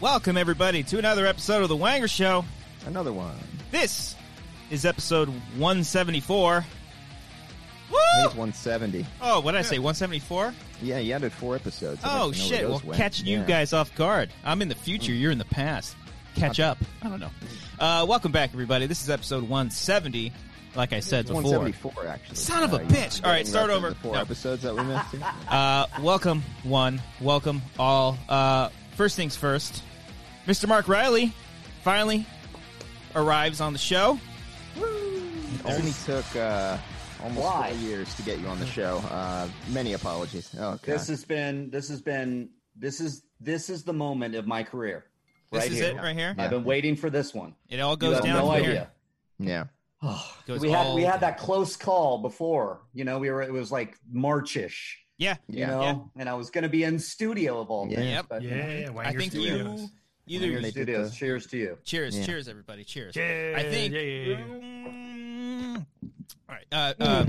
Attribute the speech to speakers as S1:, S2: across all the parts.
S1: Welcome, everybody, to another episode of The Wanger Show.
S2: Another one.
S1: This is episode 174. Woo!
S2: I think it's 170.
S1: Oh, what did I say, 174?
S2: Yeah, you added four episodes. I'd
S1: Oh,
S2: like to know where
S1: shit.
S2: those
S1: Well,
S2: went.
S1: catch you
S2: Yeah. Hmm.
S1: guys off guard. I'm in the future, you're in the past. Catch up. I don't know. Uh, welcome back, everybody. This is episode 170, like I said
S2: It's
S1: before.
S2: 174, actually. Uh,
S1: Son of a
S2: you
S1: bitch.
S2: getting
S1: All right, start
S2: reference
S1: over.
S2: to The four
S1: No.
S2: episodes that we missed. too?
S1: Uh, welcome, one. Welcome, all. Uh, first things first, Mr. Mark Riley finally arrives on the show.
S2: It only took uh, almost
S3: Why?
S2: four years to get you on the show. Uh, many apologies. Oh, God.
S3: This has been this has been this is this is the moment of my career.
S1: This
S3: right
S1: is
S3: here.
S1: it right here.
S3: I've been waiting for this one.
S1: It all
S3: you
S1: goes
S3: have
S1: down
S3: no
S1: from here.
S3: idea.
S2: yeah.
S1: Goes
S3: we had
S1: all
S3: we had
S1: down.
S3: that close call before. You know, we were it was like Marchish.
S1: Yeah.
S3: You
S2: Yeah.
S3: know, and I was going to be in studio of all
S2: Yeah.
S3: things.
S1: Yep.
S3: But, you
S4: Yeah,
S3: know,
S4: yeah, yeah.
S1: I
S4: Wanger
S1: think
S4: Studios.
S1: you either
S2: Wanger
S1: you-
S2: Studios.
S3: studios. Cheers to you.
S1: cheers,
S2: Yeah.
S1: cheers everybody, cheers.
S4: Yeah,
S1: I think
S4: yeah, yeah,
S1: All right. Uh, uh,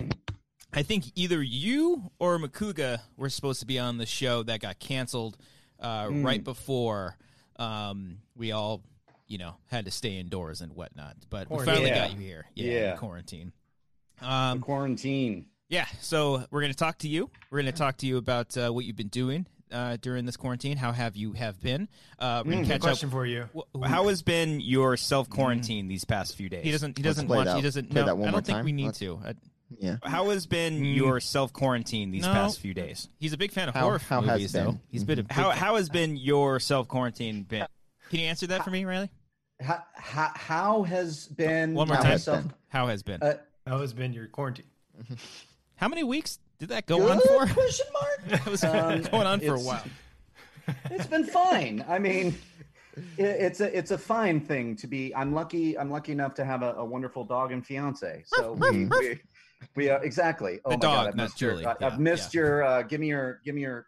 S1: I think either you or Makuga were supposed to be on the show that got canceled uh,
S3: Hmm.
S1: right before um, we all, you know, had to stay indoors and whatnot. But we finally
S3: Quarantine.
S1: got you here.
S3: Yeah.
S1: yeah. quarantine. Um,
S3: Quarantine.
S1: Yeah, so we're going to talk to you. We're going to talk to you about uh, what you've been doing uh, during this quarantine. How have you have been? Uh, we're going to catch
S4: Question
S1: up.
S4: for you.
S1: Wh-
S5: How has been your self quarantine these past few days?
S1: Mm. he doesn't. He doesn't
S2: play
S1: want.
S2: that-
S1: He doesn't.
S2: play
S1: No,
S2: that one
S1: I
S2: more
S1: don't think
S2: time.
S1: we need
S2: Let's-
S1: to. I,
S2: Yeah.
S5: How has been your self quarantine these
S1: Mm. No.
S5: past few days?
S1: he's a big fan of
S2: How-
S1: horror
S2: how has
S1: movies, though.
S2: been?
S1: He's been Mm-hmm. a big
S5: How
S1: fan.
S5: how has been your self quarantine been?
S1: Can you answer that for me, Riley?
S3: How, how, how has been
S1: One more
S3: how
S1: time.
S3: has self-
S1: How has been?
S3: Uh,
S4: How has been your quarantine?
S1: how many weeks did that go on
S3: good
S1: for?
S3: question mark? Um,
S1: That was going on for a
S3: it's-
S1: while.
S3: it's been fine. I mean, it, it's a it's a fine thing to be. I'm lucky. I'm lucky enough to have a, a wonderful dog and fiance. So we, we, we are exactly. Oh
S1: The
S3: my
S1: dog,
S3: god, I've
S1: not
S3: missed
S1: Julie.
S3: your. I,
S1: Yeah,
S3: I've missed your. Uh, give me your. Give me your.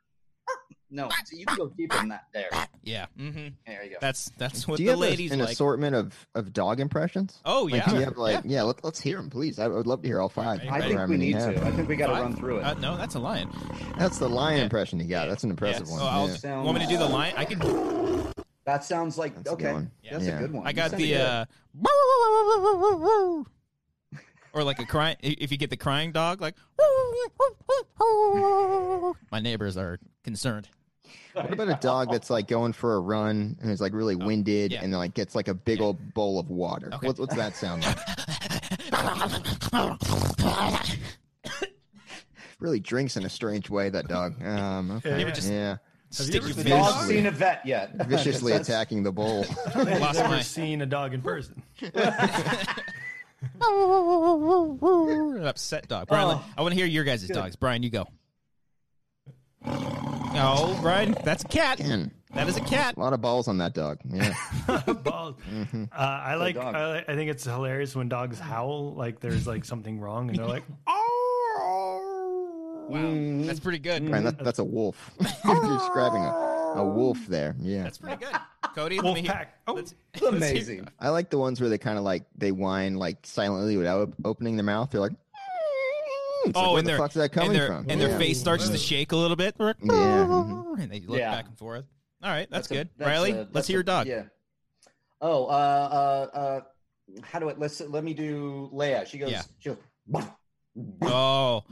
S3: No, so you can go deeper than that. There,
S1: Yeah, hmm
S3: there you go.
S1: that's that's what
S2: Do you
S1: the
S2: have a-
S1: ladies
S2: an
S1: like.
S2: assortment of, of dog impressions?
S1: Oh
S2: Like,
S1: yeah,
S2: do you have, like, yeah, let, let's hear them, please. I would love to hear all five.
S1: I
S3: I
S2: However
S3: think we
S2: many
S3: need
S2: you have.
S3: to. I think we got to
S1: Five?
S3: run through it.
S1: Uh, no, that's a lion.
S2: That's the lion impression you got. That's an impressive
S1: Yeah.
S2: one.
S1: Oh, I'll-
S2: yeah.
S3: Sounds-
S1: Want me to do the lion? I can.
S3: That sounds like
S2: That's a good
S3: okay.
S2: one.
S3: That's
S2: Yeah.
S3: a good one.
S1: I
S3: You
S1: got
S3: sounded
S1: the
S3: good.
S1: uh, or like a crying. If you get the crying dog, like my neighbors are concerned.
S2: What about a dog that's like going for a run and is like really winded
S1: Oh, yeah.
S2: and like gets like a big old bowl of water?
S1: Okay.
S2: What, what's that sound like? really drinks in a strange way. That dog. Um, okay.
S4: You ever just-
S2: yeah,
S4: Have you
S1: Stick
S4: ever
S1: your
S4: seen
S3: the
S1: fist-
S3: dog
S2: viciously-
S3: seen a vet yet?
S2: viciously
S3: That's-
S2: attacking the bowl.
S1: Lost
S4: I've
S1: my
S4: never seen a dog in person.
S1: an upset dog. Brian,
S3: Oh.
S1: I want to hear your guys' dogs. Brian, you go. No, Brian, that's a cat.
S2: Man,
S1: That is a cat.
S2: a lot of balls on that dog. Yeah,
S4: Bald.
S1: Mm-hmm.
S4: Uh, I like.
S3: dog.
S4: I, like- I think it's hilarious when dogs howl like there's like something wrong, and they're like,
S1: Wow,
S2: Mm-hmm.
S1: that's pretty good.
S2: Brian, that, that's a wolf. You're describing a, a wolf there. Yeah,
S1: That's pretty good. Cody, let
S4: "Wolf
S1: me hear.
S4: pack." Oh,
S1: let's-
S3: It's amazing.
S2: I like the ones where they kind of like they whine like silently without op- opening their mouth. They're like, "Mm, It's like,
S1: Oh,
S2: where
S1: and
S2: the
S1: their
S2: fuck's that coming
S1: and their,
S2: from?
S1: and
S2: Yeah.
S1: their face starts to shake a little bit. Yeah.
S2: mhm.
S1: And they look
S3: Yeah.
S1: back and forth. All right, that's,
S3: a-
S1: good.
S3: that's
S1: Riley,
S3: a-
S1: let's
S3: that's
S1: hear
S3: a-
S1: your dog.
S3: Yeah. Oh, uh, uh, uh, how do I? Let's let me do Leia. She goes.
S1: Yeah.
S3: She goes.
S1: Oh,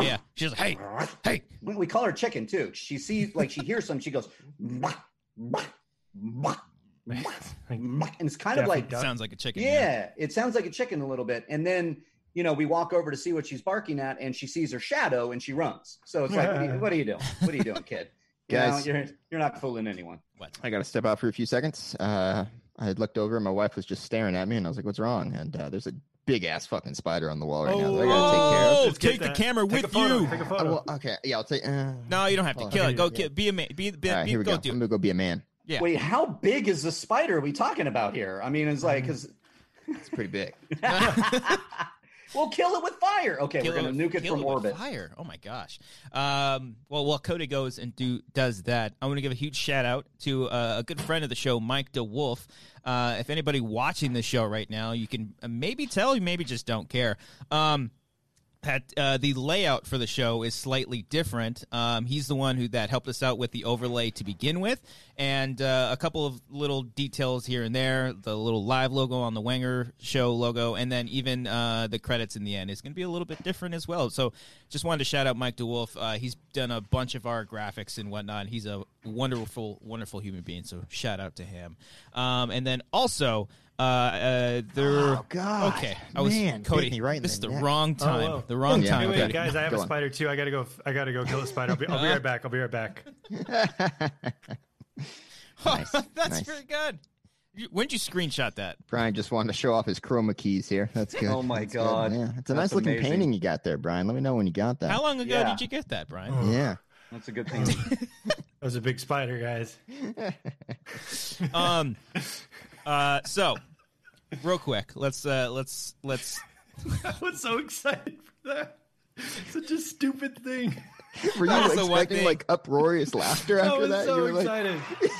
S1: yeah. She's like, hey, hey.
S3: We, we call her chicken too. She sees like she hears something. She goes. And it's kind of
S4: Daffy
S3: like
S4: Duck.
S1: Sounds like a chicken.
S3: yeah, it sounds like a chicken a little bit. And then you know we walk over to see what she's barking at, and she sees her shadow, and she runs. So it's like, what are you- what are you doing? What are you doing, kid? You know,
S2: Guys.
S3: you're you're not fooling anyone.
S2: I got to step out for a few seconds. Uh, I had looked over and my wife was just staring at me, and I was like, "What's wrong?" And uh, there's a big ass fucking spider on the wall right now that I got to take care of.
S1: Oh,
S4: Let's get
S1: take the
S4: that.
S1: camera
S4: Take a
S1: with
S4: photo,
S1: you. Oh,
S4: Take a
S2: Uh,
S4: photo.
S2: well, okay, yeah, I'll take. Uh,
S1: No, you don't have to
S2: Oh,
S1: kill
S4: okay,
S1: it. Go
S4: yeah.
S1: kill. Be a man. Be, be,
S2: all right,
S1: be-
S2: here we go.
S1: go
S2: I'm
S1: do it.
S2: gonna go be a man.
S1: Yeah.
S3: Wait, how big is the spider we talking about here? I mean, it's like
S1: Mm-hmm.
S3: because
S2: It's pretty big.
S3: we'll kill it with fire. Okay,
S1: Kill
S3: we're gonna
S1: with-
S3: nuke it
S1: kill
S3: from
S1: with
S3: orbit.
S1: Fire! Oh my gosh. Um, well, while Coda goes and do does that, I want to give a huge shout out to uh, a good friend of the show, Mike DeWolf. Uh, if anybody watching the show right now, you can uh, maybe tell, you maybe just don't care. Um, that uh, the layout for the show is slightly different. Um, he's the one who that helped us out with the overlay to begin with, and uh, a couple of little details here and there. The little live logo on the Wanger Show logo, and then even uh, the credits in the end is going to be a little bit different as well. So, just wanted to shout out Mike DeWolf. Uh, he's done a bunch of our graphics and whatnot. He's a wonderful, wonderful human being. So, shout out to him. Um, and then also. Uh, uh, there.
S2: Oh, God.
S1: Okay, I was
S2: Man, bit
S1: Cody.
S2: me right in
S1: this is
S2: the
S1: the
S2: neck.
S1: wrong time.
S4: wow.
S1: The wrong
S2: Yeah,
S1: time.
S4: Oh, Hey,
S2: okay.
S4: wait, guys, I have
S2: Go
S4: a
S2: on.
S4: spider too. I gotta go. I gotta go kill the spider. I'll be,
S1: Uh-huh.
S4: I'll be right back. I'll be right back.
S2: Nice,
S1: That's
S2: nice.
S1: pretty good. You- When'd you screenshot that?
S2: Brian just wanted to show off his chroma keys here. That's good.
S3: Oh my
S2: That's good,
S3: God.
S2: Yeah, it's a
S3: That's
S2: nice looking
S3: amazing.
S2: painting you got there, Brian. Let me know when you got that.
S1: How long ago
S3: Yeah.
S1: did you get that, Brian?
S2: Yeah.
S3: That's a good thing.
S4: That was a big spider, guys.
S1: um, uh, so real quick, let's uh, let's let's.
S4: I was so excited for that. Such a stupid thing.
S2: Were you
S1: That's the one
S2: expecting
S1: thing.
S2: like uproarious laughter
S4: I
S2: after
S4: was
S2: that?
S4: so
S2: you were like,
S4: excited.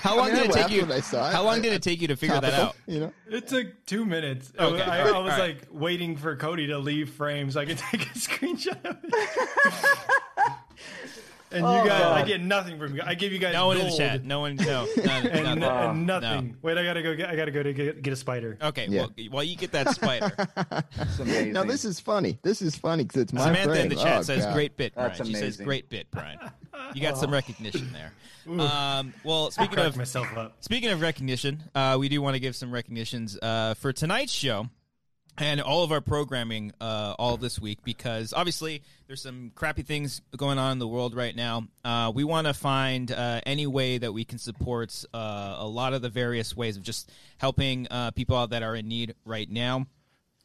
S1: How long
S2: mean, I
S1: did it
S2: laughed
S1: take you?
S2: when I saw it.
S1: How long
S2: I-
S1: did it take you to figure that out?
S2: You know,
S4: It took two minutes. I-
S1: Okay,
S4: I,
S1: all right,
S4: I was
S1: all right.
S4: like waiting for Cody to leave frame so I could take a screenshot of it. and you guys, I
S3: God.
S4: get nothing from you. I give you guys
S1: No uh, one in the
S4: gold
S1: chat. No one. No. no, Oh,
S4: And,
S1: nothing.
S4: and nothing. Wait, I gotta go. Get, I gotta go to get, get a spider.
S1: Okay.
S2: Yeah.
S1: Well, while you get that spider,
S3: It's amazing.
S2: now this is funny. This is funny because it's my
S1: Samantha
S2: brain.
S1: in the chat
S2: Oh,
S1: says
S2: God.
S1: great bit, Brian.
S3: That's
S1: she says
S3: amazing.
S1: great bit, Brian. You got some recognition there. Um, well, speaking
S4: Crack
S1: of
S4: myself up.
S1: Speaking of recognition, uh, we do want to give some recognitions uh, for tonight's show and all of our programming uh, all this week because obviously there's some crappy things going on in the world right now. Uh, we want to find uh, any way that we can support uh, a lot of the various ways of just helping uh, people out that are in need right now.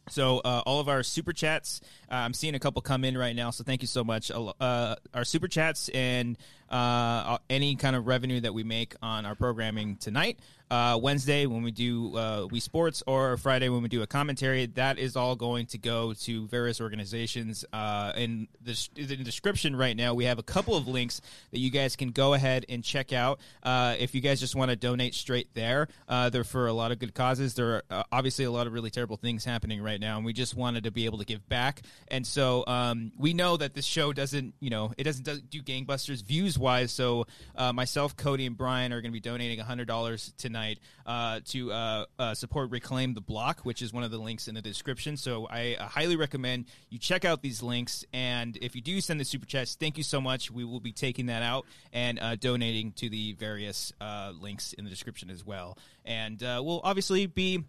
S1: So uh, all of our super chats, uh, I'm seeing a couple come in right now. So thank you so much. Uh, our super chats and uh, any kind of revenue that we make on our programming tonight, uh, Wednesday when we do uh, we sports, or Friday when we do a commentary, that is all going to go to various organizations. Uh, in the in the description right now, we have a couple of links that you guys can go ahead and check out uh, if you guys just want to donate straight there. Uh, they're for a lot of good causes. There are uh, obviously a lot of really terrible things happening right now, and we just wanted to be able to give back. And so um, we know that this show doesn't, you know, it doesn't do- do gangbusters views wise. So uh, myself, Cody, and Brian are going to be donating $100 tonight uh, to uh, uh, support Reclaim the Block, which is one of the links in the description. So I uh, highly recommend you check out these links. And if you do send the super chats, thank you so much. We will be taking that out and uh, donating to the various uh, links in the description as well. And uh, we'll obviously be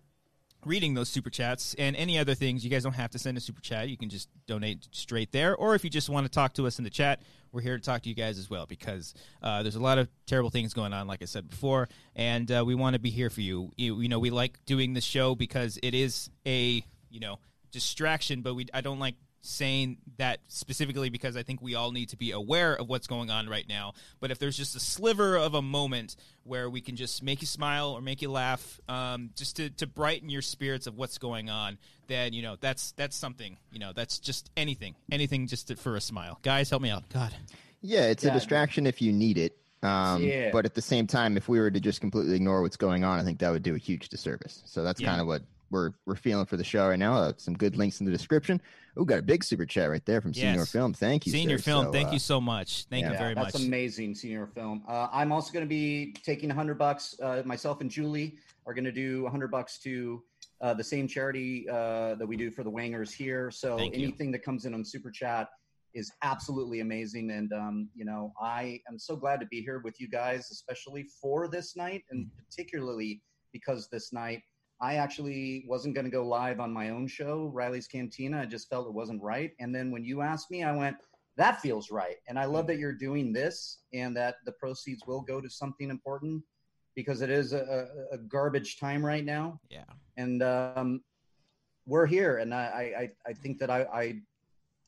S1: reading those super chats and any other things. You guys don't have to send a super chat. You can just donate straight there. Or if you just want to talk to us in the chat, we're here to talk to you guys as well because uh, there's a lot of terrible things going on, like I said before, and uh, we want to be here for you. you. You know, we like doing this show because it is a you know distraction, but we I don't like saying that specifically because I think we all need to be aware of what's going on right now. But if there's just a sliver of a moment where we can just make you smile or make you laugh, um, just to, to brighten your spirits of what's going on, then you know that's that's something. You know that's just anything, anything just to, for a smile. Guys, help me out. God,
S2: Yeah, it's a
S3: Yeah.
S2: distraction if you need it. Um,
S3: Yeah.
S2: But at the same time, if we were to just completely ignore what's going on, I think that would do a huge disservice. So that's
S1: Yeah.
S2: kind of what we're we're feeling for the show right now. Uh, some good links in the description. Oh, got a big super chat right there from Senior
S1: Yes.
S2: Film. Thank you,
S1: senior
S2: sir.
S1: film.
S2: So,
S1: thank
S2: uh,
S1: you so much. Thank you
S3: Yeah,
S1: very
S3: that's
S1: much.
S3: amazing, senior film. Uh, I'm also going to be taking 100 bucks. Uh, myself and Julie are going to do 100 bucks to uh, the same charity uh, that we do for the Wangers here. So
S1: Thank you.
S3: anything that comes in on Super Chat is absolutely amazing. And um, you know, I am so glad to be here with you guys, especially for this night, and
S1: Mm-hmm.
S3: particularly because this night. I actually wasn't going to go live on my own show, Riley's Cantina. I just felt it wasn't right. And then when you asked me, I went, that feels right. And I
S1: Mm.
S3: love that you're doing this and that the proceeds will go to something important because it is a, a, a garbage time right now.
S1: Yeah.
S3: And um, we're here. And I, I, I think that I, I,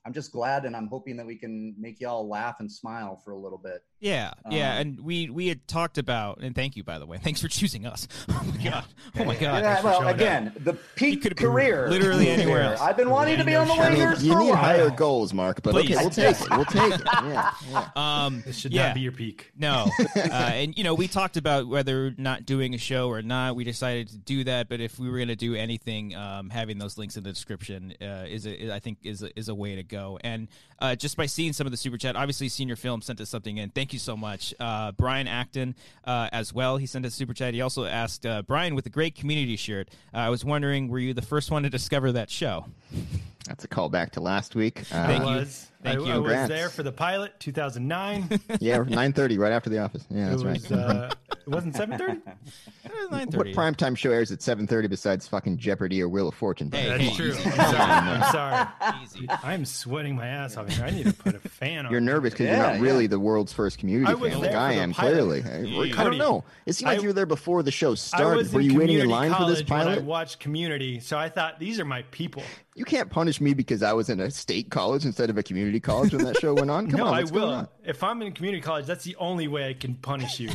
S3: I'm just glad and I'm hoping that we can make y'all laugh and smile for a little bit.
S1: Yeah, yeah,
S3: Um,
S1: and we we had talked about and thank you by the way. Thanks for choosing us. Oh my god. Oh my god.
S3: Yeah,
S1: thanks for
S3: well,
S1: showing up.
S3: again, the peak
S1: could've been
S3: career.
S1: literally anywhere
S3: Here.
S1: else.
S3: I've been wanting to be on the
S2: I mean,
S3: Lakers
S2: you
S3: for a
S2: need higher
S3: while.
S2: goals, Mark. But
S1: Please.
S2: okay, we'll take it. We'll take it. Yeah. yeah.
S1: Um
S4: This should
S1: yeah.
S4: not be your peak.
S1: No. Uh, and, you know, we talked about whether or not doing a show or not. We decided to do that. But if we were going to do anything, um, having those links in the description uh, is, a, is, I think, is a, is a way to go. And uh, just by seeing some of the super chat, obviously, Senior Film sent us something in. Thank you so much. Uh, Brian Acton uh, as well. He sent us a super chat. He also asked, uh, Brian, with the great community shirt, uh, I was wondering, were you the first one to discover that show?
S2: That's a callback to last week. Uh,
S1: Thank you.
S4: I was,
S1: Thank
S4: I,
S1: you.
S4: I was
S2: Congrats.
S4: there for the pilot, 2009.
S2: Yeah, nine thirty, right after the office. Yeah, that's
S4: it
S2: right.
S4: was. Uh, it wasn't 7:30.
S2: What primetime show airs at seven thirty besides fucking Jeopardy or Wheel of Fortune? bro?
S1: Hey,
S2: Come
S1: hey,
S2: on.
S4: That's true. I'm sorry.
S1: Easy.
S4: I'm sorry. I'm sweating my ass off here. I need to put a fan on.
S2: You're nervous because
S3: Yeah,
S2: you're not really the world's first community
S4: I
S2: fan,
S4: was
S2: like
S4: there for
S2: I
S4: the
S2: am
S4: pilot.
S2: clearly. I
S4: Cody,
S2: don't know. It seemed like
S4: I-
S2: you were there before the show
S4: I
S2: started.
S4: was
S2: Were
S4: in
S2: you waiting in
S4: community
S2: line for this
S4: college when I
S2: pilot?
S4: watched Community, so I thought these are my people.
S2: You can't punish me because I was in a state college instead of a community college when that show went on. Come
S4: no,
S2: on,
S4: I
S2: what's going on?
S4: will. If I'm in community college, that's the only way I can punish you.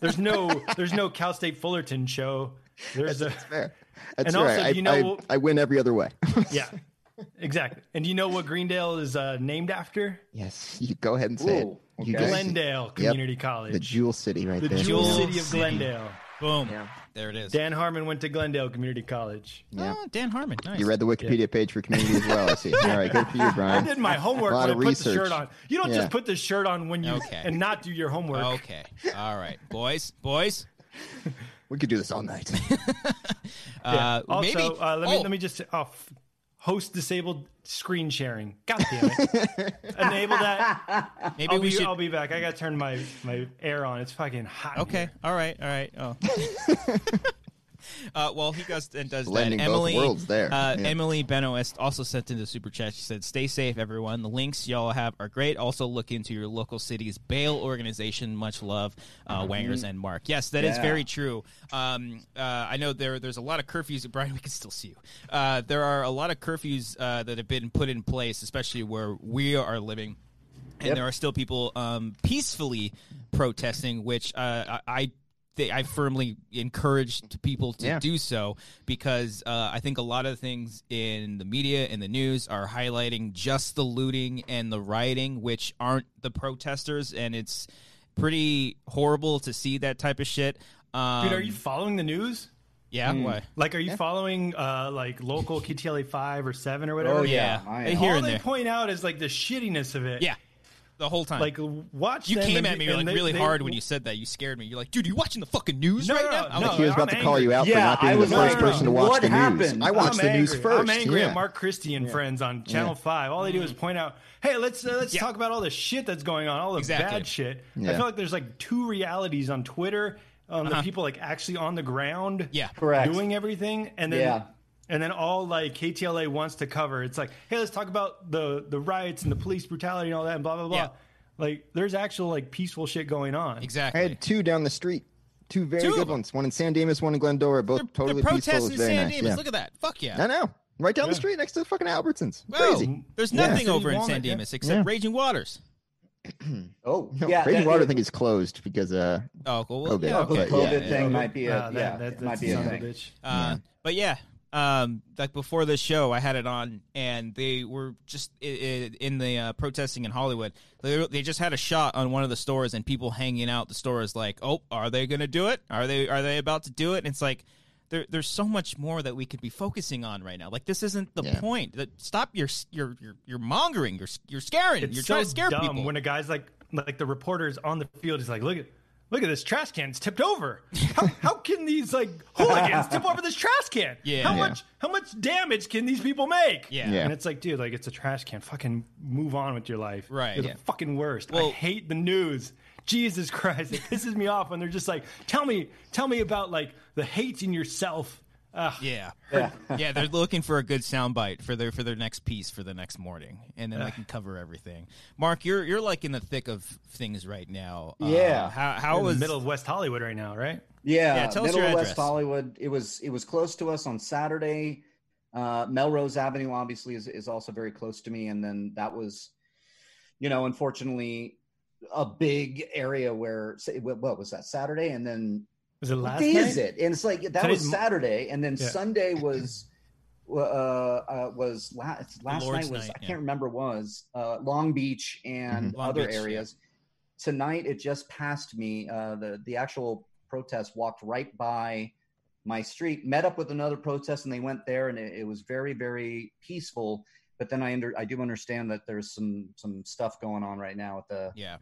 S4: there's no, there's no Cal State Fullerton show. There's a,
S2: Fair. That's
S4: And
S2: all
S4: also,
S2: right. I,
S4: you know-
S2: I, I win every other way.
S4: yeah, exactly. And you know what Greendale is uh, named after?
S2: yes, you go ahead and say
S3: Ooh,
S2: it. You
S3: okay.
S2: just-
S4: Glendale Community College.
S2: the Jewel City, right
S4: The
S2: there.
S4: jewel
S1: Jewel
S4: city of
S1: City.
S4: Glendale.
S1: Boom. There it is.
S4: Dan Harmon went to Glendale Community College.
S2: Yeah.
S1: Oh, Dan Harmon. Nice.
S2: You read the Wikipedia page for community as well. I see. All right, good for you,
S4: I
S2: Brian.
S4: did my homework
S2: A lot
S4: when I
S2: of
S4: put
S2: research.
S4: the shirt on. You don't
S2: Yeah.
S4: just put the shirt on when you
S1: Okay.
S4: and not do your homework.
S1: Okay. All right. Boys, boys.
S2: We could do this all night.
S1: Uh,
S4: Also,
S1: maybe,
S4: uh, let me
S1: oh,
S4: let me just oh, f- host disabled screen sharing. God damn it! Enable that.
S1: maybe
S4: I'll
S1: we
S4: be,
S1: should.
S4: I'll be back. I got to turn my my air on. It's fucking hot. in
S1: okay.
S4: here.
S1: All right. All right. Oh. uh, well, he goes and does
S2: Blending
S1: that.
S2: both
S1: Emily,
S2: worlds there.
S1: Uh,
S2: Yeah.
S1: Emily Benoist also sent in the super chat. She said, "Stay safe, everyone. The links y'all have are great. Also, look into your local city's bail organization. Much love,
S2: Mm-hmm.
S1: uh, Wangers and Mark. Yes, that is
S3: Yeah.
S1: very true. Um, uh, I know there there's a lot of curfews. Brian, we can still see you. Uh, there are a lot of curfews uh, that have been put in place, especially where we are living." and there are still people um, peacefully protesting, which uh, I. I they, I firmly encouraged people to
S2: Yeah.
S1: do so because uh, I think a lot of things in the media and the news are highlighting just the looting and the rioting, which aren't the protesters, and it's pretty horrible to see that type of shit. Um,
S4: dude, are you following the news?
S1: yeah, why?
S4: Like, are you following uh, like local KTLA five or seven or whatever?
S3: Oh,
S1: Yeah,
S3: I am.
S1: here
S4: All
S1: and
S4: they
S1: there.
S4: point out is like the shittiness of it.
S1: yeah, the whole time.
S4: Like watch.
S1: you
S4: them
S1: came
S4: and-
S1: at me
S4: and
S1: like
S4: they-
S1: really
S4: they-
S1: hard when you said that. You scared me. You're like, dude, are you watching the fucking news
S4: No,
S1: right
S4: no,
S1: now? I'm
S4: no.
S1: like,
S2: he was about
S4: I'm
S2: to call you
S4: angry.
S2: out
S3: Yeah,
S2: for not being
S3: I was
S2: the first
S4: like,
S2: person to watch
S3: what
S2: the news.
S3: happened?
S2: I watched
S4: I'm
S2: the news
S4: angry.
S2: first.
S4: I'm angry
S2: yeah.
S4: at Mark Christie and friends on Channel Five. All they do is point out, "Hey, let's uh, let's
S1: Mm. Yeah.
S4: talk about all the shit that's going on, all the
S1: Exactly.
S4: bad shit." I
S2: Yeah.
S4: feel like there's like two realities on Twitter, um, the people like actually on the ground,
S1: Uh-huh. Yeah.
S3: Correct.
S4: doing everything, and then.
S3: Yeah.
S4: And then all like KTLA wants to cover, it's like, hey, let's talk about the the riots and the police brutality and all that and blah blah blah.
S1: Yeah.
S4: Like, there's actual like peaceful shit going on.
S1: exactly.
S2: I had two down the street. Two very
S1: Two of
S2: good
S1: them.
S2: ones. One in San Dimas, one in Glendora. Both totally
S1: the
S2: peaceful. It
S1: protests
S2: was
S1: in
S2: very
S1: San
S2: nice.
S1: Dimas.
S2: yeah.
S1: Look at that. Fuck yeah.
S2: I know. Right down the street next to the fucking Albertsons.
S1: Whoa.
S2: Crazy.
S1: There's
S2: Yeah.
S1: nothing
S4: City
S1: over in
S4: Walmart,
S1: San
S4: yeah.
S1: Dimas except
S2: Yeah.
S1: Raging Waters.
S3: Oh,
S2: No,
S3: yeah.
S2: Raging
S3: that-
S2: Water, I think, is closed because uh,
S1: Oh, cool.
S2: COVID.
S1: yeah,
S3: the
S2: but
S3: COVID
S2: yeah,
S3: thing might be a
S4: Uh, that-
S3: yeah,
S4: that-
S3: it might
S4: that's
S3: be a
S4: son of
S3: thing.
S4: bitch.
S1: Uh, But yeah, um, like before this show, I had it on, and they were just i- i- in the uh, protesting in Hollywood. They, they just had a shot on one of the stores, and people hanging out the stores like, "Oh, are they going to do it? Are they are they about to do it?" And it's like. There, there's so much more that we could be focusing on right now. Like this isn't the
S2: Yeah.
S1: point. That stop your your your your mongering. You're you're scaring.
S4: It's
S1: you're
S4: so
S1: trying to scare
S4: dumb
S1: people.
S4: when a guy's like, like the reporter's on the field. He's like, look at, look at this trash can. It's tipped over. How, how can these like hooligans tip over this trash can?
S1: Yeah.
S4: How
S1: Yeah.
S4: much, how much damage can these people make?
S1: Yeah.
S2: Yeah.
S4: And it's like, dude, like it's a trash can. Fucking move on with your life.
S1: Right.
S4: You're
S1: Yeah.
S4: the fucking worst.
S1: Well-
S4: I hate the news. Jesus Christ, it pisses me off when they're just like, tell me, tell me about like the hate in yourself. Ugh.
S1: Yeah.
S3: Yeah.
S1: yeah, they're looking for a good soundbite for their for their next piece for the next morning, and then they can cover everything. Mark, you're you're like in the thick of things right now. Uh,
S3: Yeah.
S1: how how
S4: in
S1: was
S4: the middle of West Hollywood right now, right?
S3: Yeah,
S1: Yeah, tell us
S3: Middle
S1: your
S3: of West
S1: address.
S3: Hollywood. It was it was close to us on Saturday. Uh, Melrose Avenue obviously is is also very close to me, and then that was, you know, unfortunately, a big area where say, what, what was that Saturday, and then
S4: Was it
S3: what
S4: last
S3: day
S4: night?
S3: is it? And it's like that
S4: Today's
S3: was
S4: m-
S3: Saturday, and then
S4: Yeah.
S3: Sunday was uh, uh, was la- it's last
S1: Lord's
S3: night was
S1: night,
S3: I
S1: yeah.
S3: can't remember was uh, Long Beach and
S1: Mhm. Long
S3: other
S1: Beach, yeah.
S3: areas. Tonight it just passed me. Uh, the the actual protest walked right by my street, met up with another protest, and they went there, and it, it was very very peaceful. But then I under I do understand that there's some some stuff going on right now at the
S1: yeah?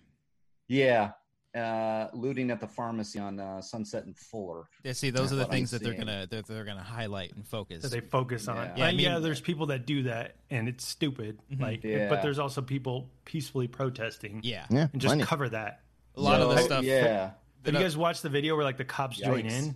S3: yeah. Uh, looting at the pharmacy on uh, Sunset and Fuller.
S1: Yeah, see, those are the
S3: That's what I'm
S1: things that they're
S3: seeing.
S1: gonna that they're gonna highlight and focus.
S4: that they focus on.
S3: Yeah.
S4: Yeah,
S1: Yeah, I mean-
S4: yeah, there's people that do that, and it's stupid.
S1: Mhm.
S4: Like,
S3: Yeah.
S4: but there's also people peacefully protesting
S1: yeah,
S2: Yeah,
S4: and just
S2: plenty.
S4: cover that.
S1: a lot of the
S3: So,
S1: stuff.
S3: Oh, Yeah.
S4: Have
S1: that-
S4: you guys watched the video where like the cops join
S3: Yikes.
S4: in?
S1: uh,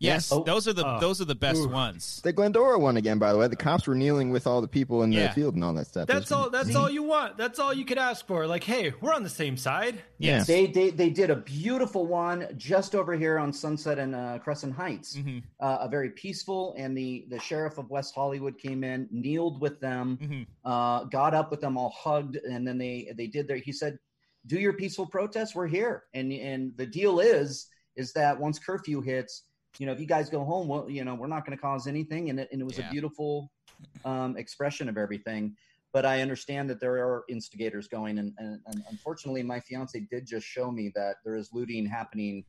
S1: yes,
S3: Oh.
S1: those are the
S4: Oh.
S1: those are the best
S4: Oof.
S1: ones.
S2: The Glendora one again, by the way. The cops were kneeling with all the people in the
S1: Yeah.
S2: field and all that stuff. It
S4: That's
S2: was-
S4: all. That's all you want. That's all you could ask for. Like, hey, we're on the same side.
S1: Yes,
S3: They, they they did a beautiful one just over here on Sunset and uh, Crescent Heights.
S1: Mhm.
S3: Uh, a very peaceful, and the the sheriff of West Hollywood came in, kneeled with them,
S1: Mhm.
S3: uh, got up with them, all hugged, and then they they did their. He said, "Do your peaceful protest. We're here." And and the deal is is that once curfew hits, you know, if you guys go home, well, you know, we're not going to cause anything. And it, and it was
S1: Yeah.
S3: a beautiful um, expression of everything. But I understand that there are instigators going, and, and, and unfortunately, my fiance did just show me that there is looting happening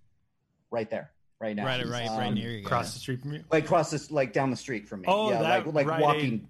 S3: right there, right now,
S1: right, right, right
S3: Um,
S1: near you. guys.
S4: Across the street from you.
S3: like across this, like down the street from me.
S4: Oh,
S3: yeah,
S4: that
S3: like like
S4: Rite
S3: walking.
S4: Aid.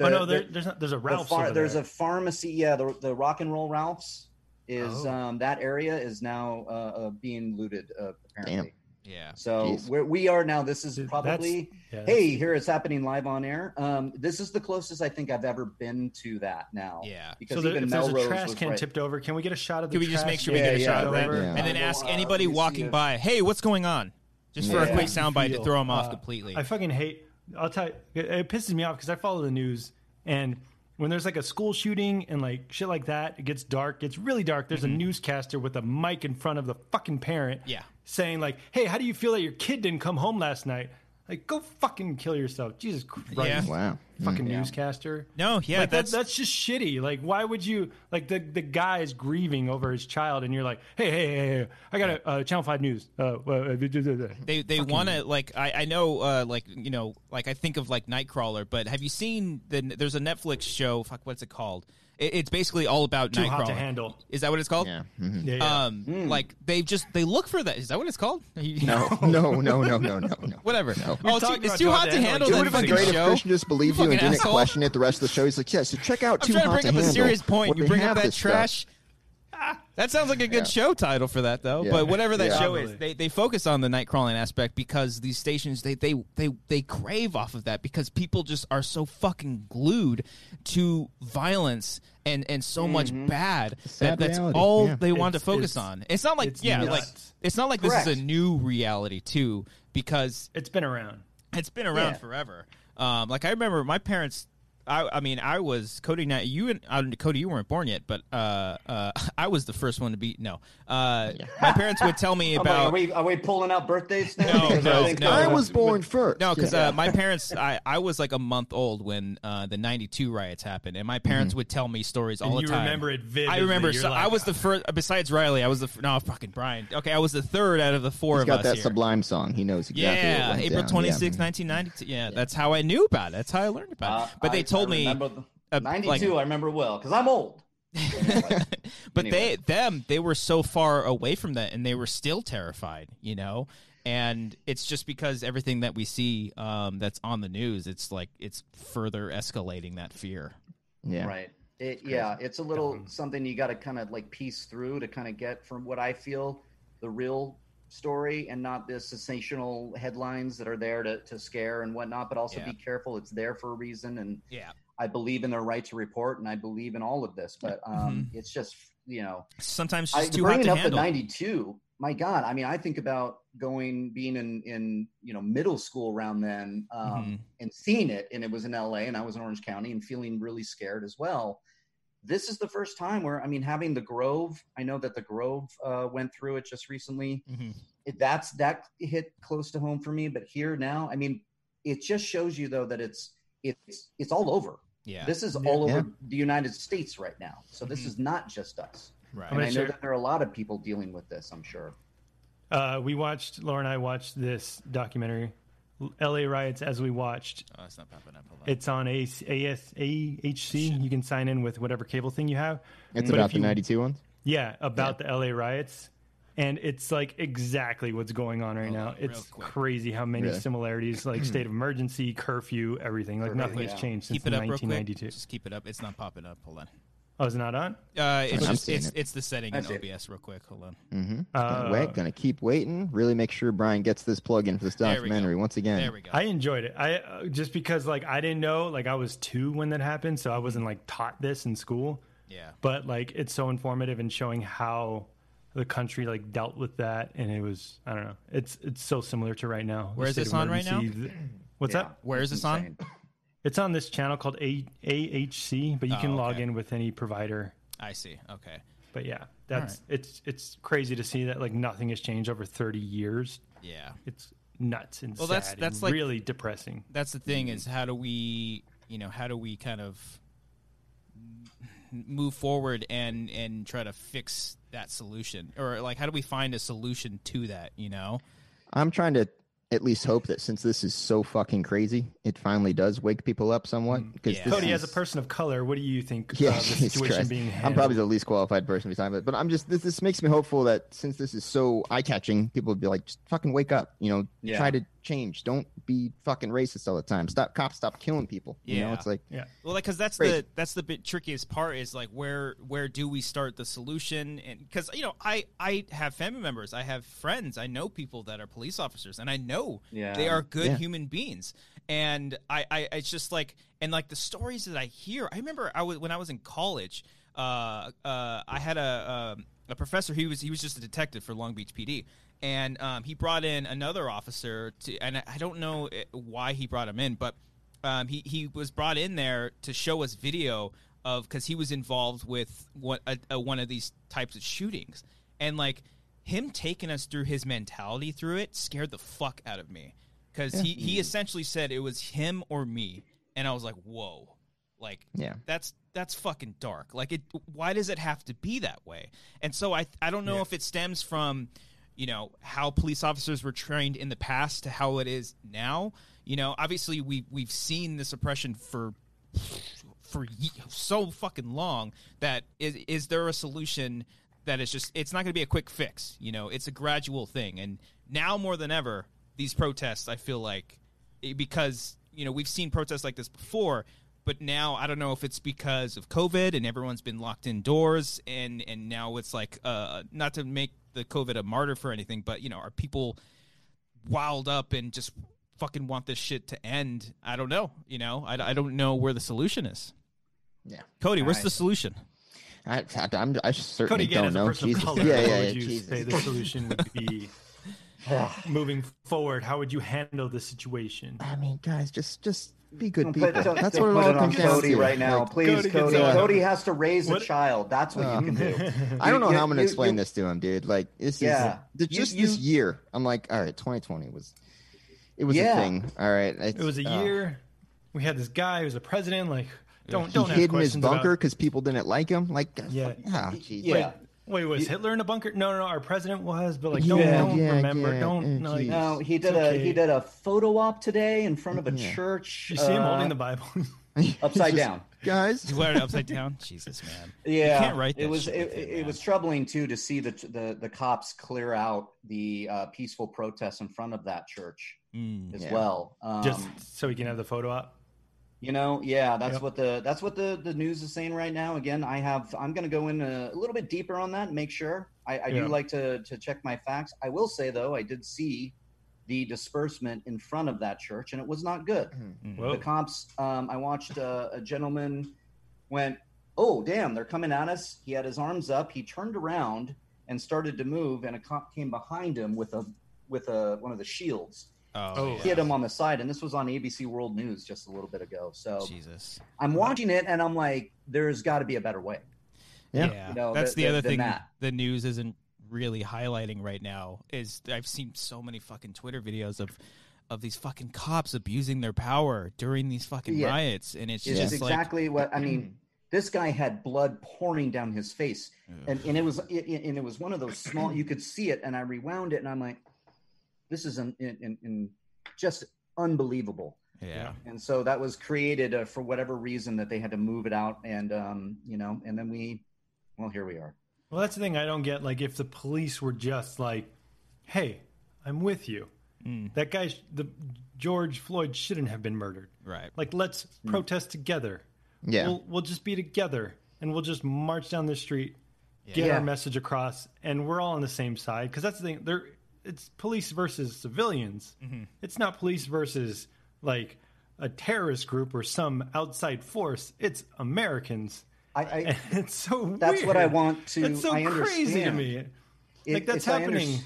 S4: oh no, there, there's not. There's a
S3: the
S4: Ralph's.
S3: phar-
S4: over
S3: there's
S4: there.
S3: a pharmacy. Yeah, the, the Rock and Roll Ralphs is
S4: Oh.
S3: um, that area is now uh, uh, being looted uh, apparently.
S1: Yeah,
S3: So
S2: Jeez.
S3: we're, we are now. This is
S4: Dude,
S3: probably
S4: Yeah, that's-
S3: hey here it's happening live on air. Um, this is the closest I think I've ever been to that now.
S1: yeah.
S3: Because
S4: So there,
S3: even
S4: if there's
S3: Melrose
S4: a trash
S3: was
S4: can
S3: right-
S4: tipped over, can we get a shot of the?
S1: Can we just
S4: trash
S1: make sure we
S4: can
S1: get a
S3: yeah,
S1: shot of
S4: tipped
S1: that,
S4: over?
S2: Yeah.
S1: and then
S3: I
S1: ask
S3: know, uh,
S1: anybody
S3: let me see
S1: walking
S3: if-
S1: by, "Hey, what's going on?" Just for a
S3: Yeah.
S1: quick soundbite to throw them off
S4: Uh,
S1: completely.
S4: I fucking hate. I'll tell you, it, it pisses me off because I follow the news, and when there's like a school shooting and like shit like that, it gets dark. It's really dark. There's a newscaster with a mic in front of the fucking parent,
S1: Mm-hmm. Yeah.
S4: saying like, "Hey, how do you feel that your kid didn't come home last night?" Like, go fucking kill yourself, Jesus Christ!
S1: Yeah.
S2: Wow.
S4: Fucking newscaster.
S1: no, yeah,
S4: Like
S1: that's
S4: that's, that's just shitty. Like, why would you like the the guy is grieving over his child, and you're like, hey, hey, hey, hey I got a uh, Channel Five News. Uh, uh,
S1: they they want to like I I know uh like you know like I think of like Nightcrawler, but have you seen the there's a Netflix show? Fuck, what's it called? It, it's basically all about
S4: too
S1: Nightcrawler.
S4: hot to handle.
S1: Is that what it's called?
S2: Yeah. mhm.
S4: Yeah, yeah.
S1: Um, like they just they look for that. Is that what it's called?
S2: No, no, no, no, no, no, no.
S1: whatever.
S2: You're
S1: Oh, it's too,
S4: talking
S1: it's
S4: about
S1: too
S4: Too
S1: hot to handle.
S4: It
S2: It
S1: that
S2: would have been
S1: fucking
S2: great
S1: show.
S2: if Christian just believed you,
S1: fucking
S2: and didn't
S1: asshole.
S2: question it the rest of the show. He's like, yeah, so check out
S1: I'm
S2: Too
S1: trying to
S2: Hot
S1: bring
S2: to
S1: up
S2: Handle,
S1: a serious point.
S2: where
S1: You
S2: they
S1: bring up
S2: have
S1: that
S2: this stuff.
S1: trash. Ah, That sounds like a good show title for that, though.
S2: Yeah.
S1: But whatever that
S2: Yeah.
S1: show is,
S4: Probably.
S1: they, they focus on the night crawling aspect because these stations they, they they they crave off of that because people just are so fucking glued to violence and and so much bad that
S2: Mm-hmm. sad
S1: that's
S2: reality,
S1: all
S2: yeah.
S1: they want to
S4: It's-
S1: focus
S4: it's-
S1: on. It's not like
S4: it's
S1: yeah,
S4: nuts.
S1: like it's not like this is
S3: Correct.
S1: a new reality too because
S4: It's been around.
S1: it's been around
S3: Yeah.
S1: forever. Um, like I remember my parents. I, I mean, I was Cody. Now you and uh, Cody, you weren't born yet, but uh, uh, I was the first one to be. No, uh, my parents would tell me
S3: I'm like,
S1: about.
S3: are we are we pulling out birthdays now?
S1: No,
S3: Because
S1: no,
S3: think
S1: no.
S2: I
S3: that-
S2: was born first.
S1: No, because
S2: Yeah.
S1: uh, my parents, I, I was like a month old when uh, the '92 riots happened, and my parents
S3: Mm-hmm.
S1: would tell me stories all
S4: And
S1: the
S4: you
S1: time.
S4: remember it vividly.
S1: I remember.
S4: You're
S1: So I
S4: like, "Ah."
S1: was the first. Besides Riley, I was the f- no fucking Brian. Okay, I was the third out of the 4
S2: he's
S1: of
S2: got
S1: us
S2: that
S1: here.
S2: Sublime song. He knows exactly.
S1: yeah,
S2: what went
S1: April
S2: down.
S1: 26,
S2: Yeah.
S1: 1992. Yeah, that's how I knew about it. That's how I learned about
S3: Uh,
S1: it. But
S3: I-
S1: they told
S3: I
S1: me.
S3: remember the-
S1: uh, like-
S3: 92 i remember well because i'm old
S1: but
S3: Anyway.
S1: they them they were so far away from that and they were still terrified you know and it's just because everything that we see um, that's on the news it's like it's further escalating that fear
S2: Yeah.
S3: right it, yeah it's a little something you got to kind of like piece through to kind of get from what i feel the real story and not the sensational headlines that are there to, to scare and whatnot but also
S1: Yeah.
S3: be careful it's there for a reason and
S1: yeah
S3: i believe in their right to report and i believe in all of this but um, it's just you know
S1: sometimes
S3: I,
S1: Mm-hmm. it's too hot
S3: bringing
S1: to
S3: up the
S1: handle
S3: 92 my God, I mean, I think about going, being in, in you know, middle school around then um,
S1: Mhm.
S3: and seeing it, and it was in LA, and I was in Orange County, and feeling really scared as well. This is the first time where, I mean, having the Grove, I know that the Grove uh, went through it just recently.
S4: Mm-hmm.
S1: Mhm.
S3: It, that's that hit close to home for me, but here now, I mean, it just shows you though that it's it's it's all over.
S1: Yeah.
S3: This is
S4: Yeah. Mm-hmm.
S3: all over
S2: Yeah.
S3: the United States right now. So this
S1: Mhm.
S3: is not just us.
S1: right.
S3: And
S4: I'm gonna
S3: I know
S4: share-
S3: that there are a lot of people dealing with this, I'm sure.
S4: Uh, we watched Laura and I watched this documentary, L.A. riots. As we watched,
S1: oh, it's not popping up. Hold on.
S4: it's on AS, AS, AHC. You can sign in with whatever cable thing you have.
S2: It's
S4: But
S2: about
S4: if
S2: the
S4: you-
S2: 92 ones.
S4: Yeah, about the LA riots. And it's like exactly what's going on right now.
S1: on, Oh, real
S4: It's
S1: quick.
S4: crazy how many
S2: Really?
S4: similarities, like state of emergency, curfew, everything. Like nothing
S3: yeah.
S4: has changed since
S1: keep it up real quick.
S4: 1992.
S1: Just keep it up. It's not popping up. Hold on.
S4: Oh, is it not on?
S1: Uh, it's
S2: I'm
S1: just
S2: seeing
S1: it's,
S2: it.
S1: it's the setting
S3: I
S1: in
S3: see it.
S1: OBS real quick. Hold on.
S2: Mm-hmm.
S4: Uh,
S2: gonna wait, gonna keep waiting. Really make sure Brian gets this plug in for this
S1: There we go.
S2: documentary once again.
S1: There we go.
S4: I enjoyed it. I uh, just because like I didn't know, like I was two when that happened, so I wasn't like taught this in school.
S1: yeah.
S4: But like it's so informative and showing how the country like dealt with that, and it was I don't know. It's it's so similar to right now. the
S1: Where is
S4: state
S1: this
S4: of
S1: on right now?
S4: emergency, th- What's
S3: Yeah.
S4: up?
S1: Where is
S3: It's
S1: this on?
S3: insane.
S4: It's on this channel called A- AHC, but you
S1: Oh,
S4: can log
S1: okay.
S4: in with any provider.
S1: I see. Okay.
S4: But yeah, that's it's it's crazy to see that like nothing has changed over 30 years.
S1: Yeah.
S4: It's nuts and
S1: Well, that's-
S4: sad
S1: that's
S4: and
S1: like-
S4: really depressing.
S1: That's the thing is how do we, you know, how do we kind of move forward and and try to fix that solution or like how do we find a solution to that, you know?
S2: I'm trying to at least hope that since this is so fucking crazy, it finally does wake people up somewhat. Because
S1: Mm, Yeah.
S4: Cody,
S2: is,
S4: as a person of color, what do you think
S2: yeah,
S4: of the
S2: Jesus
S4: situation
S2: Christ.
S4: being
S2: I'm
S4: handled?
S2: probably the least qualified person to be talking about, it, but I'm just this. This makes me hopeful that since this is so eye catching, people would be like, just fucking wake up. You know,
S3: Yeah.
S2: try to change. Don't be fucking racist all the time. Stop, cops, stop killing people. You know,
S1: Yeah.
S2: it's like
S4: yeah.
S1: Well, like, because that's
S2: Crazy.
S1: the that's the bit trickiest part is like where where do we start the solution? And because you know, I I have family members, I have friends, I know people that are police officers, and I know
S3: Yeah.
S1: they are good
S2: Yeah.
S1: human beings. And I, I it's just like and like the stories that I hear. I remember I was when I was in college. Uh, uh, I had a um, a professor. He was he was just a detective for Long Beach PD, and um, he brought in another officer. To, and I- I don't know eh, why he brought him in, but um, he he was brought in there to show us video of because he was involved with one a, a, one of these types of shootings, and like him taking us through his mentality through it scared the fuck out of me because he he essentially said it was him or me, and I was like, whoa, like
S2: Yeah.
S1: that's that's fucking dark. Like it, why does it have to be that way? And so I I don't know if it stems from you know how police officers were trained in the past to how it is now you know obviously we we've seen this oppression for for ye- so fucking long that is is there a solution that is just it's not going to be a quick fix you know it's a gradual thing and now more than ever these protests i feel like eh, because you know we've seen protests like this before but now i don't know if it's because of covid and everyone's been locked indoors and and now it's like uh not to make the covid a martyr for anything but you know are people wild up and just fucking want this shit to end. I don't know. You know, I, I don't know where the solution is.
S2: Yeah.
S1: Cody, where's
S3: Right.
S1: the solution?
S2: I, I, I'm, I certainly
S4: Cody, again,
S2: don't
S4: as a
S2: know.
S4: person
S2: Jesus.
S4: of color,
S2: yeah, yeah,
S4: what
S2: yeah,
S4: would you
S2: Jesus.
S4: say the solution would be moving forward? How would you handle the situation?
S2: I mean, guys, just just be good
S3: Don't
S2: people.
S3: put, don't,
S2: That's
S3: don't
S2: what it
S3: put
S2: all
S3: it on
S2: comes down
S3: Cody
S2: to.
S3: right now,
S2: Like,
S3: please.
S4: Cody
S3: Cody,
S4: gets
S3: Cody,
S2: on.
S3: has to raise
S4: What-
S3: a child. That's what
S2: Uh,
S3: you can do.
S2: I don't know
S3: You-
S2: how I'm gonna
S3: you-
S2: explain
S3: you-
S2: this to him, dude. Like this
S3: Yeah.
S2: is th-
S3: You-
S2: just
S3: you-
S2: this year. I'm like, all right, 2020 was it was
S3: Yeah.
S2: a thing. All right, it's-
S4: It was a
S2: uh,
S4: year. We had this guy who was a president. Like, don't
S2: He
S4: don't
S2: hid
S4: have
S2: in his
S4: questions about-
S2: bunker because people didn't like him. Like,
S4: Yeah.
S2: yeah, yeah, jeez.
S3: Yeah.
S4: Wait, wait, was Hitler in a bunker? No, no, no. Our president was, but like,
S2: Yeah,
S4: don't, don't
S2: yeah,
S4: remember.
S2: yeah,
S4: don't
S2: yeah,
S4: like.
S2: geez.
S3: No, he
S4: it's
S3: did a
S4: okay.
S3: he did a photo op today in front of a
S2: Yeah.
S3: church.
S4: You see him
S3: uh,
S4: holding the Bible.
S2: Just-
S3: upside down.
S2: guys.
S1: You wear it upside down? Jesus, man.
S3: Yeah,
S1: You can't write
S3: it
S1: that
S3: was
S1: shit
S3: it,
S1: with it,
S3: it,
S1: man.
S3: was troubling too to see the the, the cops clear out the uh, peaceful protests in front of that church
S1: Mm.
S3: as
S2: Yeah.
S3: well. Um,
S4: Just so he can have the photo op.
S3: You know, yeah, that's
S4: Yep.
S3: what the that's what the the news is saying right now. Again, I have I'm going to go in a, little bit deeper on that. And make sure I, I
S4: Yeah.
S3: do like to to check my facts. I will say though, I did see the disbursement in front of that church, and it was not good.
S4: Whoa.
S1: Mm.
S3: The cops. Um, I watched uh, a gentleman went, "Oh damn, they're coming at us." He had his arms up. He turned around and started to move, and a cop came behind him with a with a one of the shields,
S1: Oh,
S3: hit him on the side, and this was on ABC World News just a little bit ago. So
S1: Jesus.
S3: I'm watching it, and I'm like, there's got to be a better way.
S2: Yeah.
S1: Yeah,
S3: You know,
S1: that's
S3: th-
S1: the
S3: th-
S1: other
S3: than
S1: thing
S3: that.
S1: the news isn't really highlighting right now is I've seen so many fucking Twitter videos of of these fucking cops abusing their power during these fucking
S3: Yeah.
S1: riots, and it's
S3: It's
S1: just like
S3: exactly what I mean. This guy had blood pouring down his face, and, and it was it, it- and it was one of those small. You could see it, and I rewound it, and I'm like, this is an, an, an, an just unbelievable.
S1: yeah.
S3: And so that was created uh, for whatever reason that they had to move it out, and um, you know, and then we, well, here we are.
S4: Well, that's the thing I don't get. Like, if the police were just like, "Hey, I'm with you," that guy, sh- the George Floyd, shouldn't have been murdered.
S1: Right.
S4: Like, let's protest together.
S2: Yeah.
S4: we'll, we'll just be together and we'll just march down the street, get
S3: Yeah.
S4: our message across, and we're all on the same side. Because that's the thing. There, it's police versus civilians. It's not police versus like a terrorist group or some outside force. It's Americans.
S3: I, I
S4: And it's so
S3: That's
S4: weird.
S3: what I want to-
S4: It's so
S3: I
S4: crazy to
S3: understand.
S4: me.
S3: it-
S4: like that's
S3: it's- I under-
S4: happening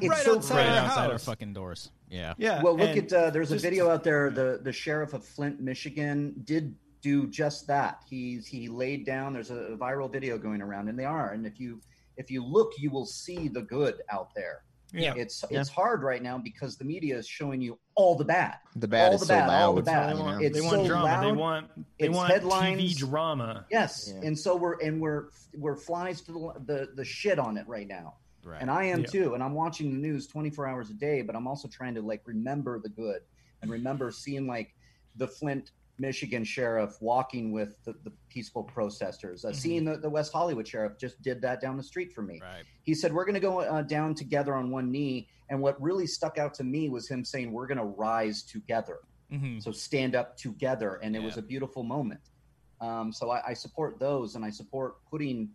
S3: it's
S4: right
S3: so
S4: outside
S1: right
S3: crazy.
S4: our
S1: outside our
S4: house.
S1: fucking doors. Yeah.
S4: yeah.
S3: Well, look at
S4: and
S3: uh, there's a
S4: just-
S3: video out there. The the sheriff of Flint, Michigan, did do just that. He's he laid down. There's a viral video going around, and they are. And if you if you look, you will see the good out there.
S4: Yeah.
S3: It's it's hard right now because the media is showing you all the bad.
S2: The bad
S3: all
S2: is
S3: the
S2: so
S3: bad, all the
S2: loud,
S3: bad.
S2: you know?
S3: It's
S4: they want
S3: so
S4: drama.
S3: loud.
S4: They want they
S3: it's
S4: want
S3: headlines.
S4: TV drama.
S3: yes,
S2: Yeah.
S3: and so we're and we're we're flies to the the, the shit on it right now.
S1: Right.
S3: and I am
S4: Yeah.
S3: too. And I'm watching the news 24 hours a day, but I'm also trying to like remember the good and remember seeing like the Flint, Michigan sheriff walking with the, the peaceful protesters. Uh, Seeing the, the West Hollywood sheriff just did that down the street for me.
S1: right.
S3: He said, We're going to go uh, down together on one knee. And what really stuck out to me was him saying, We're going to rise together.
S1: hmm
S3: So stand up together. And it was
S1: Yeah.
S3: a beautiful moment. Um, so I, I support those and I support putting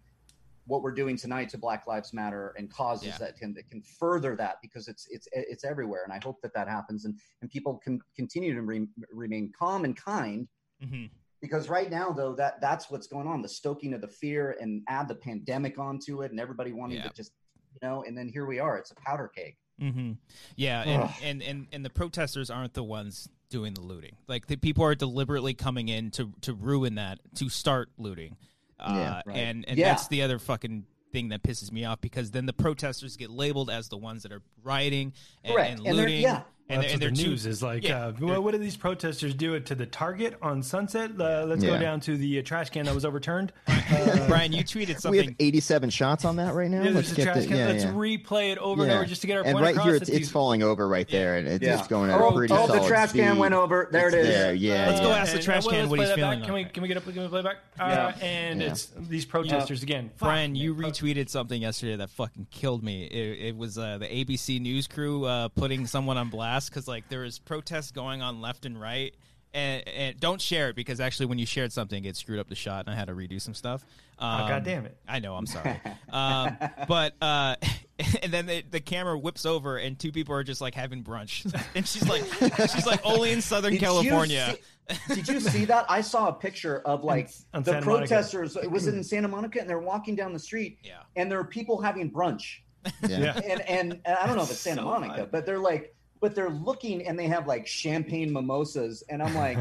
S3: what we're doing tonight to Black Lives Matter and causes
S1: Yeah.
S3: that can that can further that because it's it's it's everywhere and I hope that that happens and and people can continue to re- remain calm and kind
S1: hmm
S3: because right now though that that's what's going on the stoking of the fear and add the pandemic onto it and everybody wanting
S1: Yeah.
S3: to just you know and then here we are it's a powder cake
S1: hmm Yeah, and,
S3: Ugh.
S1: and and and the protesters aren't the ones doing the looting. Like the people are deliberately coming in to to ruin that to start looting. Uh,
S3: right.
S1: And and
S3: Yeah.
S1: that's the other fucking thing that pisses me off because then the protesters get labeled as the ones that are rioting and,
S3: Correct.
S1: and
S3: And they're-
S1: looting.
S3: yeah.
S1: and they're,
S4: That's
S1: and
S4: what
S1: they're
S4: the
S1: too-
S4: news is like.
S1: yeah,
S4: uh,
S1: they're-
S4: well, what did these protesters do to the Target on Sunset? Uh, let's go
S2: Yeah.
S4: down to the uh, trash can that was overturned.
S1: Brian, you tweeted
S2: we have
S1: something.
S2: 87 shots on that right now.
S4: Yeah,
S2: Let's
S4: there's a
S2: get
S4: trash
S2: the,
S4: can.
S2: yeah,
S4: let's
S2: yeah.
S4: replay it over and
S2: Yeah.
S4: over just to get our
S2: and
S4: point
S2: right
S4: across.
S2: here,
S4: that
S2: it's, it's
S4: these-
S2: falling over right there, and it's, it's going at
S3: oh,
S2: a pretty
S3: oh,
S2: solid
S3: the trash can
S2: speed.
S3: went over there
S2: It's
S3: it is
S2: There. Yeah,
S1: Let's
S2: yeah.
S1: go ask the
S4: and-
S1: trash
S4: well,
S1: can
S4: let's
S1: what he's
S4: play that
S1: feeling
S4: back. Can we
S1: like.
S4: can we get up? Can we play back? Uh,
S3: Yeah.
S4: And
S2: Yeah.
S4: it's these protesters again. Fuck.
S1: Brian, you retweeted something yesterday that fucking killed me. It, it was uh, the ABC news crew uh, putting someone on blast because like there is protests going on left and right. And, and don't share it because actually, when you shared something, it screwed up the shot, and I had to redo some stuff. Um,
S4: Oh, God damn it.
S1: I know, I'm sorry. um, but uh, and then the, the camera whips over, and two people are just like having brunch, and she's like, she's like only in Southern
S3: Did you
S1: California.
S3: see- did you see that? I saw a picture of like
S4: on
S3: the
S4: Santa Monica.
S3: protesters. It was in Santa Monica, and they're walking down the street,
S1: Yeah.
S3: and there are people having brunch.
S4: Yeah.
S3: And and, and I don't know if it's Santa Monica, but they're like, but they're looking, and they have like champagne mimosas, and I'm like,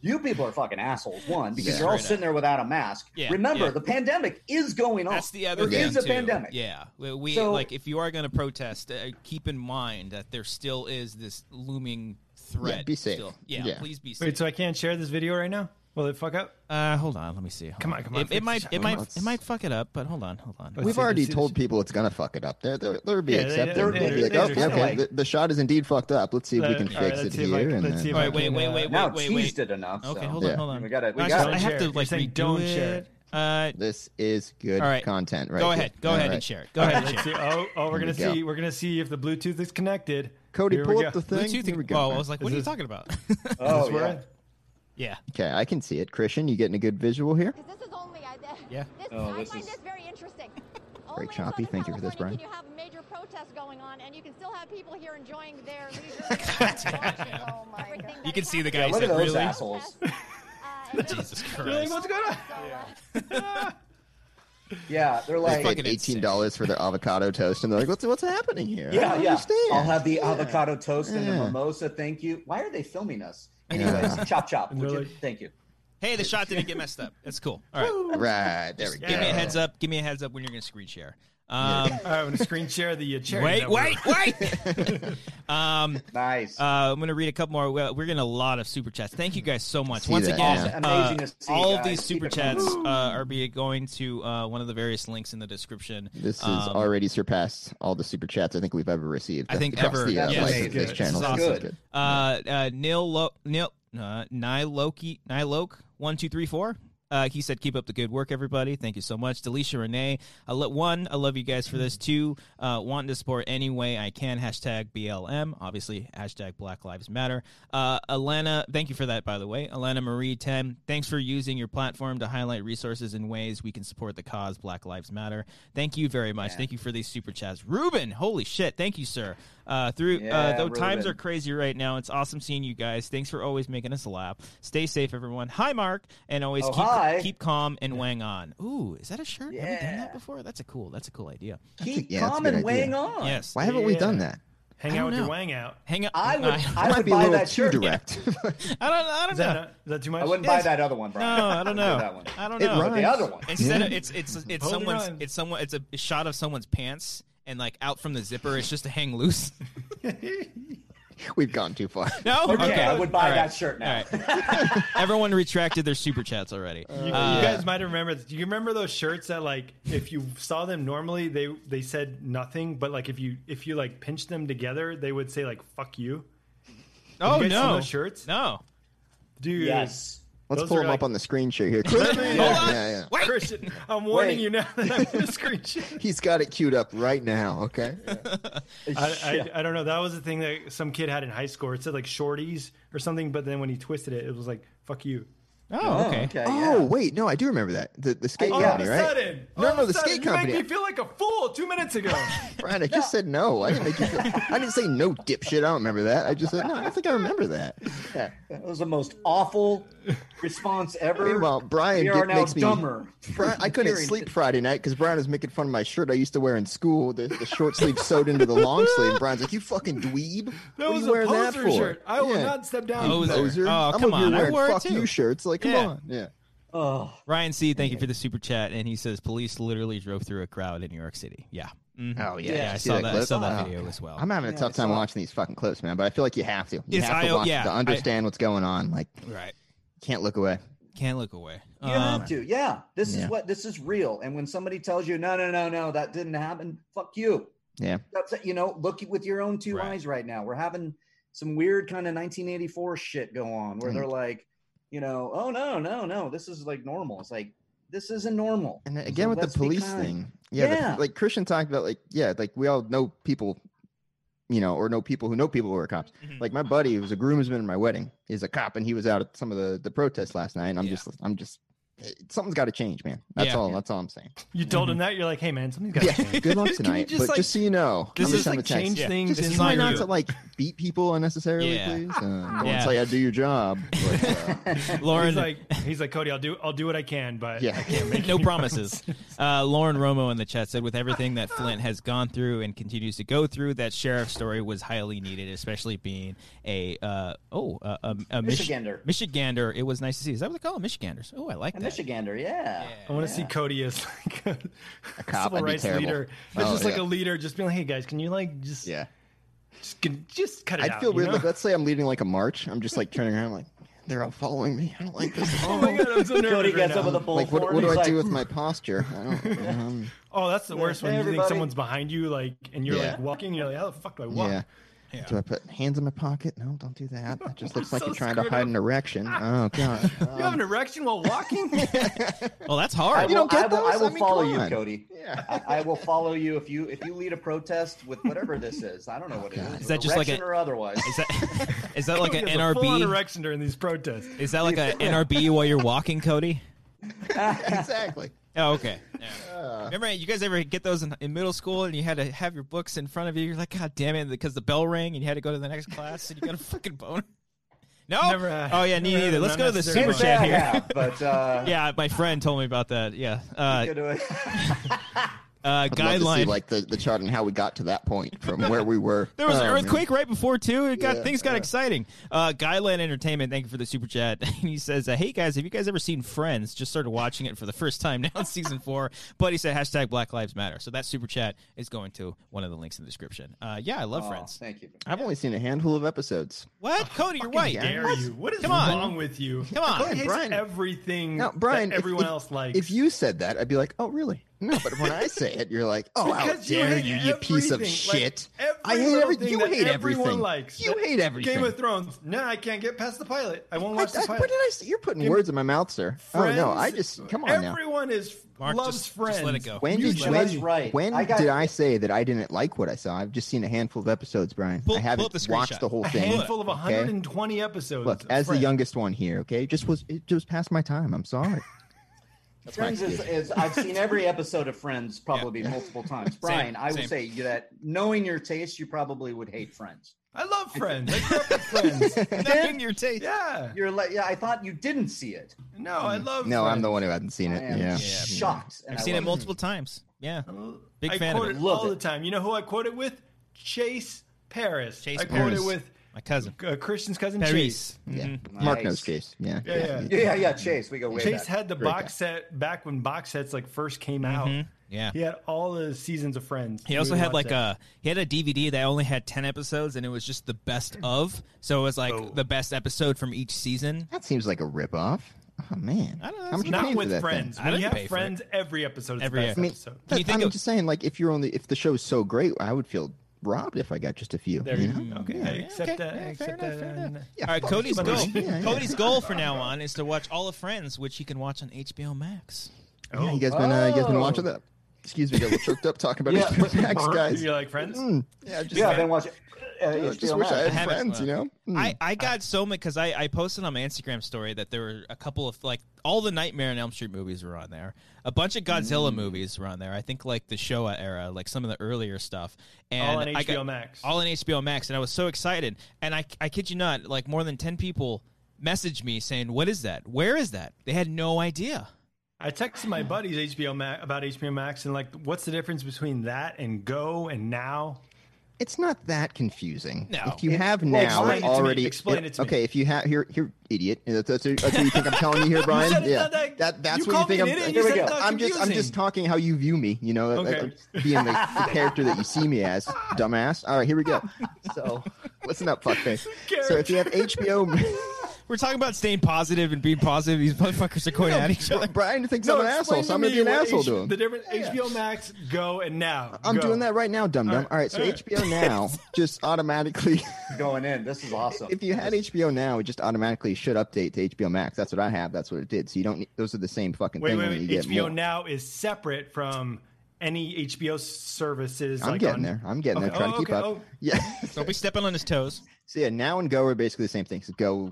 S3: you people are fucking assholes. One because
S2: Yeah.
S3: you're all
S1: Straight
S3: sitting there without a mask.
S1: Yeah,
S3: Remember,
S1: yeah.
S3: the pandemic is going on.
S1: That's the other
S3: Oh, There
S1: thing
S3: is a
S1: too.
S3: pandemic.
S1: Yeah, we, we-
S3: So-
S1: like if you are going to protest, uh, keep in mind that there still is this looming threat.
S2: be safe.
S1: Still. Yeah,
S2: Yeah.
S1: please be safe.
S4: Wait, so I can't share this video right now? Will it fuck up?
S1: uh, hold on, let me see. Hold
S4: Come on, come on,
S1: It,
S4: fix
S1: it
S4: the
S1: might,
S4: shot.
S1: it
S4: Come
S1: might,
S2: on, let's-
S1: it might fuck it up. But hold on, hold on.
S4: Let's
S2: We've
S4: see,
S2: already
S4: let's see,
S2: told
S4: let's see.
S2: people it's gonna fuck it up. There, there, there'll be
S4: Yeah, they-
S2: acceptance.
S4: they're-
S2: They'll be
S3: they're-
S2: like,
S3: they're
S2: oh,
S3: kinda
S2: okay,
S3: like-
S2: the, the shot is indeed fucked up. Let's see if we
S4: Uh,
S2: can
S4: all
S2: fix
S4: right,
S2: it
S4: let's see if I
S2: here.
S4: can-
S2: and
S4: let's
S2: then-
S4: see if
S1: All
S4: I
S1: right, wait,
S4: can,
S1: wait,
S4: uh,
S1: wait,
S3: Now
S1: wait, wait,
S3: teased
S1: wait.
S3: it enough.
S1: Okay,
S3: so.
S1: hold on,
S2: Yeah.
S1: hold on.
S3: We gotta- we
S1: I,
S3: gotta-
S1: I have to
S4: Don't
S1: like
S4: share it.
S1: redo
S4: You're saying don't
S1: it.
S4: share it.
S1: Uh,
S2: This is good
S1: All right.
S2: content, right?
S1: go
S2: here.
S1: ahead, go
S2: All
S1: ahead
S2: right.
S1: and share it. Go
S4: All
S1: ahead
S4: right,
S1: and share.
S4: let's
S1: it.
S4: see. Oh, oh, we're gonna
S2: we go.
S4: see. We're gonna see if the Bluetooth is connected.
S2: Cody,
S4: Here we
S2: pull
S4: go.
S2: up the thing. Here we
S1: Bluetooth.
S2: go.
S1: Oh, I was like, what are you
S4: this-
S1: talking about?
S3: Oh,
S4: We're
S3: yeah.
S4: in.
S1: yeah,
S2: Okay, I can see it. Christian, you getting a good visual here?
S6: Because this is only I,
S1: Yeah.
S6: This,
S3: Oh,
S6: I
S3: this
S6: find
S3: is-
S6: this very interesting. Only in
S2: choppy.
S6: Southern
S2: Thank you for this, Brian.
S6: California Can you have major protests going on, and you can still have people here enjoying their leisure. oh my God.
S1: you can see the guy.
S3: Look
S1: said,
S3: at those
S1: really?
S3: assholes.
S6: Uh, and then-
S1: Jesus
S6: So,
S1: Christ.
S4: What's going on?
S6: uh,
S3: Yeah, they're
S2: They
S3: like,
S2: paid
S1: fucking insane.
S2: eighteen dollars for their avocado toast, and they're like, "What's what's happening here?" I
S3: yeah,
S2: don't
S3: yeah.
S2: understand.
S3: I'll have the
S2: Yeah.
S3: avocado toast and a
S2: Yeah.
S3: mimosa. Thank you. Why are they filming us?
S2: Yeah.
S3: Anyways, chop chop.
S4: And
S3: Would
S4: they're
S3: you?
S4: like-
S3: Thank you.
S1: Hey, the shot didn't get messed up. That's cool. All right.
S2: Right there we go.
S1: Give me a heads up. Give me a heads up when you're going to screen share. Um,
S4: All right, I'm gonna screen share the uh, charity.
S1: wait,
S4: network.
S1: wait, wait. um,
S3: Nice.
S1: uh, I'm going to read a couple more. We're we're getting a lot of super chats. Thank you guys so much.
S2: See
S1: Once
S2: that,
S1: again,
S2: yeah.
S1: uh,
S3: Amazing to see,
S1: all of
S3: guys.
S1: these
S3: Keep
S1: super
S3: it
S1: chats
S3: coming.
S1: uh, are be going to uh, one of the various links in the description.
S2: This is
S1: Um,
S2: already surpassed all the super chats I think we've ever received.
S1: I think
S2: across
S1: ever.
S2: The, uh,
S3: Yes.
S2: life of
S3: This is
S2: this
S3: good.
S2: channel.
S3: This is
S2: So
S3: good.
S1: Uh, uh, Nil Lo- Nil uh, Niloki Niloke one two three four. Uh, he said, "Keep up the good work, everybody. Thank you so much, Delisha Renee. I lo- one, I love you guys for this. Two, uh, wanting to support any way I can. Hashtag BLM, obviously. Hashtag Black Lives Matter. Uh, Alana, thank you for that, by the way. Alana Marie ten, thanks for using your platform to highlight resources and ways we can support the cause Black Lives Matter. Thank you very much. Thank you for these super chats, Ruben. Holy shit, thank you, sir. Uh, through uh,
S3: Yeah,
S1: though times
S3: Ruben.
S1: are crazy right now. It's awesome seeing you guys. Thanks for always making us laugh. Stay safe, everyone. Hi, Mark, and always
S3: Oh,
S1: keep
S3: hi.
S1: keep calm and wang on. Ooh, is that a shirt? Have we done
S3: Yeah.
S1: that before? That's a cool. That's a cool idea.
S3: Keep
S2: yeah, that's a
S3: calm
S2: good idea.
S3: and weighing on.
S1: Yes.
S2: Why haven't we
S4: Yeah.
S2: done that?
S4: Hang
S1: I
S4: out
S1: don't
S4: with your
S1: know.
S4: wang out.
S1: Hang on.
S3: I would.
S1: I,
S3: I
S2: Might
S3: would
S2: be a
S3: buy
S2: little
S3: that
S2: too
S3: shirt.
S2: direct.
S1: I don't. I don't
S4: Is that,
S1: know.
S4: not, is that too much?
S3: I wouldn't buy
S1: Yes.
S3: that other one, Brian.
S1: No, I don't
S3: wouldn't do
S1: know.
S3: That one.
S1: I don't
S2: It
S1: know.
S2: rhymes.
S3: The other one.
S1: Instead
S2: Yeah.
S1: of it's it's it's
S4: Hold it
S1: someone's
S4: on.
S1: it's someone it's a shot of someone's pants and like out from the zipper. It's just to hang loose.
S2: We've gone too far.
S1: No.
S3: Okay, I would buy
S1: All right.
S3: that shirt now.
S1: All right. Everyone retracted their super chats already.
S4: You,
S1: Uh,
S4: you guys might remember. this. Do you remember those shirts that, like, if you saw them normally, they they said nothing, but like if you if you like pinched them together, they would say like "fuck you,"
S1: oh
S4: you guys seen
S1: no.
S4: those shirts?
S1: No.
S4: dude.
S3: Yes.
S2: Let's
S4: Those
S2: pull
S4: are
S2: them
S4: like-
S2: up on the screen share here.
S4: me-
S2: yeah, yeah, yeah.
S4: Christian, I'm warning
S3: Wait.
S4: you now that I'm gonna screenshot.
S2: He's got it queued up right now. Okay.
S4: I, I, I don't know. That was the thing that some kid had in high school. It said like shorties or something, but then when he twisted it, it was like "fuck you."
S1: Oh, okay.
S3: yeah.
S2: Oh wait, no, I do remember that. The, the skate
S3: All
S4: All of
S2: company,
S4: a
S2: right?
S4: sudden,
S2: No,
S4: all
S2: no,
S4: of a
S2: the skate
S4: sudden, you
S2: company.
S4: make me feel like a fool two minutes ago.
S2: Brian, I just said no. I didn't make you feel, I didn't say no, dipshit. I don't remember that. I just said no. I don't think I remember that.
S3: That was the most awful response ever.
S2: Meanwhile, Brian
S3: we
S2: get-
S3: are now
S2: makes me-
S3: dumber.
S2: Brian, I couldn't
S3: Hearing
S2: sleep
S3: it.
S2: Friday night because Brian was making fun of my shirt I used to wear in school. The, the short sleeve sewed into the long sleeve. Brian's like, "You fucking dweeb!
S4: That
S2: what
S4: was
S2: are
S4: a
S2: you wearing that
S4: poser
S2: for?"
S4: shirt. I will
S2: Yeah.
S4: not step down.
S1: Oh, Poser.
S2: Poser.
S1: Oh,
S2: I'm
S1: come
S2: over here
S1: on, I
S2: wearing
S1: wore it
S2: fuck
S1: too.
S2: you shirts. Like, come
S1: Yeah.
S2: on, yeah.
S3: Oh,
S1: Ryan C, thank you for the super chat, and he says police literally drove through a crowd in New York City. Yeah. Mhm.
S2: Oh yeah,
S1: Yeah,
S2: did
S1: I
S2: you see
S1: saw that. I
S2: clip? Oh,
S1: saw that
S2: Wow.
S1: video as well.
S2: I'm having a
S3: Yeah,
S2: tough
S3: I
S2: time
S3: saw it.
S2: watching these fucking clips, man. But I feel like you have to. You
S1: It's
S2: have to
S1: IO
S2: watch
S1: yeah,
S2: to
S1: I-
S2: understand what's going on. Like,
S1: Right.
S2: can't look away.
S1: Can't look away.
S3: you
S1: Um,
S3: have to. Yeah, this
S2: yeah.
S3: is what this is real. And when somebody tells you, no, no, no, no, that didn't happen. Fuck you.
S2: Yeah.
S3: That's it. You know, look with your own two
S1: Right.
S3: eyes right now. We're having some weird kind of 1984 shit go on where
S2: Mm.
S3: they're like, you know, oh no, no, no, this is like normal. It's like this isn't normal.
S2: And then
S3: So
S2: again with
S3: let's
S2: the
S3: be
S2: police
S3: kind.
S2: thing, yeah, the-
S3: Yeah.
S2: like Christian talked about, like yeah, like we all know people, you know, or know people who know people who are cops.
S1: Mhm.
S2: Like my buddy who was a groomsman in my wedding is a cop, and he was out at some of the the protests last night. And I'm
S1: Yeah.
S2: just, I'm just, something's got to change, man. That's
S1: Yeah.
S2: all. That's all I'm saying.
S4: You told him that you're like, "Hey, man, something's got to
S2: Mm-hmm. Yeah,
S4: change."
S2: good luck
S1: Can you
S2: tonight.
S1: just,
S2: but
S1: like-
S2: just so you know,
S1: this
S2: I'm
S1: is,
S2: just
S1: like,
S2: having a text.
S4: Change
S1: Yeah.
S4: things.
S1: Just
S4: in
S1: try
S2: Try
S4: your-
S2: not to like beat people unnecessarily,
S1: Yeah.
S2: please. Uh, don't
S1: Yeah.
S2: say I do your job. but, uh,
S1: Lauren,
S4: He's like, he's like Cody. I'll do. I'll do what I can, but
S2: yeah,
S1: no promises. Uh, Lauren Romo in the chat said, with everything that Flint has gone through and continues to go through, that sheriff's story was highly needed, especially being a uh, oh uh, a, a Mich-
S3: Michigander.
S1: Michigander. It was nice to see. Is that what they call them? Michiganders? Oh, I like
S3: A
S1: that.
S3: Michigander, yeah.
S4: I want to see Cody as like a,
S2: cop,
S4: civil
S2: that'd be
S4: rights
S2: terrible.
S4: leader. That's
S2: Oh,
S4: just like
S2: yeah.
S4: a leader, just being like, "Hey guys, can you like just
S2: yeah.
S4: just, can, just cut it
S2: I'd
S4: out?"
S2: feel
S4: you
S2: weird.
S4: know?
S2: Like, let's say I'm leading like a march. I'm just like turning around, like they're all following me. I don't like this. at
S4: oh
S2: all.
S4: my god, I'm so nervous.
S3: Cody
S4: right
S3: gets up
S4: now.
S3: with a bull.
S2: like, what,
S3: horn,
S2: what do
S3: he's
S2: I
S3: like,
S2: do with my posture? I don't. Um,
S4: Oh, that's the worst one.
S3: Hey,
S4: You think
S3: everybody.
S4: someone's behind you, like, and you're
S2: Yeah.
S4: like walking. You're like, "How the fuck do I walk?"
S2: yeah. Do I put hands in my pocket? No, don't do that. That just looks like
S4: so
S2: you're trying to
S4: screwed
S2: hide
S4: up.
S2: an erection. Oh god.
S4: You have an erection while walking?
S1: Well, Oh, that's
S3: I
S1: hard.
S3: will,
S2: You don't get
S3: I will, I
S2: those?
S3: will
S2: I mean,
S3: follow
S2: come
S3: you,
S2: on.
S3: Cody.
S2: Yeah.
S3: I, I will follow you if you if you lead a protest with whatever this is. I don't know what it is.
S1: Is that just like
S3: erection
S1: a-
S3: or otherwise?
S1: Is that is that like an
S4: He has a full-on
S1: NRB?
S4: erection during these protests.
S1: Is that like an NRB while you're walking, Cody?
S2: exactly.
S1: Oh, okay. Remember, you guys ever get those in, in middle school, and you had to have your books in front of you? You're like, God damn it, because the bell rang, and you had to go to the next class, and you got a fucking boner. No.
S4: Never, uh,
S1: oh yeah, me
S4: never-
S1: neither. Let's
S4: not
S1: go to the
S4: necessary.
S1: super
S3: It's
S1: chat
S3: bad
S1: here.
S3: half, but uh,
S1: Yeah, my friend told me about that. Yeah.
S3: we
S1: Uh,
S3: could do it.
S1: uh,
S2: I'd love to see,
S1: guideline.
S2: like the, the chart and how we got to that point from where we were.
S1: There was an
S2: Oh, man.
S1: earthquake right before too. It got
S2: Yeah,
S1: things got exciting. Uh, Guyland Entertainment, thank you for the super chat. he says, uh, "Hey guys, have you guys ever seen Friends? Just started watching it for the first time now in season four. But he said hashtag Black Lives Matter. So that super chat is going to one of the links in the description. Uh, yeah, I love
S3: Oh,
S1: Friends.
S3: Thank you.
S2: I've only seen a handful of episodes.
S4: Oh,
S1: What, Cody? You're white.
S4: Dare
S1: What?
S4: you? What is
S1: Come on.
S4: wrong with you?
S1: Come on.
S4: He hates
S2: Brian.
S4: everything
S2: No, Brian.
S4: that
S2: if-
S4: everyone
S2: if-
S4: else likes.
S2: If you said that, I'd be like, "Oh, really?" No, but when I say it, you're like, "Oh, how
S4: Because you
S2: dare
S4: hate
S2: you, you piece of
S4: everything. Like,
S2: shit!"
S4: every
S2: I hate
S4: little
S2: everything.
S4: thing
S2: You
S4: that
S2: hate
S4: everyone
S2: everything.
S4: likes.
S2: You
S4: That-
S2: hate everything.
S4: Game of Thrones. No, I can't get past the pilot. I won't
S2: I, I,
S4: watch the
S2: what
S4: pilot.
S2: did I say? You're putting
S4: Game-
S2: words in my mouth, sir.
S4: Friends,
S2: oh no, I just come on now.
S4: Everyone is
S1: Mark,
S4: loves
S1: just- just
S4: friends.
S1: let it go.
S2: When
S4: You
S2: did
S4: just
S2: when,
S4: let-
S3: right.
S2: when
S3: I got-
S2: did I say that I didn't like what I saw? I've just seen a handful of episodes, Brian.
S1: Pull-
S2: I
S1: pull
S2: haven't
S1: up the screenshot.
S2: watched the whole
S4: a
S2: thing.
S4: handful of
S2: okay?
S4: 120 episodes.
S2: Look,
S4: of
S2: as the
S4: Friends.
S2: youngest one here, okay, just was it just past my time. I'm sorry.
S3: Friends is, is I've seen every episode of Friends probably multiple times. Brian, I
S1: same.
S3: would say that knowing your taste, you probably would hate Friends.
S4: I love Friends. I grew up with Friends.
S1: Nothing in your taste.
S4: Yeah.
S3: You're like, yeah, I thought you didn't see it.
S4: No, I love.
S2: no, I'm the
S4: Friends.
S2: one who hadn't seen
S3: I
S2: it.
S3: am
S2: Yeah.
S3: shocked. and
S1: I've
S3: I
S1: seen it
S3: love
S1: multiple times. Yeah. Big
S4: I
S1: fan of
S4: quote
S1: it.
S4: it
S3: Love
S4: all
S3: it.
S4: the time. You know who I quote it with? Chase Paris.
S1: Chase
S4: I
S1: Paris.
S4: quote it
S1: My cousin.
S4: with uh, Christian's cousin Chase.
S1: Paris.
S2: Yeah.
S3: Nice.
S2: Mark knows Chase. Yeah.
S4: Mm-hmm. Yeah, yeah.
S3: Yeah, yeah, Chase. We go way
S4: Chase
S3: back.
S4: had the
S2: Great
S4: box
S2: guy.
S4: set back when box sets like first came out.
S1: Yeah.
S4: He had all the seasons of Friends.
S1: Mm-hmm. He
S4: We
S1: also
S4: would
S1: had
S4: watch
S1: like uh,
S4: that.
S1: a he had a DVD that only had ten episodes, and it was just the best
S2: Hmm.
S1: of. So it was like the best episode from each season.
S2: That seems like a ripoff. Oh man.
S1: I don't know,
S2: How much you
S4: not
S2: paying for
S4: with
S2: that
S4: friends.
S2: Thing?
S1: I
S4: When you
S1: didn't pay
S4: have
S1: for it.
S4: friends, every episode is
S1: Every
S4: the best
S1: episode.
S2: I mean,
S4: episode.
S2: that-
S1: you think
S2: I'm
S1: of-
S2: just saying, like, if you're only if the show's so great, I would feel robbed if I got just a few.
S4: There
S2: you
S4: you
S2: know?
S4: go. Okay, I accept
S1: okay.
S4: that. I
S1: Yeah,
S4: accept
S1: fair enough,
S4: that.
S1: fair
S4: uh, and-
S1: enough.
S2: Yeah,
S1: All right,
S2: fuck
S1: Cody's
S2: you,
S1: goal.
S2: buddy. Yeah, yeah.
S1: Cody's goal for now on is to watch all of Friends, which you can watch on HBO Max.
S2: Yeah, you guys been uh, you guys been
S3: Oh.
S2: watching that? Excuse me, got a little choked up talking about
S3: Yeah,
S2: HBO Max, guys.
S4: You like friends?
S2: Mm, yeah, just,
S3: Yeah, I've been watching. Uh,
S2: I
S3: HBO
S2: just wish I
S3: Max.
S2: had
S1: haven't-
S2: friends, you know. Mm.
S1: I, I got so many because I, I posted on my Instagram story that there were a couple of like all the Nightmare on Elm Street movies were on there. A bunch of Godzilla movies were on there. I think like the Showa era, like some of the earlier stuff. And
S4: All on
S1: I
S4: HBO
S1: got,
S4: Max.
S1: All on HBO Max, and I was so excited. And I I kid you not, like more than ten people messaged me saying, "What is that? Where is that?" They had no idea.
S4: I texted my buddies HBO Max about HBO Max and like, what's the difference between that and Go and Now?
S2: It's not that confusing.
S1: No.
S2: If you
S3: It-
S2: have
S3: well,
S2: now
S3: explain it to me.
S2: already,
S4: Explain it to me.
S2: Okay, if you have here, here, idiot. That's, that's, that's what you think I'm telling you here, Brian.
S4: said it's
S2: yeah,
S4: not that-
S2: that's
S4: you
S2: what
S4: called
S2: you think
S4: me
S2: I'm.
S4: an idiot,
S3: you said it's
S2: I'm
S4: not
S2: just, I'm
S4: confusing.
S2: just talking how you view me. You know,
S4: Okay.
S2: I'm just being the, the character that you see me as, dumbass. All right, here we go. So, listen up, fuckface. So, if you have HBO,
S1: We're talking about staying positive and being positive. These motherfuckers are going at each other.
S2: Brian thinks I'm an
S4: explain
S2: asshole, so I'm
S4: to
S2: gonna
S4: me
S2: be an
S4: what
S2: asshole
S4: H-
S2: to him.
S4: The difference HBO Max, Go, and Now.
S2: I'm
S4: Go.
S2: doing that right now, dum dum. All right, so HBO now just automatically.
S3: going in. This is awesome.
S2: if you had HBO now, it just automatically should update to HBO Max. That's what I have. That's what it did. So you don't. need Those are the same fucking
S4: Wait,
S2: thing.
S4: wait,
S2: when you get
S4: wait. HBO
S2: more.
S4: Now is separate from any HBO services.
S2: I'm
S4: like,
S2: getting
S4: on-
S2: there. I'm getting
S4: Okay,
S2: there. Trying
S4: oh,
S2: to keep
S4: okay,
S2: up.
S4: oh.
S2: Yeah.
S1: Don't be stepping on his toes.
S2: so yeah, now and Go are basically the same thing. So Go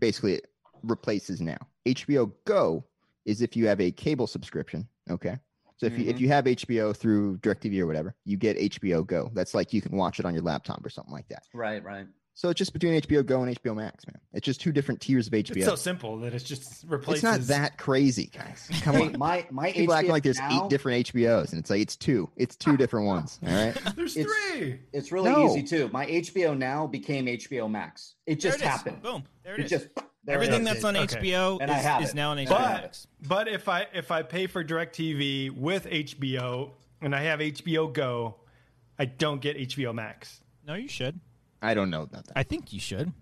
S2: basically it replaces now. HBO Go is if you have a cable subscription. Okay. So if
S4: Mm-hmm.
S2: you if you have HBO through DirecTV or whatever, you get HBO Go. That's like you can watch it on your laptop or something like that.
S3: right, right.
S2: So it's just between HBO Go and HBO Max, man. It's just two different tiers of HBO.
S4: It's so simple that it's just
S2: It's
S4: replaces.
S2: not that crazy, guys. Come
S3: Hey,
S2: on.
S3: my my
S2: People
S3: HBO
S2: acting like there's
S3: now,
S2: eight different HBOs, and it's like it's two. It's two different ones. All right.
S4: There's
S3: It's-
S4: three.
S3: It's really
S2: No.
S3: easy too. My HBO now became HBO Max. It
S1: There
S3: just
S1: it is.
S3: happened.
S1: Boom. There it
S3: It
S1: is.
S3: just there it
S1: Everything
S3: is.
S1: that's on
S4: Okay.
S1: HBO
S3: And I have
S1: is, is
S3: it.
S1: now on HBO
S4: But
S1: Max.
S4: but if I if I pay for DirecTV with HBO and I have HBO Go, I don't get HBO Max.
S1: No, you should.
S2: I don't know about that.
S1: I think you should.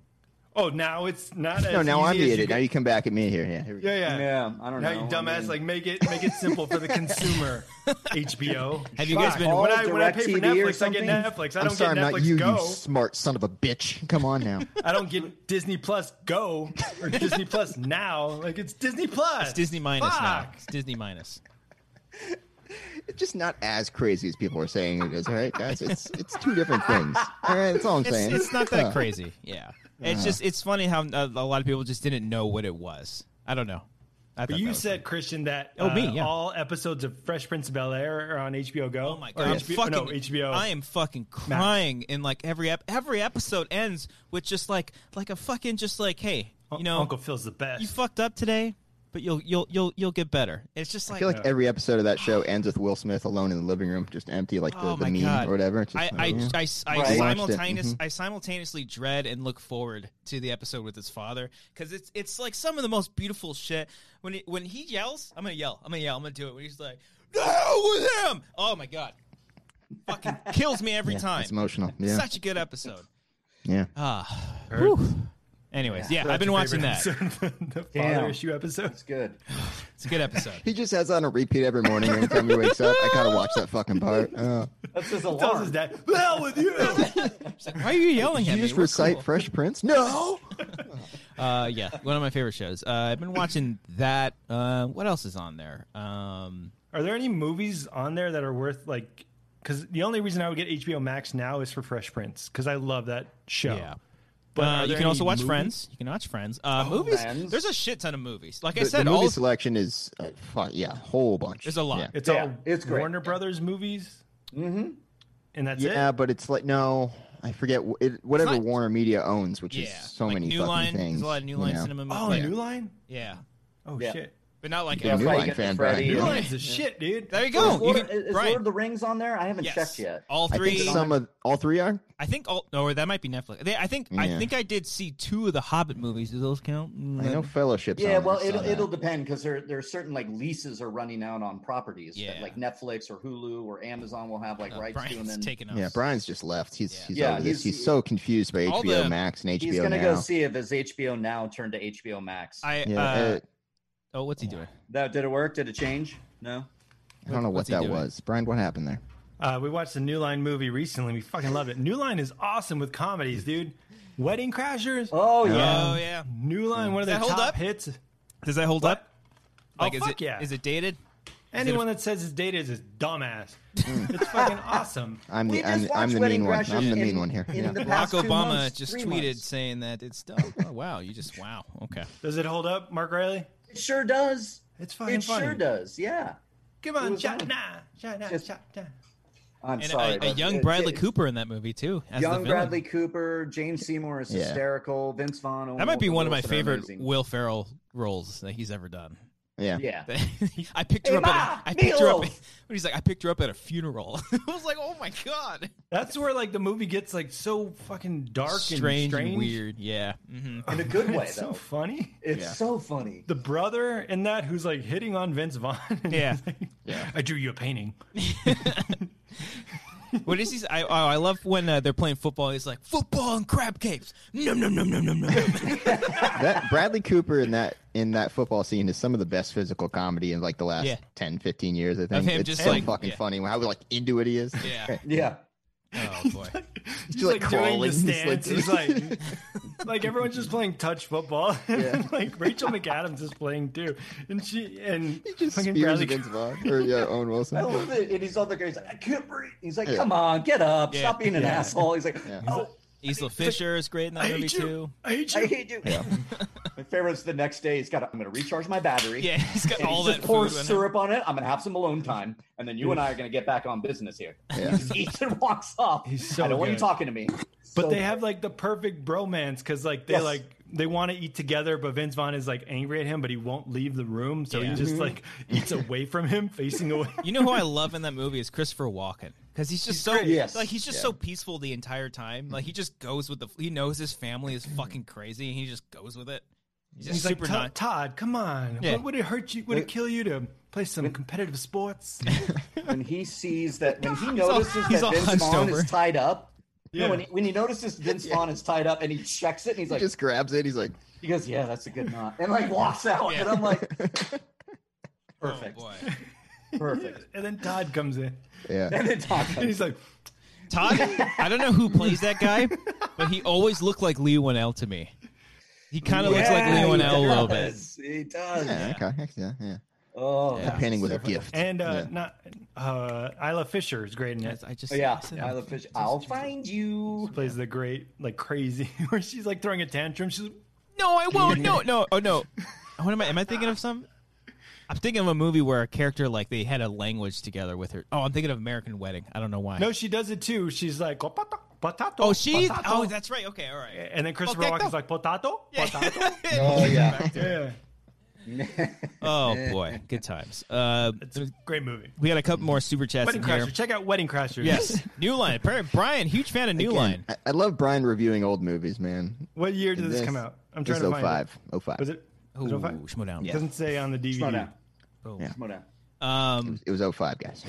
S4: Oh, now it's not.
S2: No,
S4: as
S2: now I'm
S4: easy
S2: the
S4: as you
S2: idiot. Now
S4: get-
S2: you come back at me here. Yeah. Here we go.
S4: yeah, yeah,
S3: Yeah, I don't
S4: Now
S3: know.
S4: you
S3: I
S4: dumbass,
S3: mean-
S4: like make it make it simple for the consumer. HBO.
S1: Have you guys
S4: Fuck.
S1: been-
S4: when I
S3: All
S4: when I pay for
S3: DirecTV or
S4: Netflix, I get
S3: something?
S4: Netflix. I
S2: I'm
S4: don't
S2: sorry,
S4: get
S2: I'm
S4: Netflix
S2: not you,
S4: Go.
S2: you smart son of a bitch. Come on now.
S4: I don't get Disney Plus Go or Disney Plus Now. Like it's Disney Plus.
S1: It's Disney minus now.
S4: Fuck.
S1: It's Disney minus.
S2: it's just not as crazy as people are saying it is. All right, guys. It's it's two different things. All right. That's all I'm
S1: It's,
S2: saying.
S1: it's not that crazy. Yeah. It's just it's funny how uh, a lot of people just didn't know what it was. I don't know. I
S4: But
S1: thought that
S4: you
S1: was-
S4: said Christian that
S1: Oh,
S4: uh,
S1: me, yeah.
S4: all episodes of Fresh Prince of Bel Air are on HBO Go.
S1: Oh my
S4: Or
S1: god! I'm
S4: HBO,
S1: fucking,
S4: no, HBO.
S1: I am fucking crying, and like every ep- every episode ends with just like like a fucking just like hey, you know,
S4: Uncle Phil's the best.
S1: you fucked up today, but you'll you'll you'll you'll get better. It's just
S2: I
S1: like,
S2: feel like every episode of that show ends with Will Smith alone in the living room, just empty, like the,
S1: oh
S2: the
S1: my
S2: meme
S1: god
S2: or whatever. It's
S1: I
S2: just,
S1: I,
S2: yeah.
S1: I, s- I
S3: Right.
S2: Watched it,
S1: simultaneous
S2: mhm.
S1: I simultaneously dread and look forward to the episode with his father because it's it's like some of the most beautiful shit. When he, when he yells, I'm gonna yell. I'm gonna yell. I'm gonna do it. When he's like, no with him. Oh my god, fucking kills me every
S2: Yeah,
S1: time.
S2: It's emotional. Yeah.
S1: Such a good episode.
S2: yeah.
S1: Ah.
S4: Hurt.
S1: whew. Anyways, yeah,
S4: That's
S1: I've been
S4: your
S1: watching
S4: favorite
S1: that.
S4: episode, the father
S3: Damn.
S4: issue episode.
S3: It's good.
S1: It's a good episode.
S2: He just has on a repeat every morning. Anytime he wakes up, I gotta watch that fucking part. Uh,
S3: That's his
S4: Tells his
S3: alarm.
S4: dad, "The hell with you."
S1: It's like, Why are you yelling
S2: did
S1: at
S2: you
S1: me?
S2: just
S1: We're
S2: recite
S1: cool.
S2: Fresh Prince? No.
S1: Uh, yeah, one of my favorite shows. Uh, I've been watching that. Uh, what else is on there? Um,
S4: Are there any movies on there that are worth like? Because the only reason I would get HBO Max now is for Fresh Prince because I love that show.
S1: Yeah.
S4: But
S1: uh,
S4: are
S1: you
S4: there
S1: can also
S4: any
S1: watch
S4: movies?
S1: Friends. You can watch Friends. Uh, movies.
S3: Friends.
S1: There's a shit ton of movies. Like I
S2: The, the
S1: said,
S2: movie
S1: all
S2: selection is, uh, fuck, yeah, a whole bunch.
S1: There's a lot.
S2: Yeah.
S4: It's
S3: Yeah,
S4: all
S3: it's great.
S4: Warner Brothers movies. Mm-hmm. And that's
S2: Yeah,
S4: it.
S2: but it's like no, I forget wh- it, whatever
S1: not-
S2: Warner Media owns, which
S1: yeah,
S2: is so
S1: like
S2: many
S1: New
S2: fucking
S1: Line.
S2: things.
S1: There's a lot of New
S2: you
S1: Line
S2: know?
S1: cinema movies.
S4: Oh,
S1: yeah.
S4: New Line.
S1: yeah,
S4: Oh
S3: Yeah.
S4: shit.
S1: but not like
S2: Yeah,
S1: every-
S2: New
S3: Friday
S2: Line
S3: gets
S2: fan,
S3: Freddy
S2: Brian.
S4: New
S2: Yeah.
S4: Line's the shit, dude.
S1: There you
S3: Is,
S1: go. You
S3: Lord,
S1: can,
S3: is
S1: Brian,
S3: Lord of the Rings on there? I haven't
S1: yes.
S3: checked yet.
S1: All
S2: I
S1: three.
S2: think some of all three are.
S1: I think all. No, or that might be Netflix. They, I think. I
S2: Yeah.
S1: think I did see two of the Hobbit movies. Do those count? Mm,
S2: I know Fellowship's
S3: Mm-hmm. Yeah,
S2: on there,
S3: well,
S2: so
S3: it'll,
S2: that-
S3: it'll depend because there, there are certain like leases are running out on properties
S1: Yeah.
S3: that like Netflix or Hulu or Amazon will have like
S1: uh,
S3: rights to, and
S1: Brian's
S3: then
S1: taking us.
S2: Yeah, Brian's just left. He's
S1: Yeah.
S2: he's
S3: Yeah,
S2: over this.
S3: he's-
S2: He's so confused by
S1: All
S2: HBO
S1: the-
S2: Max and HBO
S3: he's gonna
S2: now.
S3: go see if his HBO Now turned to HBO Max.
S1: I.
S2: yeah,
S1: uh,
S2: uh,
S1: oh, what's he doing?
S3: that did it work? Did it change? No.
S2: I don't know what
S1: what's he
S2: that
S1: doing?
S2: was. Brian, what happened there?
S4: Uh, we watched the New Line movie recently. We fucking loved it. New Line is awesome with comedies, dude. Wedding Crashers.
S3: Oh yeah.
S1: Oh yeah.
S4: New Line, one of
S1: Does
S4: their
S1: that hold
S4: top
S1: up?
S4: hits.
S1: Does that hold up? Like,
S4: oh
S1: is
S4: fuck
S1: it,
S4: yeah!
S1: Is it dated?
S4: Anyone that says it's dated is a dumbass.
S3: Mm.
S4: it's fucking awesome.
S2: I'm
S3: We
S2: the I'm,
S3: just
S2: I'm the
S3: watched Wedding
S2: mean one.
S3: Crashers
S2: I'm the
S3: in-
S2: mean one here.
S3: in
S2: Yeah.
S3: the
S1: Barack
S3: past two
S1: Obama
S3: months,
S1: just
S3: three
S1: tweeted
S3: months.
S1: saying that it's dumb. Oh, wow, you just wow. Okay.
S4: Does it hold up, Mark Riley?
S3: It sure does.
S4: It's fucking
S3: it
S4: funny.
S3: sure does. Yeah.
S4: Come on,
S3: was
S4: shot
S3: on.
S4: nah, shot nah,
S3: Just-
S4: shot nah.
S3: I'm
S1: And
S3: sorry.
S1: a, a
S3: but
S1: young
S3: it-
S1: Bradley
S3: it-
S1: Cooper in that movie too. As the
S3: Young
S1: villain.
S3: Bradley Cooper, James Seymour is
S2: Yeah.
S3: hysterical. Vince Vaughn.
S1: That might be one of my favorite
S3: Will.
S1: Will Ferrell roles that he's ever done.
S2: Yeah.
S3: Yeah.
S1: I picked her
S3: Hey,
S1: up. At
S3: Ma,
S1: a, I picked her up.
S3: meatloaf!
S1: When he's like, I picked her up at a funeral. I was like, oh my god,
S4: That's where like the movie gets like so fucking dark
S1: strange,
S4: and strange.
S1: and weird. Yeah. hmm
S3: In a good way,
S4: It's so
S3: though.
S4: funny.
S3: It's
S2: Yeah.
S3: so funny.
S4: The brother in that who's like hitting on Vince Vaughn. and
S1: Yeah.
S4: he's like, I drew you a painting.
S1: What is he? I, oh, I love when uh, they're playing football. He's like, football and crab cakes. Nom nom nom nom nom nom.
S2: That Bradley Cooper in that in that football scene is some of the best physical comedy in like the last
S1: Yeah.
S2: 10, 15 years. I think
S1: him
S2: it's
S1: just,
S2: so
S1: like-
S2: fucking
S1: yeah.
S2: funny how like into it he is.
S1: yeah.
S3: Yeah.
S1: Oh boy.
S4: He's
S2: like,
S4: like, doing
S2: crawling,
S4: the
S2: he's like
S4: stance. He's like, like everyone's just playing touch football. like Rachel McAdams is playing too, and she and
S2: Just
S4: fucking
S2: spears
S4: Bradley.
S2: Vince Vaughn or yeah, Owen Wilson.
S3: I love it. And he's on the guy. He's like, I can't breathe. He's like, come on, get up.
S1: Yeah.
S3: Stop being an asshole. He's like, oh,
S1: Isla Fisher is great in that
S4: I
S1: movie
S4: hate you.
S1: too.
S4: I hate
S3: I
S4: you.
S3: hate you. my favorite's the next day. He's got. I'm going to recharge my battery.
S1: Yeah, he's got
S3: And
S1: all
S3: he
S1: that
S3: just pours
S1: food. in him.
S3: syrup on it. I'm gonna have some alone time, and then you and I are gonna get back on business here.
S2: Yeah.
S3: He just eats and walks off.
S4: He's so
S3: I don't want you
S4: good.
S3: talking to me.
S4: But
S3: So
S4: they have like the perfect bromance because like they
S3: Yes.
S4: like they want to eat together, but Vince Vaughn is like angry at him, but he won't leave the room, so
S1: Yeah. Mm-hmm.
S4: he just like eats away from him, facing away.
S1: You know who I love in that movie is Christopher Walken because he's just so
S3: Yes.
S1: like he's just so peaceful the entire time. Like he just goes with the he knows his family is fucking crazy and he just goes with it. He's just
S4: He's like,
S1: super
S4: "Todd-
S1: nice.
S4: Todd, come on.
S1: Yeah.
S4: Would, would it hurt you? Would it kill you to play some competitive sports?
S3: when he sees that when he
S1: He's all-
S3: notices
S1: he's all
S3: that Vince
S1: hunched
S3: Vaughn
S1: over.
S3: is tied up.
S4: Yeah.
S3: No, when he, when he notices Vince Vaughn is tied up and he checks it and he's
S2: He
S3: like,
S2: just grabs it. He's like,
S3: he goes, yeah, that's a good knot, and like walks out, and I'm like,
S1: Oh
S3: perfect,
S1: boy,
S3: perfect.
S4: and then Todd comes in.
S2: yeah.
S3: And then Todd
S4: And
S3: comes.
S4: he's like,
S1: Todd! I don't know who plays that guy, but he always looked like Lee Winnell to me. He kind of looks like
S3: Yeah,
S1: Lee
S3: he
S1: Winnell a little bit.
S3: does. He does.
S2: Yeah, okay, yeah, yeah.
S3: Oh,
S1: Yeah.
S2: Painting with a gift.
S4: and uh,
S2: Yeah.
S4: not uh, Isla Fisher is great in it.
S1: Yes, I just
S3: oh, yeah.
S1: I said-
S3: I love fish. I'll find you.
S4: Plays the great like crazy where she's like throwing a tantrum. She's like,
S1: No, I won't. No, no. Oh no. What am I? Am I thinking of some? I'm thinking of a movie where a character like they had a language together with her. Oh, I'm thinking of American Wedding. I don't know why.
S4: No, she does it too. She's like, oh, pota- potato.
S1: oh, she's
S4: potato."
S1: oh, that's right. Okay, all right.
S4: And then Christopher
S1: Potato.
S4: Walken's like, potato? Potato?
S3: Oh yeah.
S4: yeah.
S1: Oh boy, good times. Uh,
S4: It's a great movie.
S1: we got a couple more super chats
S4: Wedding
S1: in here.
S4: Crasher. Check out Wedding Crashers.
S1: Yes, New Line. Pri- Brian, huge fan of New Line.
S2: I, I love Brian reviewing old movies, man. oh
S4: What year did
S2: And
S4: this, come out? I'm
S2: this
S4: trying to find it.
S2: 05, 05.
S4: Was it? Was it 05?
S1: Ooh, Schmo down.
S4: It doesn't say on the DVD.
S3: Slow down.
S2: Yeah.
S3: Slow down.
S1: Um,
S2: It was 05, guys.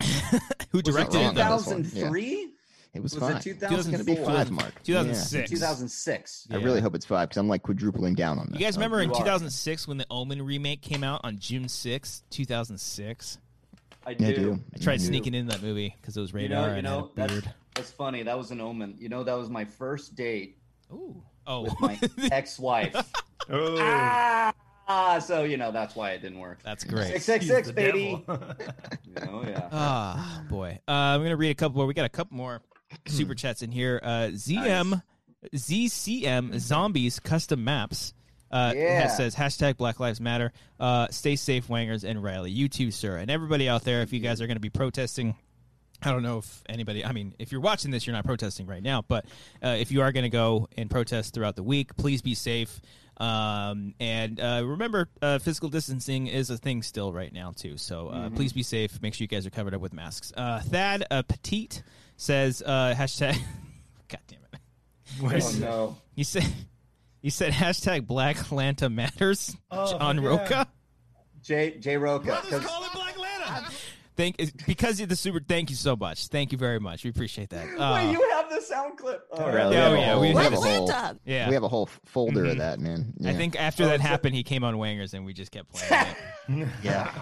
S1: who directed it?
S2: wrong?
S1: though?
S2: That was one, yeah.
S3: 2003.
S2: It was,
S3: Was
S2: five.
S3: it
S2: It's gonna be
S3: 2004?
S2: five, Mark.
S1: 2006.
S3: 2006.
S2: Yeah. I really hope it's five because I'm like quadrupling down on that.
S1: You guys remember in
S3: you are.
S1: 2006 when the Omen remake came out on June 6th, 2006?
S3: I do.
S2: Yeah, I do.
S1: I tried
S3: Mhm.
S1: sneaking into that movie because it was
S3: You
S1: radar
S3: know, you
S1: and
S3: know
S1: had a
S3: that's,
S1: beard.
S3: that's funny. That was an omen. You know, that was my first date
S1: Ooh. Oh,
S3: with my ex-wife.
S4: Oh,
S3: Ah, so you know that's why it didn't work.
S1: that's great.
S3: Six
S4: he's
S3: six six,
S4: the
S3: baby.
S4: devil.
S3: Oh yeah.
S1: Ah, boy. Uh, I'm going to read a couple more. We got a couple more super chats in here. Uh, ZM, ZCM, Zombies, Custom Maps. Uh,
S3: Yeah.
S1: has- says hashtag Black Lives Matter. Uh, stay safe, Wangers and Riley. You too, sir, and everybody out there. If you guys are going to be protesting, I don't know if anybody. I mean, if you're watching this, you're not protesting right now, but uh, if you are going to go and protest throughout the week, please be safe. Um, and uh, remember, uh, physical distancing is a thing still right now too. So uh, please be safe. Make sure you guys are covered up with masks. Uh, Thad uh, Petite says uh, hashtag. God damn it.
S3: Oh no.
S1: You said you said hashtag Black Lanta matters,
S4: Oh,
S1: John
S4: yeah.
S1: Roca.
S3: J J Roca. 'cause-
S1: it Black Lanta. Thank because you're the super. Thank you so much. Thank you very much. We appreciate that. Uh,
S3: Wait, you have the sound clip. Oh, All right.
S2: Yeah,
S1: Yeah,
S2: we
S1: yeah,
S2: have a
S1: we have
S2: whole- we have a whole.
S1: yeah,
S2: We have a whole f- folder of that, man.
S1: I
S2: Yeah.
S1: think after that happened, he came on Wangers, and we just kept playing. it.
S2: Yeah.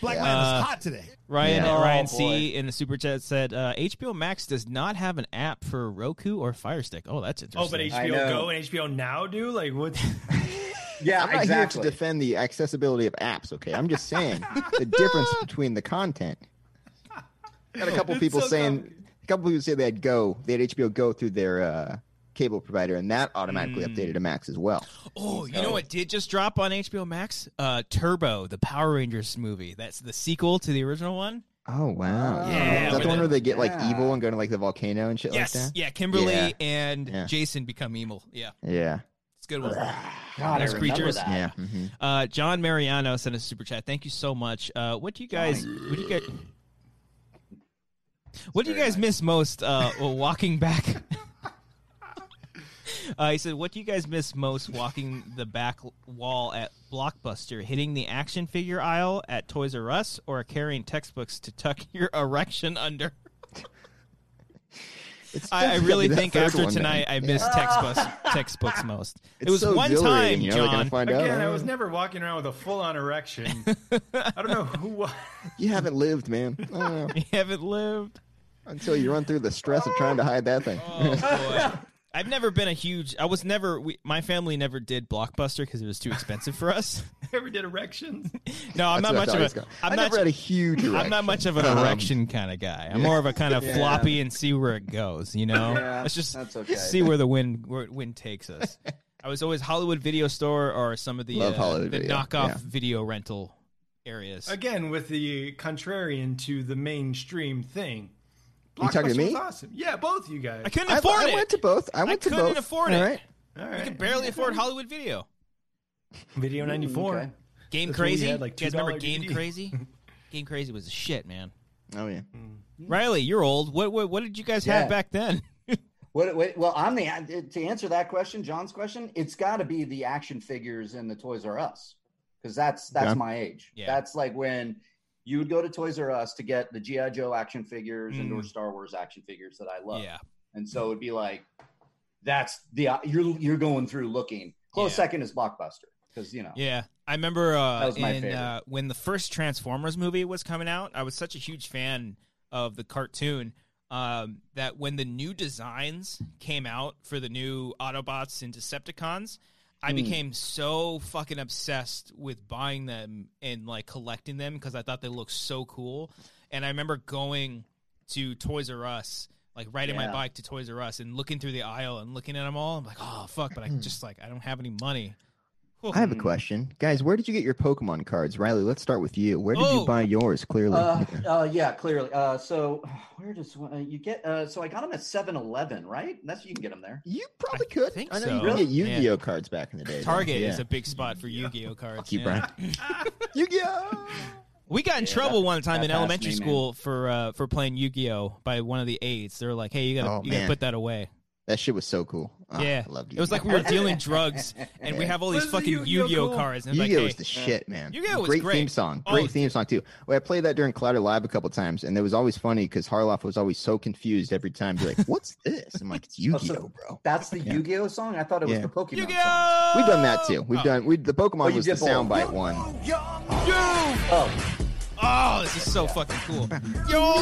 S7: Black
S2: Yeah.
S7: man is
S4: Uh,
S7: hot today.
S1: Ryan
S2: Yeah.
S3: Oh,
S1: Ryan C
S3: boy.
S1: in the super chat said uh, HBO Max does not have an app for Roku or Fire Stick. Oh, that's
S4: oh,
S1: interesting.
S4: but
S3: I
S4: HBO
S3: know.
S4: Go and HBO Now do? Like, what?
S3: Yeah,
S2: I'm not
S3: exactly.
S2: here to defend the accessibility of apps. Okay, I'm just saying the difference between the content. Got a couple
S4: It's
S2: people
S4: so
S2: saying,
S4: complicated.
S2: a couple people say they had Go, they had HBO Go through their uh, cable provider, and that automatically
S1: Hmm.
S2: updated to Max as well.
S1: Oh, you know what did just drop on HBO Max? Uh, Turbo, the Power Rangers movie. That's the sequel to the original one.
S2: Oh wow!
S1: Yeah,
S2: is that
S1: with
S2: the one
S1: the-
S2: where they get like
S3: yeah.
S2: evil and go to like the volcano and shit
S1: Yes,
S2: like that?
S1: yeah, Kimberly
S2: Yeah.
S1: and
S2: Yeah.
S1: Jason become emo. Yeah,
S2: Yeah, yeah.
S1: it's a good one.
S3: God, I
S1: Those
S3: remember
S1: creatures.
S3: that.
S2: mhm.
S1: Uh, John Mariano sent us a super chat. Thank you so much. Uh, what do you guys? What do you guys? What do you
S3: very
S1: guys miss most uh, while walking back? uh, he said, "What do you guys miss most walking the back wall at Blockbuster, hitting the action figure aisle at Toys R Us, or carrying textbooks to tuck your erection under?"
S2: It's
S1: I, I
S2: definitely
S1: really
S2: that
S1: think
S2: third
S1: after
S2: one,
S1: tonight,
S2: man.
S1: I
S2: Yeah.
S1: missed textbooks textbooks most. it
S2: It's
S1: was
S2: so
S1: one
S2: exhilarating,
S1: time,
S2: you know, they're gonna
S1: John.
S2: find out,
S4: Again, I
S2: oh,
S4: was never walking around with a full on erection. I don't know who was.
S2: You haven't lived, man. I don't know.
S1: You haven't lived.
S2: Until you run through the stress of trying to hide that thing.
S1: Oh, boy. I've never been a huge. I was never. We, my family never did Blockbuster because it was too expensive for us.
S4: Ever did erections?
S1: No, I'm not
S2: That's what I
S1: much
S2: thought he was
S1: of a.
S2: gonna-
S1: I'm
S2: I
S1: not.
S2: never had a huge.
S1: I'm not
S2: erection.
S1: much of an
S2: Um,
S1: erection kind of guy. I'm more of a kind of floppy and see where it goes. You know,
S3: Yeah,
S1: let's just
S3: that's okay.
S1: see where the wind where wind takes us. I was always Hollywood Video Store or some of the
S2: Love
S1: uh,
S2: Hollywood
S1: the
S2: Video,
S1: knockoff
S2: yeah.
S1: video rental areas.
S4: Again, with the contrarian to the mainstream thing.
S2: You talking to
S4: Blockbuster
S2: me?
S4: Was awesome. Yeah, both you guys.
S1: I couldn't
S2: I,
S1: afford
S2: I
S1: it.
S2: went to both. I went to both.
S1: couldn't afford it.
S2: All right.
S4: All
S1: I could
S4: right.
S1: barely afford Hollywood Video.
S4: Video 94.
S3: okay.
S1: Game
S4: That's what we
S1: Crazy.
S4: had, like,
S1: you guys remember
S4: $2
S1: Game
S4: DVD.
S1: Crazy? Game Crazy was a shit, man.
S2: Oh yeah.
S1: Riley, you're old. What what, what did you guys
S3: Yeah.
S1: have back then?
S3: What, what, well, I'm the to answer that question, John's question. It's got to be the action figures in the Toys R Us because that's that's
S2: Yeah.
S3: my age.
S1: Yeah.
S3: That's like when you would go to Toys R Us to get the GI Joe action figures and or
S1: Mm.
S3: Star Wars action figures that I love.
S1: Yeah.
S3: And so it'd be like, that's the you're you're going through looking. Close
S1: Yeah.
S3: second is Blockbuster because you know.
S1: Yeah. I remember uh,
S3: That was my
S1: in,
S3: favorite.
S1: uh, when the first Transformers movie was coming out, I was such a huge fan of the cartoon um, that when the new designs came out for the new Autobots and Decepticons,
S3: Hmm.
S1: I became so fucking obsessed with buying them and like collecting them because I thought they looked so cool. And I remember going to Toys R Us, like riding my
S3: Yeah.
S1: bike to
S3: Hmm.
S1: Toys R Us and looking through the aisle and looking at them all. I'm like, oh fuck, but I just like I don't have any money. Cool.
S2: I have a question, guys. Where did you get your Pokemon cards, Riley? Let's start with you. Where did
S1: Oh.
S2: you buy yours? Clearly,
S3: Uh,
S2: Yeah.
S3: uh, yeah, clearly. Uh, so where does uh, you get? Uh, so I got them at 7-Eleven, right? That's you can get them there.
S2: you probably could.
S1: think
S2: I know
S1: so.
S2: you could get
S1: Really?
S2: Yu-Gi-Oh cards back in the day. though.
S1: Target
S2: yeah.
S1: is a big spot for Yu-Gi-Oh cards.
S2: Thank you,
S1: yeah.
S2: Brian. Yu-Gi-Oh.
S1: We got in
S3: Yeah,
S1: trouble
S3: that-
S1: one time
S3: that
S1: in
S3: passed
S1: elementary
S3: me, man.
S1: school for uh, for playing Yu-Gi-Oh by one of the aides. They were like, "Hey, you gotta,
S2: Oh,
S1: you gotta
S2: man.
S1: put that away."
S2: That shit was so cool. Ah,
S1: yeah,
S2: I loved
S1: it. was like we were dealing drugs, and we
S2: Yeah.
S1: have all these
S4: Wasn't
S1: fucking
S4: Yu-Gi-Oh
S1: Yu-Gi-Oh,
S4: cool?
S1: cards. And
S2: Yu-Gi-Oh
S1: like, hey,
S2: was the shit, man.
S1: Yu-Gi-Oh was
S2: great, theme
S1: great.
S2: song.
S1: Oh.
S2: Great theme song too. Well, I played that during Collider Live a couple times, and it was always funny because Harloff was always so confused every time. Be like, "What's this?" I'm like, "It's Yu-Gi-Oh,
S3: Oh, so-
S2: bro."
S3: That's the Yu-Gi-Oh song. I thought it was
S2: Yeah.
S3: the Pokemon. Song.
S1: Yu-Gi-Oh!
S2: We've done that too. We've
S1: Oh.
S2: done we the
S3: Oh,
S2: Pokemon
S3: you
S2: was the
S3: did both.
S2: soundbite one.
S3: Oh,
S1: Oh, this is so fucking cool. Yo,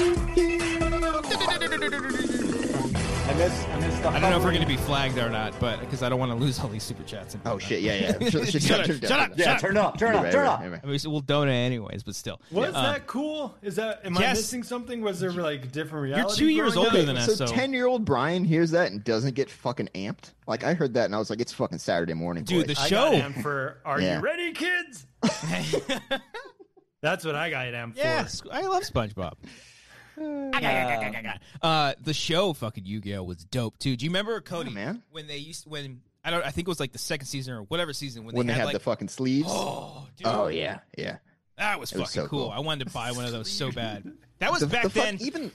S3: I missed. I missed the.
S1: I don't know if we're gonna be flagged or not, but because I don't want to lose all these super chats. And
S2: Oh shit! Yeah, yeah.
S1: Shut up, shut up.
S3: Yeah, turn up, turn
S2: You're
S3: up,
S2: right,
S3: turn
S2: right,
S3: up.
S2: right, right.
S1: I mean, so we'll donate anyways, but still.
S4: Was
S1: Uh,
S4: that cool? Is that am I
S1: yes.
S4: missing something? Was there like different reality?
S1: You're two years
S4: growing
S1: older
S4: up?
S1: than us,
S2: So
S1: so
S2: ten-year-old Brian hears that and doesn't get fucking amped. Like I heard that and I was like, "It's fucking Saturday morning,
S1: Dude,
S2: boys.
S1: the
S4: I
S1: show.
S4: got am for Are
S2: Yeah.
S4: you ready, kids? That's what I got it am for.
S1: Yeah, Squ- I love SpongeBob. Uh, the show fucking Yu-Gi-Oh was dope too. Do you remember Cody?
S2: Yeah, man.
S1: when they used when I don't I think it was like the second season or whatever season when,
S2: when they had
S1: like
S2: the fucking sleeves."
S1: oh dude
S2: Oh yeah, yeah.
S1: that was
S2: It
S1: fucking
S2: was so
S1: cool.
S2: cool.
S1: I wanted to buy one of those so bad. That was
S2: The-
S1: back
S2: the fuck-
S1: then.
S2: even
S1: No,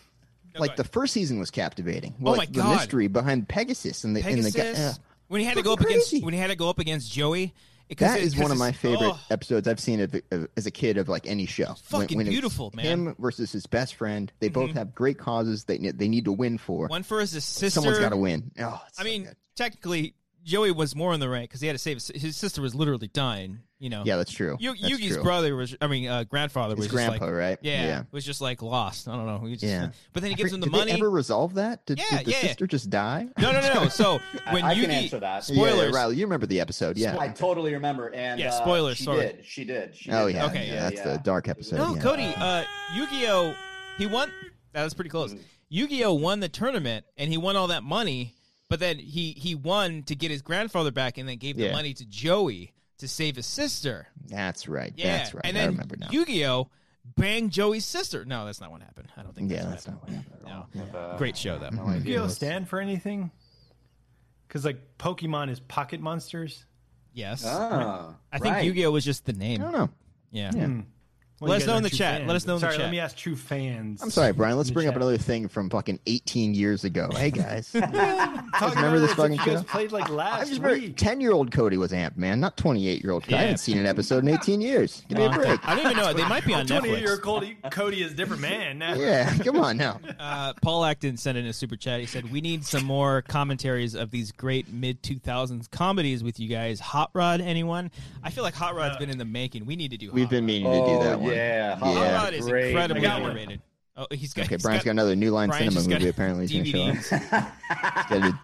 S1: go
S2: like the
S1: ahead.
S2: first season was captivating.
S1: Oh
S2: like,
S1: my
S2: The
S1: God.
S2: mystery behind Pegasus and the and
S1: Pegasus
S2: the guy. yeah.
S1: when he had to go up
S2: Fucking
S1: against
S2: crazy.
S1: when he had to go up against Joey. because
S2: That
S1: it-
S2: is
S1: because
S2: one of
S1: it's-
S2: my favorite
S1: oh.
S2: episodes I've seen of, of- as a kid of like any show.
S1: fucking
S2: it's
S1: beautiful, man. Mm-hmm.
S2: Him versus his best friend. They both have great causes they ne- they need to win for.
S1: One for his sister.
S2: Someone's got to win. Oh, it's
S1: I
S2: so
S1: mean,
S2: good.
S1: technically, Joey was more in the right because he had to save his, his sister was literally dying. You know.
S2: yeah, that's true.
S1: Yu-
S2: That's
S1: Yugi's
S2: true.
S1: brother was, I mean, uh, grandfather was
S2: His
S1: just
S2: grandpa,
S1: like,
S2: right?
S1: Yeah,
S2: Yeah.
S1: was just like lost. I don't know. He just,
S2: Yeah.
S1: But then he gives him the
S2: Did
S1: money.
S2: They ever resolve that? Did,
S1: Yeah,
S2: did the
S1: yeah.
S2: sister just die?
S1: No, no, no. no. So when
S3: I
S1: Yugi,
S3: can answer that.
S2: Yeah, yeah,
S1: spoilers.
S2: Riley, you remember the episode? Yeah.
S3: I totally remember. And
S1: Yeah,
S3: uh,
S1: spoilers,
S3: She
S1: sorry.
S3: did. She did. She
S2: oh
S3: did.
S2: yeah.
S1: Okay,
S2: yeah,
S1: yeah,
S2: that's the dark episode.
S1: no,
S2: yeah.
S1: Cody, uh, Yu-Gi-Oh, he won. That was pretty close. Yu-Gi-Oh won the tournament and he won all that money. But then he he won to get his grandfather back and then gave the
S2: Yeah.
S1: money to Joey to save his sister.
S2: That's right.
S1: Yeah,
S2: That's right.
S1: And
S2: I
S1: then
S2: remember now.
S1: Yu-Gi-Oh banged Joey's sister. No, that's not what happened. I don't think.
S2: yeah,
S1: that's,
S2: that's
S1: what
S2: not what happened. at all.
S1: happened. No. Great show though.
S4: Yu-Gi-Oh stand for anything? Because like Pokemon is Pocket Monsters.
S1: Yes.
S3: Oh,
S1: I think
S3: right.
S1: Yu-Gi-Oh was just the name.
S2: I don't know.
S1: Yeah.
S4: Well,
S1: Let us
S4: you guys
S1: know in
S4: aren't
S1: the
S4: true
S1: chat. Let
S4: fans.
S1: us know in the
S4: Sorry,
S1: chat.
S4: let me ask true fans.
S2: I'm sorry, Brian. Let's
S4: the
S2: bring up
S4: chat.
S2: another thing from fucking 18 years ago. Hey guys,
S4: Talking
S2: remember
S4: about
S2: this
S4: it as if
S2: fucking
S4: you guys
S2: show?
S4: played like
S2: I
S4: last
S2: just remember
S4: week.
S2: 10 year old Cody was amped, man. Not 28 year old. Cody. I
S1: Yeah.
S2: haven't seen an episode in 18 years. Give me a
S1: Um,
S2: break.
S1: I don't even know. They might be on
S4: 28 year old
S1: Netflix.
S4: Cody, Cody is a different man now.
S2: Yeah, come on now.
S1: Uh, Paul Acton sent in a super chat. He said, "We need some more commentaries of these great mid 2000s comedies with you guys. Hot Rod, anyone? I feel like Hot
S4: Uh,
S1: Rod's been in the making. We need to do. Hot
S2: We've been
S1: Rod.
S2: meaning to do that
S3: Oh,
S2: one.
S3: yeah.
S2: Yeah.
S1: Hot
S2: Yeah.
S1: Rod is
S3: Great.
S1: incredibly
S4: I got one.
S1: underrated. Oh, he's got.
S2: Okay,
S1: he's
S2: Brian's got, another New Line
S1: Brian's just
S2: Cinema movie.
S1: got
S2: Apparently, he's going to
S1: DVDs.
S2: show up. He's got a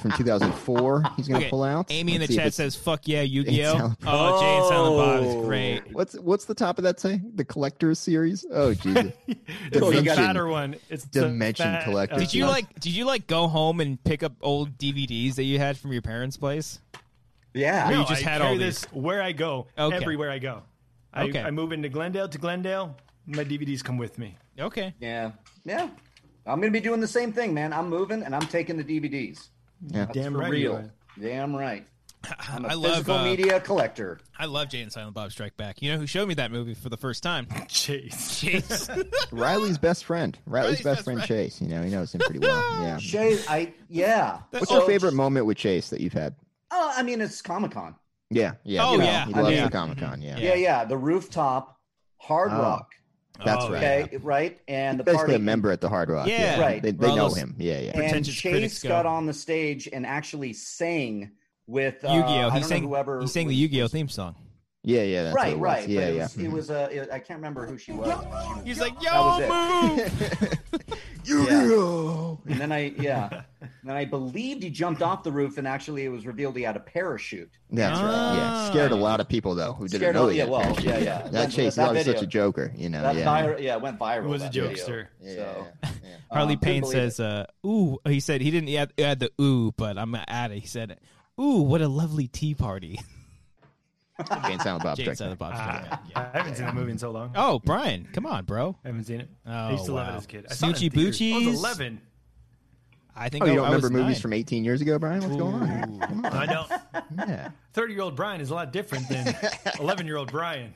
S2: from 2004. He's going to
S1: Okay,
S2: pull out.
S1: Amy in
S2: Let's
S1: the
S2: see if
S1: chat
S2: it's-
S1: says, "Fuck yeah, Yu-Gi-Oh."
S2: Silent
S1: Oh, Jane Silent Bob is
S3: Oh.
S1: great.
S2: "What's what's the top of that say? The Collector's series? Oh, Jesus!
S4: It's the
S2: Dimension.
S4: fatter one. It's the
S2: Dimension
S4: fat,
S2: Collector.
S4: uh,
S1: Did you like? Did you like go home and pick up old DVDs that you had from your parents' place?
S3: Yeah.
S1: you
S4: No,
S1: just
S4: I
S1: had
S4: carry
S1: all
S4: this where I go,
S1: Okay.
S4: everywhere I go. I,
S1: Okay.
S4: I move into Glendale to Glendale. My DVDs come with me.
S1: Okay.
S3: Yeah. Yeah. I'm gonna be doing the same thing, man. I'm moving and I'm taking the DVDs.
S2: Yeah.
S4: Damn
S3: For
S4: right. you
S3: real.
S4: are.
S3: Damn right. I'm a
S1: I love,
S3: physical
S1: uh,
S3: media collector.
S1: I love Jay and Silent Bob Strike Back. You know who showed me that movie for the first time?
S4: Chase.
S1: Chase.
S2: Riley's best friend. Riley's,
S1: Riley's
S2: best,
S1: best
S2: friend,
S1: friend.
S2: Chase. You know, he knows him pretty well. Yeah.
S3: Shay, I yeah.
S2: What's
S3: So-
S2: your favorite moment with Chase that you've had?
S3: Oh, I mean, it's Comic Con.
S2: Yeah, yeah.
S1: Oh,
S2: you know,
S1: yeah.
S2: He
S3: I
S2: loves
S3: mean-
S2: the Comic Con. Yeah.
S3: Yeah, yeah. The rooftop, Hard
S2: Oh.
S3: Rock.
S2: that's
S1: Oh,
S2: right.
S3: Okay, right. And the
S2: Basically,
S3: party.
S2: a member at the Hard Rock.
S1: Yeah.
S3: Right.
S2: They, they
S1: Where all
S2: know
S1: those-
S2: him. Yeah, yeah.
S3: and
S1: pretentious critics
S3: Chase
S1: go.
S3: got on the stage and actually sang with uh,
S1: Yu-Gi-Oh.
S3: I
S1: He
S3: don't
S1: sang,
S3: know whoever
S1: he sang the
S3: was-
S1: Yu-Gi-Oh theme song.
S2: Yeah, yeah. That's
S3: Right,
S2: what it was.
S3: right. but
S2: Yeah,
S3: it
S2: yeah.
S3: was, it was uh, it- I can't remember who she was. She was-
S1: He's like,
S3: That was
S1: yo,
S3: it.
S1: move.
S2: Yu-Gi-Oh!
S3: and then I yeah, and then I believed he jumped off the roof, and actually it was revealed he had a parachute.
S2: That's right. Yeah, scared a lot of people though who didn't
S3: Scared a
S2: know.
S3: lot-
S2: he
S3: yeah,
S2: had
S3: well,
S2: parachute.
S3: yeah, yeah.
S2: That,
S3: That-
S2: Chase
S3: that
S2: is always such
S3: video-
S2: a joker, you know.
S3: That
S2: yeah.
S3: vir- yeah, it went viral.
S4: It was a
S3: that video.
S4: jokester.
S2: yeah,
S3: So
S2: yeah, yeah.
S1: Harley
S3: Um, couldn't
S1: Payne
S3: believe
S1: says, uh, ooh, he said he didn't add, add the ooh, but I'm going to add it. He said, ooh, what a lovely tea party.
S2: Jane Silent Bob.
S1: Jane
S2: Strike
S1: Silent
S2: Back.
S1: Bob's
S4: Ah,
S1: Strike Back, yeah.
S4: I haven't seen that movie in so long.
S1: Oh, Brian, come on, bro.
S4: I haven't seen it.
S1: Oh,
S4: I used to love
S1: wow.
S4: it as a kid. I saw it in
S1: Snoochie
S4: theaters. I
S1: Boochies.
S4: was 11.
S1: I think
S2: Oh, you
S1: I-
S2: don't
S1: I
S2: remember
S1: was
S2: movies
S1: nine.
S2: from 18 years ago, Brian? What's going on? here? Come on.
S4: I don't.
S2: Yeah.
S4: 30 year old Brian is a lot different than 11 year old Brian.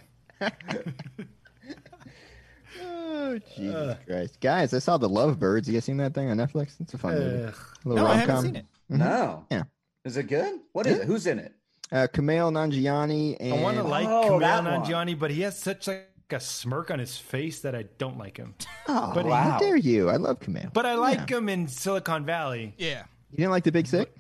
S2: Oh, Jesus Christ. Guys, I saw The Lovebirds. You guys seen that thing on Netflix? It's a fun movie.
S4: Ugh.
S2: A little
S1: No, I haven't
S2: rom-com.
S1: seen it.
S3: No.
S2: Yeah.
S3: Is it good? What is it? Who's in it?
S2: Uh, Kumail Nanjiani and
S4: I want to like
S3: Oh,
S4: Kumail
S3: that one.
S4: Nanjiani, but he has such like a smirk on his face that I don't like him.
S2: oh,
S4: but-
S2: how dare you? I love Kumail.
S4: But I like him in Silicon Valley.
S1: Yeah.
S2: you didn't like The Big Sick?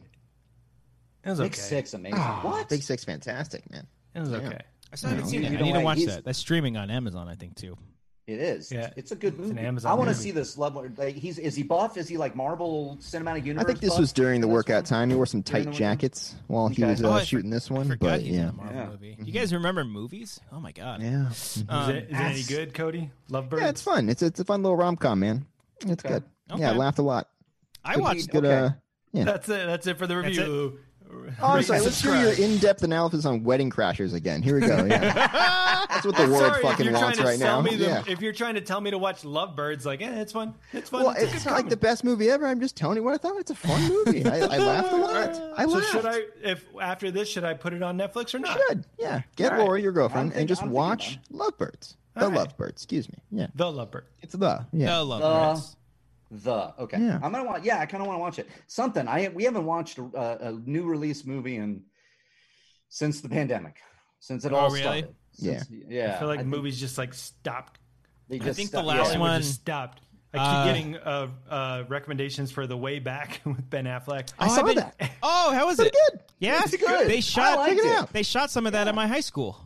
S4: It was
S3: Big
S4: okay.
S3: Six, amazing. what?
S2: Ah, Big Sick's fantastic, man.
S4: It was okay.
S1: I still haven't
S2: No,
S1: seen
S3: you
S1: it. I
S3: don't
S1: need to
S3: like-
S1: watch
S3: he's-
S1: that. That's streaming on Amazon, I think, too.
S3: It is.
S4: Yeah.
S3: It's a good movie.
S4: an Amazon
S3: I want to
S4: movie.
S3: see this love. Like, he's is he buff? Is he like Marvel Cinematic Universe?
S2: I think this
S3: buff?
S2: was during the
S3: That's
S2: workout
S3: fun.
S2: time. He wore some
S3: During the
S2: tight
S3: workout?
S2: jackets while he
S3: Okay.
S2: was
S1: Oh, I
S2: uh,
S1: for-
S2: shooting this
S1: I
S2: one.
S1: forgot
S2: But
S1: he's in
S2: yeah, Mm-hmm.
S1: a Marvel
S3: Yeah.
S1: movie. You guys remember movies? Oh my god.
S2: yeah,
S4: Is,
S1: Um,
S4: it, is it any
S3: that's-
S4: good, Cody? Lovebirds?
S2: yeah. It's fun. It's it's a fun little rom com, man. It's good. Yeah, I
S1: Okay.
S2: laughed a lot.
S1: I watched.
S2: Good.
S3: Okay.
S2: Uh, yeah.
S4: That's it. That's it for the
S1: That's it.
S4: review.
S2: Oh, I'm sorry.
S4: Rate,
S2: Let's hear your
S4: subscribe.
S2: in depth analysis on Wedding Crashers again. Here we go. Yeah, that's what the world
S4: Sorry, if
S2: fucking
S4: you're trying
S2: wants
S4: to
S2: right
S4: sell
S2: now.
S4: me the,
S2: yeah.
S4: if you're trying to tell me to watch Lovebirds, like, eh, it's fun. It's fun.
S2: Well,
S4: it's a
S2: it's
S4: good
S2: not like the
S4: comedy.
S2: best movie ever. I'm just telling you what I thought. It's a fun movie. I, I laughed a lot. I
S4: So
S2: laughed.
S4: should I, if after this, should I put it on Netflix or not?
S2: Good. Yeah. Get
S4: All right.
S2: Laura, your girlfriend,
S3: think-
S2: and just
S3: I'm thinking
S2: watch Lovebirds. The
S4: All right.
S2: Lovebirds. Excuse me. Yeah.
S4: The Lovebird.
S2: It's the. Yeah.
S1: Oh,
S3: Uh,
S1: Lovebirds.
S3: The okay.
S2: Yeah.
S3: I'm gonna want. Yeah, I kind of want to watch it. Something I we haven't watched a, a new release movie in since the pandemic, since it
S1: Oh,
S3: all
S1: really?
S3: started. Since- yeah.
S4: I feel like
S3: think
S4: movies just like stopped.
S3: they
S1: I
S3: just
S1: think the
S3: stopped-
S1: last
S4: They
S3: yeah.
S4: were
S1: one-
S4: just stopped. I keep
S1: Uh,
S4: getting uh, uh, recommendations for The Way Back with Ben Affleck.
S2: I saw
S1: I've been-
S2: that.
S1: Oh, how was it?
S2: Good.
S1: Yeah,
S3: It's good. I
S1: They shot.
S3: liked
S2: Check it it. out.
S1: They shot some of that at my high school,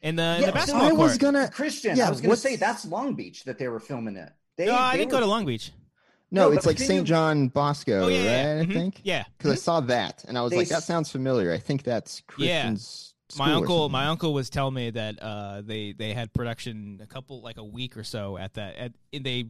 S1: in the, in
S3: Yeah,
S1: the
S3: so
S1: basketball
S2: I was
S1: court.
S2: gonna
S3: Christian.
S2: Yeah,
S3: I was gonna
S2: what's-
S3: say that's Long Beach that they were filming it. They,
S1: no, Uh, I
S3: they
S1: didn't
S3: were-
S1: go to Long Beach.
S2: No,
S3: No,
S2: it's
S3: but
S2: like
S3: can
S2: St.
S3: you-
S2: John Bosco,
S1: Oh, yeah, yeah,
S2: right?
S1: mhm,
S2: I think.
S1: yeah.
S2: Because I saw that and I was
S3: They
S2: like, that
S3: s-
S2: sounds familiar. I think that's
S1: Yeah.
S2: Christian's.
S1: My
S2: school or
S1: uncle,
S2: something.
S1: my uncle was telling me that uh, they they had production a couple like a week or so at that. At, and they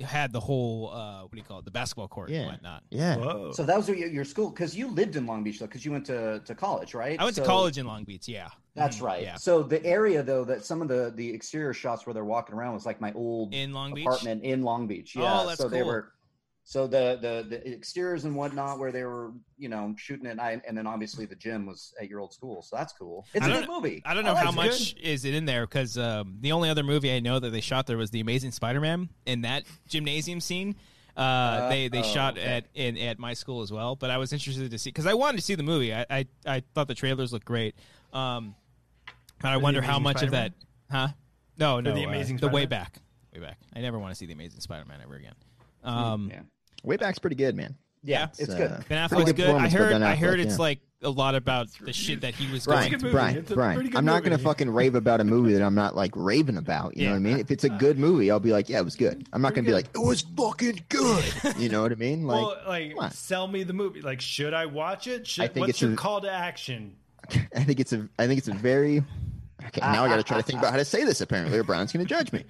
S1: had the whole uh, what do you call it? The basketball court
S2: Yeah.
S1: and whatnot.
S2: Yeah.
S4: Whoa.
S3: So that was your, your school because you lived in Long Beach though because you went to, to college, right?
S1: I went
S3: So-
S1: to college in Long Beach. Yeah,
S3: That's
S1: Mhm,
S3: right.
S1: Yeah,
S3: So the area though that some of the the exterior shots where they're walking around was like my old
S1: in Long Beach.
S3: apartment in Long Beach.
S1: Oh,
S3: Yeah.
S1: that's
S3: so they
S1: cool.
S3: were so the the the exteriors and whatnot where they were you know shooting it and, I, and then obviously the gym was at your old school. So that's cool. It's
S1: I
S3: a
S1: don't-
S3: good movie.
S1: I don't know how
S4: liked it.
S1: much is it in there because um, the only other movie I know that they shot there was the Amazing Spider-Man and that gymnasium scene. Uh, they they
S3: oh,
S1: shot
S3: okay.
S1: at in at my school as well, but I was interested to see because I wanted to see the movie. I, I, I thought the trailers looked great, um, but I wonder how
S4: Amazing
S1: much
S4: Spider-Man?
S1: of that, huh? No, no,
S4: The
S1: uh,
S4: Amazing
S1: the way
S4: Spider-Man?
S1: back, way back. I never want to see the Amazing Spider-Man ever again. Um,
S3: yeah.
S2: Way back's pretty good, man.
S3: Yeah, it's good.
S2: uh,
S1: Ben
S2: pretty
S1: Affleck's good. I
S2: performance by
S1: heard
S2: Ben
S1: I heard
S2: Affleck,
S1: it's
S2: yeah.
S1: like a lot about the shit that he was going.
S2: Brian,
S4: good movie.
S2: Brian,
S4: It's a
S2: Brian.
S4: pretty good
S2: I'm not gonna
S4: movie.
S2: fucking rave about a movie that I'm not like raving about. You know
S1: Yeah.
S2: what I mean? If it's a good movie, I'll be like, yeah, it was good. I'm not gonna be like, it was fucking good. You know what I mean? Like,
S4: well, like,
S2: come on.
S4: sell me the movie. Like, should I watch it? Should,
S2: think
S4: what's
S2: it's
S4: your
S2: a-
S4: call to action?
S2: I think it's a I think it's a very okay. Now I got to try to think about how to say this. Apparently, or Brian's going to judge me.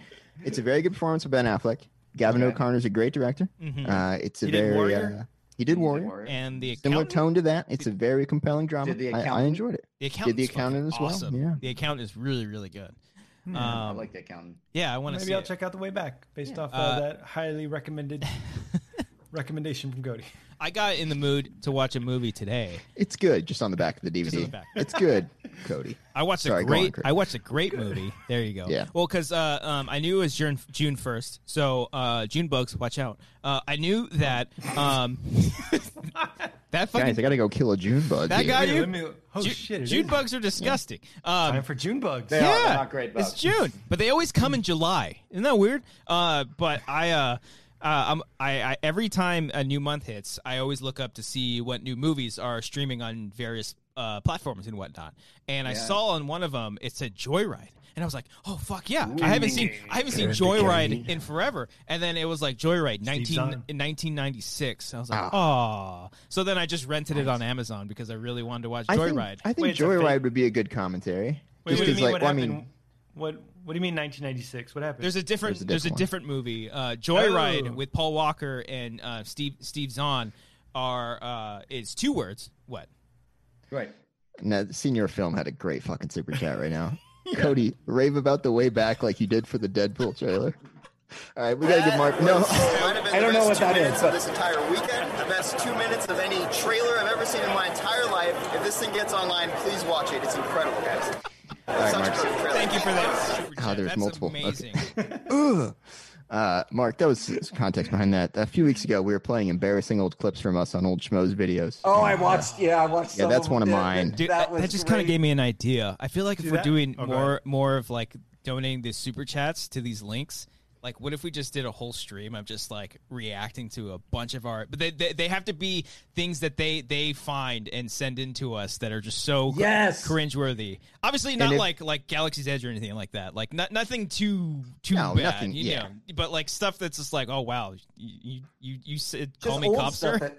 S2: It's a very good performance by Ben Affleck. Gavin
S3: Okay.
S2: O'Connor's a great director.
S4: Mm-hmm.
S2: Uh, it's a
S4: He did
S2: very
S4: Warrior?
S2: uh, he did Warrior.
S1: And the
S2: Similar
S1: accountant-
S2: tone to that. It's a very compelling drama.
S3: Did The
S2: I- I,
S3: Accountant?
S2: enjoyed it.
S1: The
S2: Did
S1: accountant.
S2: the accountant as well?
S1: Awesome.
S2: Yeah.
S1: The accountant is really really good. Um,
S3: I like the accountant.
S1: yeah, I want to see.
S4: Maybe I'll
S1: it.
S4: check out The Way Back based off uh,
S1: Uh,
S4: that highly recommended recommendation from Cody.
S1: I got in the mood to watch a movie today.
S2: It's good, just on the back of the DVD.
S1: on the back.
S2: It's good, Cody.
S1: I watched
S2: Sorry,
S1: a
S2: go on,
S1: great.
S2: Chris.
S1: I watched a great movie. There you go.
S2: Yeah.
S1: Well, because uh, um, I knew it was June June first, so uh, June bugs, watch out. Uh, I knew that um, that fucking
S2: Guys, I got to go kill a June bug.
S1: that
S2: here.
S1: guy. You,
S4: Let me- oh,
S1: Ju-
S4: shit. it
S1: June
S4: is.
S1: bugs are disgusting. Um,
S4: Time for June bugs.
S3: They are. They're not great bugs.
S1: It's June, but they always come in July. Isn't that weird? Uh, but I, uh, uh, I'm, I, I, every time a new month hits, I always look up to see what new movies are streaming on various uh, platforms and whatnot. And I saw on one of them, it said Joyride. And I was like, "Oh fuck yeah! I haven't seen I haven't seen Joyride in forever." And then it was like Joyride 19, in
S4: Zahn.
S1: 1996. I was like,
S3: Ah.
S1: "Oh!" So then I just rented it on Amazon because I really wanted to watch
S2: I think,
S1: Joyride.
S2: I think
S4: Wait, it's a
S2: Joyride
S4: fake-
S2: would be a good commentary. Just
S4: Wait, what do you
S2: 'cause,
S4: mean?
S2: like,
S4: what
S2: well, I
S4: happened?
S2: mean,
S4: what What do you mean? 1996? What happened?
S1: There's a different
S2: There's a
S1: there's a different
S2: different
S1: movie, uh, Joyride,
S4: Oh.
S1: with Paul Walker and uh, Steve Steve Zahn. Are uh, it's two words? What?
S3: Right.
S2: Now, senior film had a great fucking super chat right now. Cody, rave about the way back like you did for the Deadpool trailer. All right, we gotta give Mark. No,
S3: I don't know what that
S7: that
S3: is,
S7: is.
S3: but-
S7: Of this entire weekend, the best two minutes of any trailer I've ever seen in my entire life. If this thing gets online, please watch it. It's incredible, guys.
S2: right,
S7: Such a
S2: Mark.
S7: great trailer.
S1: Thank you for that. super
S2: Oh,
S1: chat.
S2: there's
S1: That's
S2: multiple. Okay.
S1: Amazing.
S2: uh, Mark, that was context behind that. A few weeks ago, we were playing embarrassing old clips from us on old schmoes videos.
S3: Oh, I watched. Yeah, I watched.
S2: Yeah,
S3: some
S2: that's one of
S3: it.
S2: mine.
S1: Dude,
S3: that
S1: that,
S3: was
S1: that just kind of
S3: great.
S1: gave me an idea. I feel like if
S4: See
S1: we're
S4: that?
S1: doing
S4: Oh, go
S1: more more of like donating the super chats to these links, like what if we just did a whole stream of just like reacting to a bunch of our but they they, they have to be things that they they find and send in to us that are just so cr-
S3: Yes.
S1: cringeworthy. Obviously not
S2: if-
S1: like like Galaxy's Edge or anything like that. Like not nothing too too
S2: No,
S1: bad,
S2: nothing-
S1: you
S2: yeah.
S1: know. But like stuff that's just like, oh wow, you you you, you said
S3: Just
S1: call me
S3: old
S1: copster.
S3: stuff that-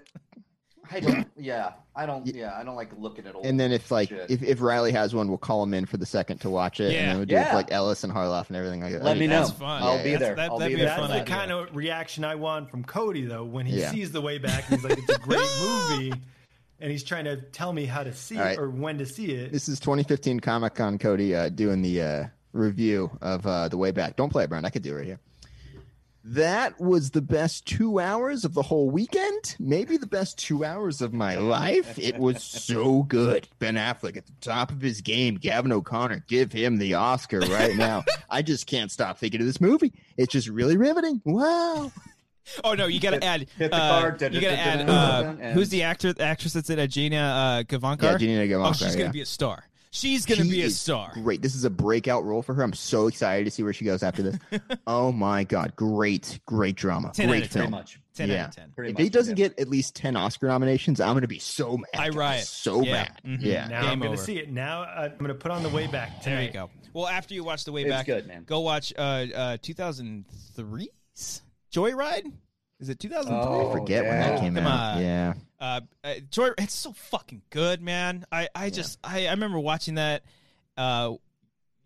S3: I don't. Yeah, I don't. Yeah, I don't like looking at old.
S2: And then if like
S3: shit.
S2: if, if Riley has one, we'll call him in for the second to watch it,
S1: Yeah.
S2: and then we'll do it
S3: Yeah.
S2: for, like Ellis and Harloff and everything like that.
S3: Let me know.
S1: That's fun.
S3: I'll
S2: Yeah,
S3: be
S2: yeah.
S3: there.
S1: That-
S3: I'll
S1: that'd
S3: be
S1: be a
S3: there.
S4: That's
S1: fun
S4: the
S1: idea.
S4: kind of reaction I want from Cody though when he
S2: Yeah.
S4: sees the way back and he's like, "It's a great movie," and he's trying to tell me how to see
S2: All right.
S4: it or when to see it.
S2: This is 2015 Comic Con Cody uh, doing the uh, review of uh, The Way Back. Don't play it, Brian. I could do it right here. That was the best two hours of the whole weekend. Maybe the best two hours of my life. It was so good. Ben Affleck at the top of his game. Gavin O'Connor, give him the Oscar right now. I just can't stop thinking of this movie. It's just really riveting. Wow.
S1: Oh no, you gotta
S3: Hit-
S1: add.
S3: hit the
S1: uh,
S3: card, da-
S1: you
S3: da-
S1: gotta
S3: da-
S1: add.
S3: da-
S1: Uh,
S3: da- da-
S1: who's the actor? The actress that's in it? Gina uh, Gavankar.
S2: Yeah, Gina Gavankar,
S1: Oh, she's gonna
S2: yeah.
S1: be a star. She's gonna
S2: She
S1: be a
S2: is
S1: star.
S2: Great. This is a breakout role for her. I'm so excited to see where she goes after this. oh my god, great, great drama.
S1: 10 out
S2: great
S1: of 10.
S3: Pretty
S2: film.
S3: much.
S1: Ten
S2: Yeah.
S1: out of ten.
S3: Pretty
S2: if
S3: much.
S2: he doesn't
S3: yeah.
S2: get at least 10 Oscar nominations, I'm going to be so mad.
S1: I riot.
S2: So
S1: Yeah.
S2: bad.
S1: Mhm.
S2: Yeah.
S4: now I'm
S1: Game
S4: going to
S1: over.
S4: see it. Now uh, I'm going to put on the way back.
S1: There you
S4: tonight.
S1: go. Well, after you watch the way
S3: It's
S1: back,
S3: good, man.
S1: Go watch uh, uh, 2003's Joyride. Is it 2003?
S3: Oh,
S2: I forget when that
S3: yeah.
S2: came
S1: Come
S2: out.
S1: on.
S2: Yeah.
S1: uh, uh, Joy, it's so fucking good, man. I, I just, I, I remember watching that. Uh,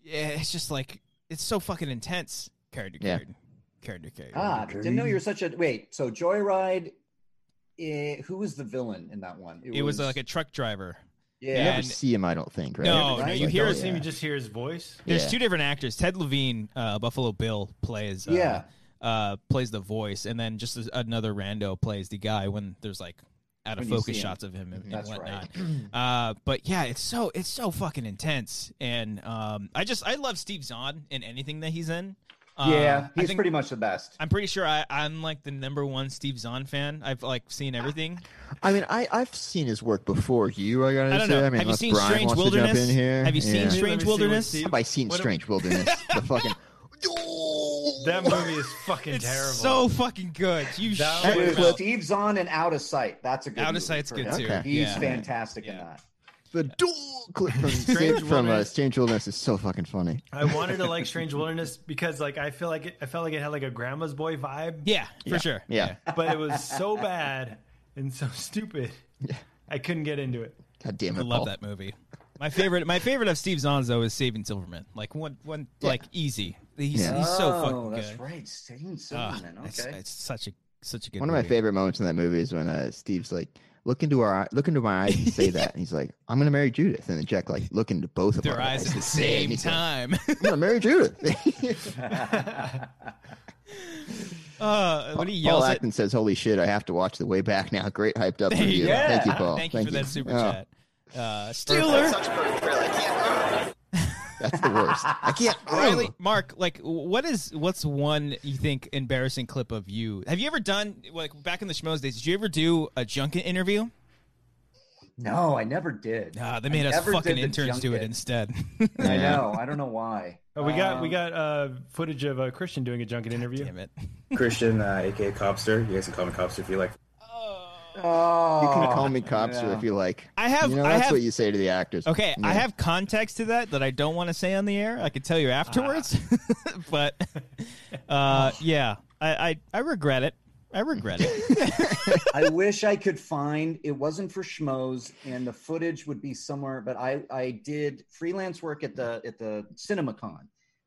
S1: yeah, it's just like it's so fucking intense. Character,
S2: Yeah.
S1: character, character, character.
S3: Ah, didn't know you were such a wait. So Joyride, eh, who was the villain in that one?
S1: it was uh, like a truck driver.
S2: You
S3: yeah.
S2: never
S1: and-
S2: see him, I don't think, right?
S1: No,
S3: no,
S2: Right?
S3: you
S2: Like,
S1: hear
S2: oh,
S4: First
S1: his
S4: thing
S2: yeah.
S4: you just hear his voice.
S1: There's
S2: Yeah.
S1: two different actors. Ted Levine, uh, Buffalo Bill, plays. Uh,
S3: Yeah.
S1: Uh, plays the voice, and then just as another rando plays the guy when there's like out of
S3: When you see
S1: focus
S3: him.
S1: shots of him and, and
S3: That's
S1: whatnot. uh, but yeah, it's so it's so fucking intense, and um, I just I love Steve Zahn in anything that he's in. Uh,
S3: yeah,
S1: I
S3: he's
S1: think-
S3: pretty much the best.
S1: I'm pretty sure I, I'm like the number one Steve Zahn fan. I've like seen everything.
S2: I mean, I, I've seen his work before you, I got
S1: I
S2: to
S1: don't
S2: say.
S1: know.
S2: I mean,
S1: Have you
S2: unless
S1: seen
S2: Brian
S1: Strange
S2: wants to
S1: Wilderness?
S2: jump in here.
S1: Have you seen
S2: yeah.
S4: Strange-
S1: Strange
S4: see what
S1: Wilderness?
S4: Steve-
S2: Have I seen
S4: What-
S2: Strange Wilderness? The fucking.
S4: That movie is fucking
S1: It's
S4: terrible.
S1: so fucking good. You
S4: That
S1: shut your
S3: Dude,
S1: mouth.
S3: Steve's on and out of sight. That's a good.
S1: Out of
S3: movie
S1: Sight's
S3: for
S1: good
S3: him.
S1: too.
S2: Okay.
S3: He's
S1: yeah.
S3: fantastic in
S1: Yeah.
S3: that.
S2: The dual clip from Strange, from uh,
S4: Wilderness.
S2: Strange Wilderness is so fucking funny.
S4: I wanted to like Strange Wilderness because like I feel like it, I felt like it had like a grandma's boy vibe,
S1: Yeah, for sure.
S2: Yeah.
S4: but it was so bad and so stupid. I couldn't get into it.
S2: God damn it.
S1: I
S2: Paul.
S1: love that movie. My favorite, my favorite of Steve Zahn's though is Saving Silverman. Like one, one, like easy. He's,
S2: Yeah.
S1: he's so
S3: oh,
S1: fucking
S3: that's
S1: good.
S3: right. Steven
S1: Ah,
S3: Silverman.
S1: it's,
S3: okay.
S1: it's such a such a good.
S2: One of
S1: movie.
S2: my favorite moments in that movie is when uh, Steve's like, "Look into our, look into my eyes and say that," and he's like, "I'm gonna marry Judith," and then Jack like, "Look into both of
S1: Their
S2: our
S1: eyes at the
S2: and say
S1: same
S2: it," and he's like,
S1: time.
S2: I'm gonna marry Judith.
S1: uh, when he
S2: Paul
S1: yells at,
S2: Acton says, "Holy shit, I have to watch the way back now." Great hyped up
S1: There you
S2: review.
S1: go.
S2: Thank you, Paul.
S1: thank you for that super
S2: Oh,
S1: chat. Uh,
S7: That's
S1: Steeler,
S7: such a perfect trailer. I can't-
S2: That's the worst. I can't.
S1: Riley, Mark, like, what is what's one you think embarrassing clip of you? Have you ever done like back in the Schmoes days? Did you ever do a junket interview?
S3: no, I never did.
S1: Nah, they
S3: I
S1: made us
S3: never
S1: fucking
S3: did the
S1: interns do it
S3: junket.
S1: instead.
S3: I
S2: Yeah.
S3: know. I don't know why.
S4: Oh, we got we
S3: Um,
S4: got uh, footage of uh, Christian doing a junket interview.
S1: Damn it.
S8: Christian, uh, aka Copster. You guys can call me Copster if you like.
S3: Oh,
S2: You can call me copster
S3: yeah.
S2: if you like.
S1: I have-
S2: You know,
S1: I
S2: that's
S1: have-
S2: what you say to the actors.
S1: Okay, I
S2: Yeah.
S1: have context to that that I don't want to say on the air. I could tell you afterwards, but uh, yeah, I, I I regret it. I regret it.
S3: I wish I could find it wasn't for schmoes and the footage would be somewhere, but I, I did freelance work at the at the CinemaCon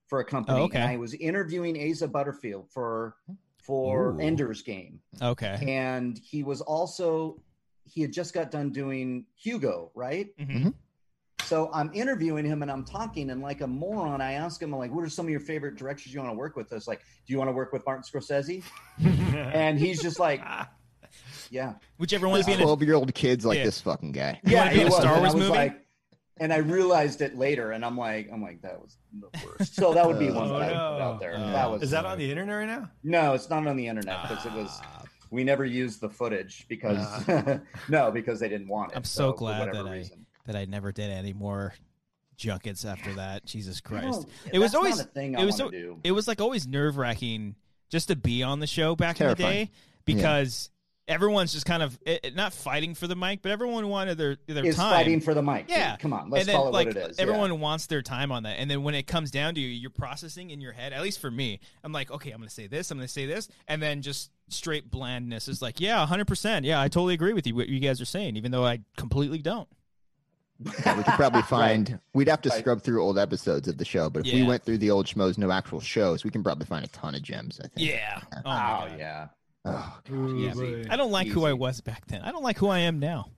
S3: for a company.
S1: Oh, okay.
S3: And I was interviewing Asa Butterfield for for
S1: Ooh.
S3: Ender's game.
S1: Okay.
S3: And he was also he had just got done doing Hugo, right?
S1: Mhm.
S3: So I'm interviewing him and I'm talking, and like a moron, I ask him, I'm like, what are some of your favorite directors you want to work with? I was like, do you want to work with Martin Scorsese? and he's just like, yeah.
S1: Would you ever want to be in a
S2: Twelve year old kids like
S1: Yeah.
S2: this fucking guy.
S1: You wanna be
S3: he
S1: in a
S3: was.
S1: Star
S3: And I
S1: Wars
S3: was
S1: movie?
S3: Like, and I realized it later, and I'm like, I'm like, that was the worst. So that would be one
S4: Oh,
S3: that I
S4: no.
S3: put out there.
S1: Oh.
S3: that was
S4: Is that on the internet right now?
S3: no, it's not on the internet because it was. We never used the footage because
S2: Ah.
S3: no, because they didn't want it.
S1: I'm so
S3: for
S1: glad
S3: whatever
S1: that I-
S3: reason.
S1: that I never did any more junkets after that. Jesus
S3: don't-
S1: Christ.
S3: yeah,
S1: It was
S3: that's not
S1: always
S3: a thing
S1: it
S3: I
S1: was
S3: wanna
S1: al-
S3: do.
S1: it was like always nerve wracking just to be on the show back in the
S2: Terrifying.
S1: day because everyone's just kind of it, it- not fighting for the mic, but everyone wanted their their
S3: is
S1: time.
S3: fighting for the mic.
S1: yeah,
S3: come on, let's
S1: and then,
S3: call it
S1: like,
S3: what it is. yeah.
S1: Everyone wants their time on that, and then when it comes down to you, you're processing in your head. At least for me, I'm like, okay, I'm gonna say this, I'm gonna say this, and then just straight blandness is like, yeah, 100, percent yeah, I totally agree with you what you guys are saying, even though I completely don't.
S2: Yeah, we could probably find. We'd have to
S3: Right.
S2: scrub through old episodes of the show, but if we
S1: Yeah.
S2: went through the old schmoes, no actual shows, we can probably find a ton of gems. I think.
S1: Yeah. Oh,
S3: Oh,
S1: my God.
S3: yeah.
S2: Oh,
S4: Ooh,
S3: Easy.
S4: boy.
S1: I don't like who I
S3: Easy.
S1: was back then. I don't like who I am now.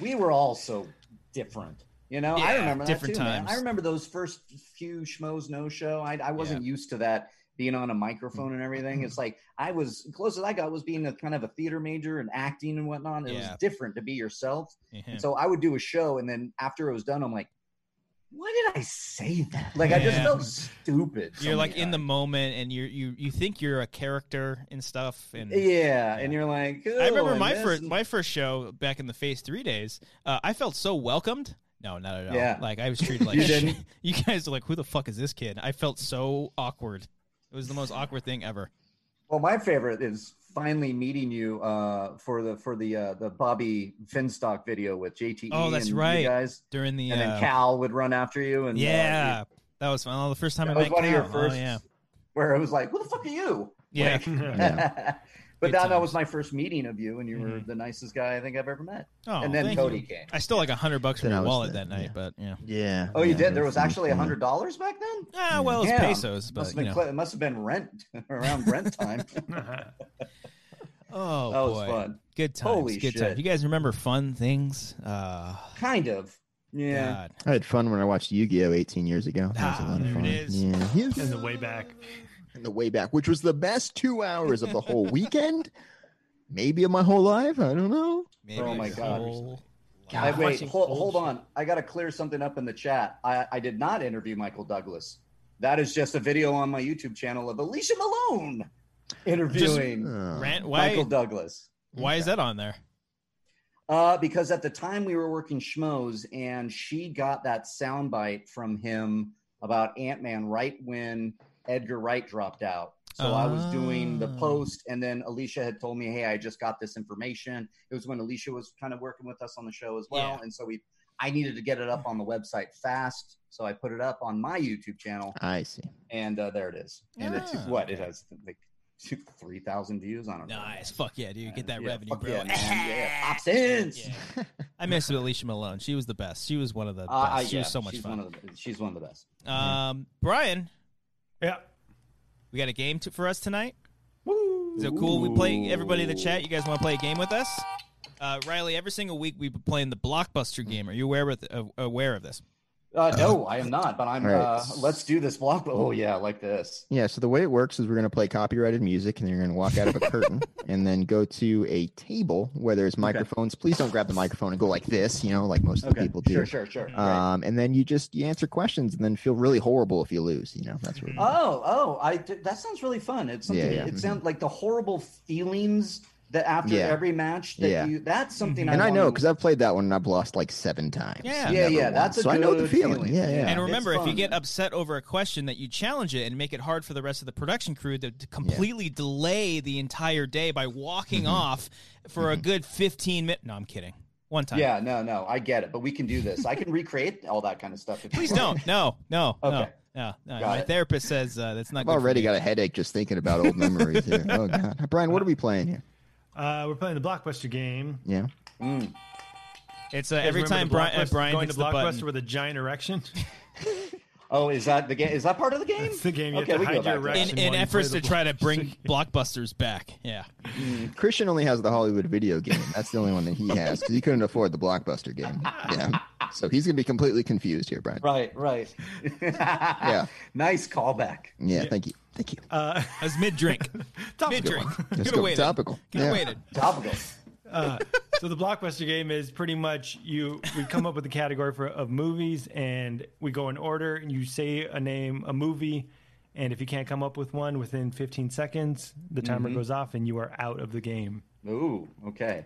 S3: We were all so different. You know, I
S1: Yeah,
S3: remember that
S1: different
S3: too, man. I
S1: times.
S3: remember those first few schmoes no show. I, I wasn't used to that being on a microphone and
S1: Mm-hmm.
S3: everything. It's like I was closest I got was being a kind of a theater major and acting and whatnot. It
S1: Yeah.
S3: was different to be yourself.
S1: Mhm.
S3: And so I would do a show, and then after it was done, I'm like, why did I say that? Like I just
S1: Yeah.
S3: felt stupid. so
S1: You're like
S3: many
S1: in the
S3: times.
S1: moment, and you you you think you're a character and stuff. And
S3: yeah, and you're like,
S1: I
S3: "Cool,
S1: remember
S3: and
S1: my
S3: this
S1: first
S3: and-
S1: my first show back in the Phase Three days. Uh, I felt so welcomed. No, not at all.
S3: Yeah.
S1: Like I was treated like
S3: You
S1: shit.
S3: didn't?
S1: you guys are like, who the fuck is this kid? I felt so awkward. It was the most awkward thing ever.
S3: Well, my favorite is finally meeting you uh, for the for the uh, the Bobby Finstock video with JTE.
S1: Oh, that's
S3: and you
S1: right.
S3: guys.
S1: During the
S3: And
S1: uh,
S3: then Cal would run after you, and uh,
S1: yeah, that was fun. Oh, the first time
S3: that
S1: I
S3: was
S1: met
S3: one of your
S1: Cal.
S3: first.
S1: Oh, yeah,
S3: Where it was like, "Who the fuck are you?"
S1: yeah.
S3: Like- but
S1: Good
S3: that, that
S1: times. Mm-hmm.
S3: was my first meeting of you, and you were the nicest guy I think I've ever met.
S1: oh,
S3: and then
S1: thank
S3: Cody
S1: you.
S3: came.
S1: I stole like a hundred bucks from
S2: Then I
S1: your
S2: was
S1: wallet
S2: there,
S1: that night,
S2: yeah.
S1: but yeah.
S2: yeah.
S3: Oh, you
S2: yeah,
S3: did. There
S2: that's
S3: was
S2: really
S3: actually a
S2: fun.
S3: hundred dollars back then.
S1: Ah, well, it was
S3: Mm-hmm. Yeah.
S1: pesos, but
S3: must have
S1: you
S3: been
S1: know.
S3: cl- it must have been rent around rent time.
S1: Oh,
S3: That was
S1: boy.
S3: fun.
S1: Good times.
S3: Holy
S1: good
S3: shit.
S1: times. You guys remember fun things? Uh,
S3: kind of. Yeah.
S1: God.
S2: I had fun when I watched Yu Gi Oh 18 years ago. That was a
S1: Ah,
S2: lot of
S1: there it
S2: fun.
S1: is.
S2: Yeah, Yu-Gi-Oh!
S4: In the way back.
S2: in the way back, which was the best two hours of the whole weekend, maybe of my whole life. I don't know.
S1: Maybe
S3: Oh, my
S1: your
S3: God.
S1: whole-
S3: I,
S4: I'm
S3: wait,
S4: watching
S3: hold,
S4: old
S3: hold
S4: shit.
S3: on. I got to clear something up in the chat. I, I did not interview Michael Douglas. That is just a video on my YouTube channel of Alicia Malone interviewing
S2: Uh,
S1: Rant, why?
S3: Michael Douglas.
S1: Why is that on there?
S3: Uh, because at the time we were working Schmoes, and she got that soundbite from him about Ant Man right when Edgar Wright dropped out. So I was doing the
S1: Ah.
S3: post, and then Alicia had told me, "Hey, I just got this information." It was when Alicia was kind of working with us on the show as well,
S1: Yeah.
S3: and so we, I needed to get it up on the website fast, so I put it up on my YouTube channel,
S2: Oh, I see.
S3: and uh, there it is. And it's
S1: Ah,
S3: what it
S1: okay.
S3: has like two, three thousand views. I don't know.
S1: Nice. Fuck yeah, dude. Get that
S3: Yeah,
S1: revenue,
S3: fuck
S1: bro.
S3: Yeah, man. yeah. Options.
S1: Yeah. I miss Alicia Malone. She was the best. She was one of the best.
S3: Uh, I-
S1: she
S3: yeah,
S1: was so much
S3: she's
S1: fun.
S3: One of the, she's one of the best.
S1: um, Brian,
S4: Yeah.
S1: we got a game to, for us tonight. Is it cool? We play everybody in the chat. You guys want to play a game with us? Uh, Riley, every single week we've been playing the blockbuster game. Are you aware with uh, aware of this?
S3: Uh, no, I am not. But I'm.
S2: Oh. All right.
S3: Uh, let's do this block. Oh yeah, like this.
S2: Yeah, so the way it works is we're going to play copyrighted music and then you're going to walk out of a curtain and then go to a table where there's microphones. Please don't grab the microphone and go like this, you know, like most of the
S3: Okay.
S2: people do.
S3: Sure, sure, sure. Great.
S2: Um, and then you just you answer questions and then feel really horrible if you lose, you know. That's what we're
S3: oh, oh, I. did- That sounds really fun. It's something.
S2: Yeah, yeah.
S3: It sounds like the horrible feelings that after
S2: Yeah.
S3: every match that
S2: Yeah.
S3: you. That's something.
S2: and I know
S3: wanna-
S2: because I've played that one and I've lost like seven times.
S1: Yeah.
S2: and
S3: um, Yeah,
S2: never
S3: yeah,
S2: won.
S3: that's a
S2: so I know the
S3: good
S2: feeling.
S3: feeling.
S2: Yeah, yeah.
S3: Yeah.
S1: And remember,
S3: it's
S1: if you
S3: fun,
S1: get
S3: yeah.
S1: upset over a question, that you challenge it and make it hard for the rest of the production crew to, to completely delay the entire day by walking
S2: Mm-hmm.
S1: off for a good fifteen minutes. No, I'm kidding. One time.
S3: Yeah, no, no, I get it, but we can do this. I can recreate all that kind of stuff. If you
S1: Please
S3: want.
S1: don't. No. No.
S3: Okay.
S1: No. No. no.
S3: Got
S1: My
S3: it.
S1: therapist says uh, that's not.
S2: I've
S1: good for
S2: already
S1: me.
S2: got a headache just thinking about old memories here. Oh god. Brian, what are we playing here?
S4: Uh, we're playing the blockbuster game.
S2: Yeah.
S1: It's uh, every
S4: Remember
S1: time
S4: the
S1: Brian, uh,
S4: Blockbuster-
S1: Brian
S4: going
S1: hits
S4: to
S1: the
S4: blockbuster
S1: button.
S4: with a giant erection.
S3: Oh, is that the game? Is that part of the game?
S4: It's the game. You
S3: Okay,
S4: have
S3: we
S4: to
S3: go
S4: hide your
S3: back to that.
S4: erection.
S1: in, in
S4: while you
S1: efforts
S4: play
S1: to
S4: the
S1: try to
S4: Blockbuster
S1: bring
S4: game.
S1: blockbusters back. Yeah,
S2: Christian only has the Hollywood video game. That's the only one that he has because he couldn't afford the blockbuster game. Yeah, so he's gonna be completely confused here, Brian.
S3: Right, right. yeah. Nice callback.
S2: Yeah, thank you, thank you.
S4: Uh,
S1: I was mid drink,
S4: Topical.
S1: mid drink.
S2: Let's
S1: Could
S2: go
S1: have waited.
S2: topical.
S1: Could have
S2: Yeah.
S1: waited.
S3: Topical.
S4: so the blockbuster game is pretty much you. We come up with a category for of movies, and we go in order, and you say a name, a movie, and if you can't come up with one within 15 seconds, the timer goes off, and you are out of the game.
S3: Ooh, okay.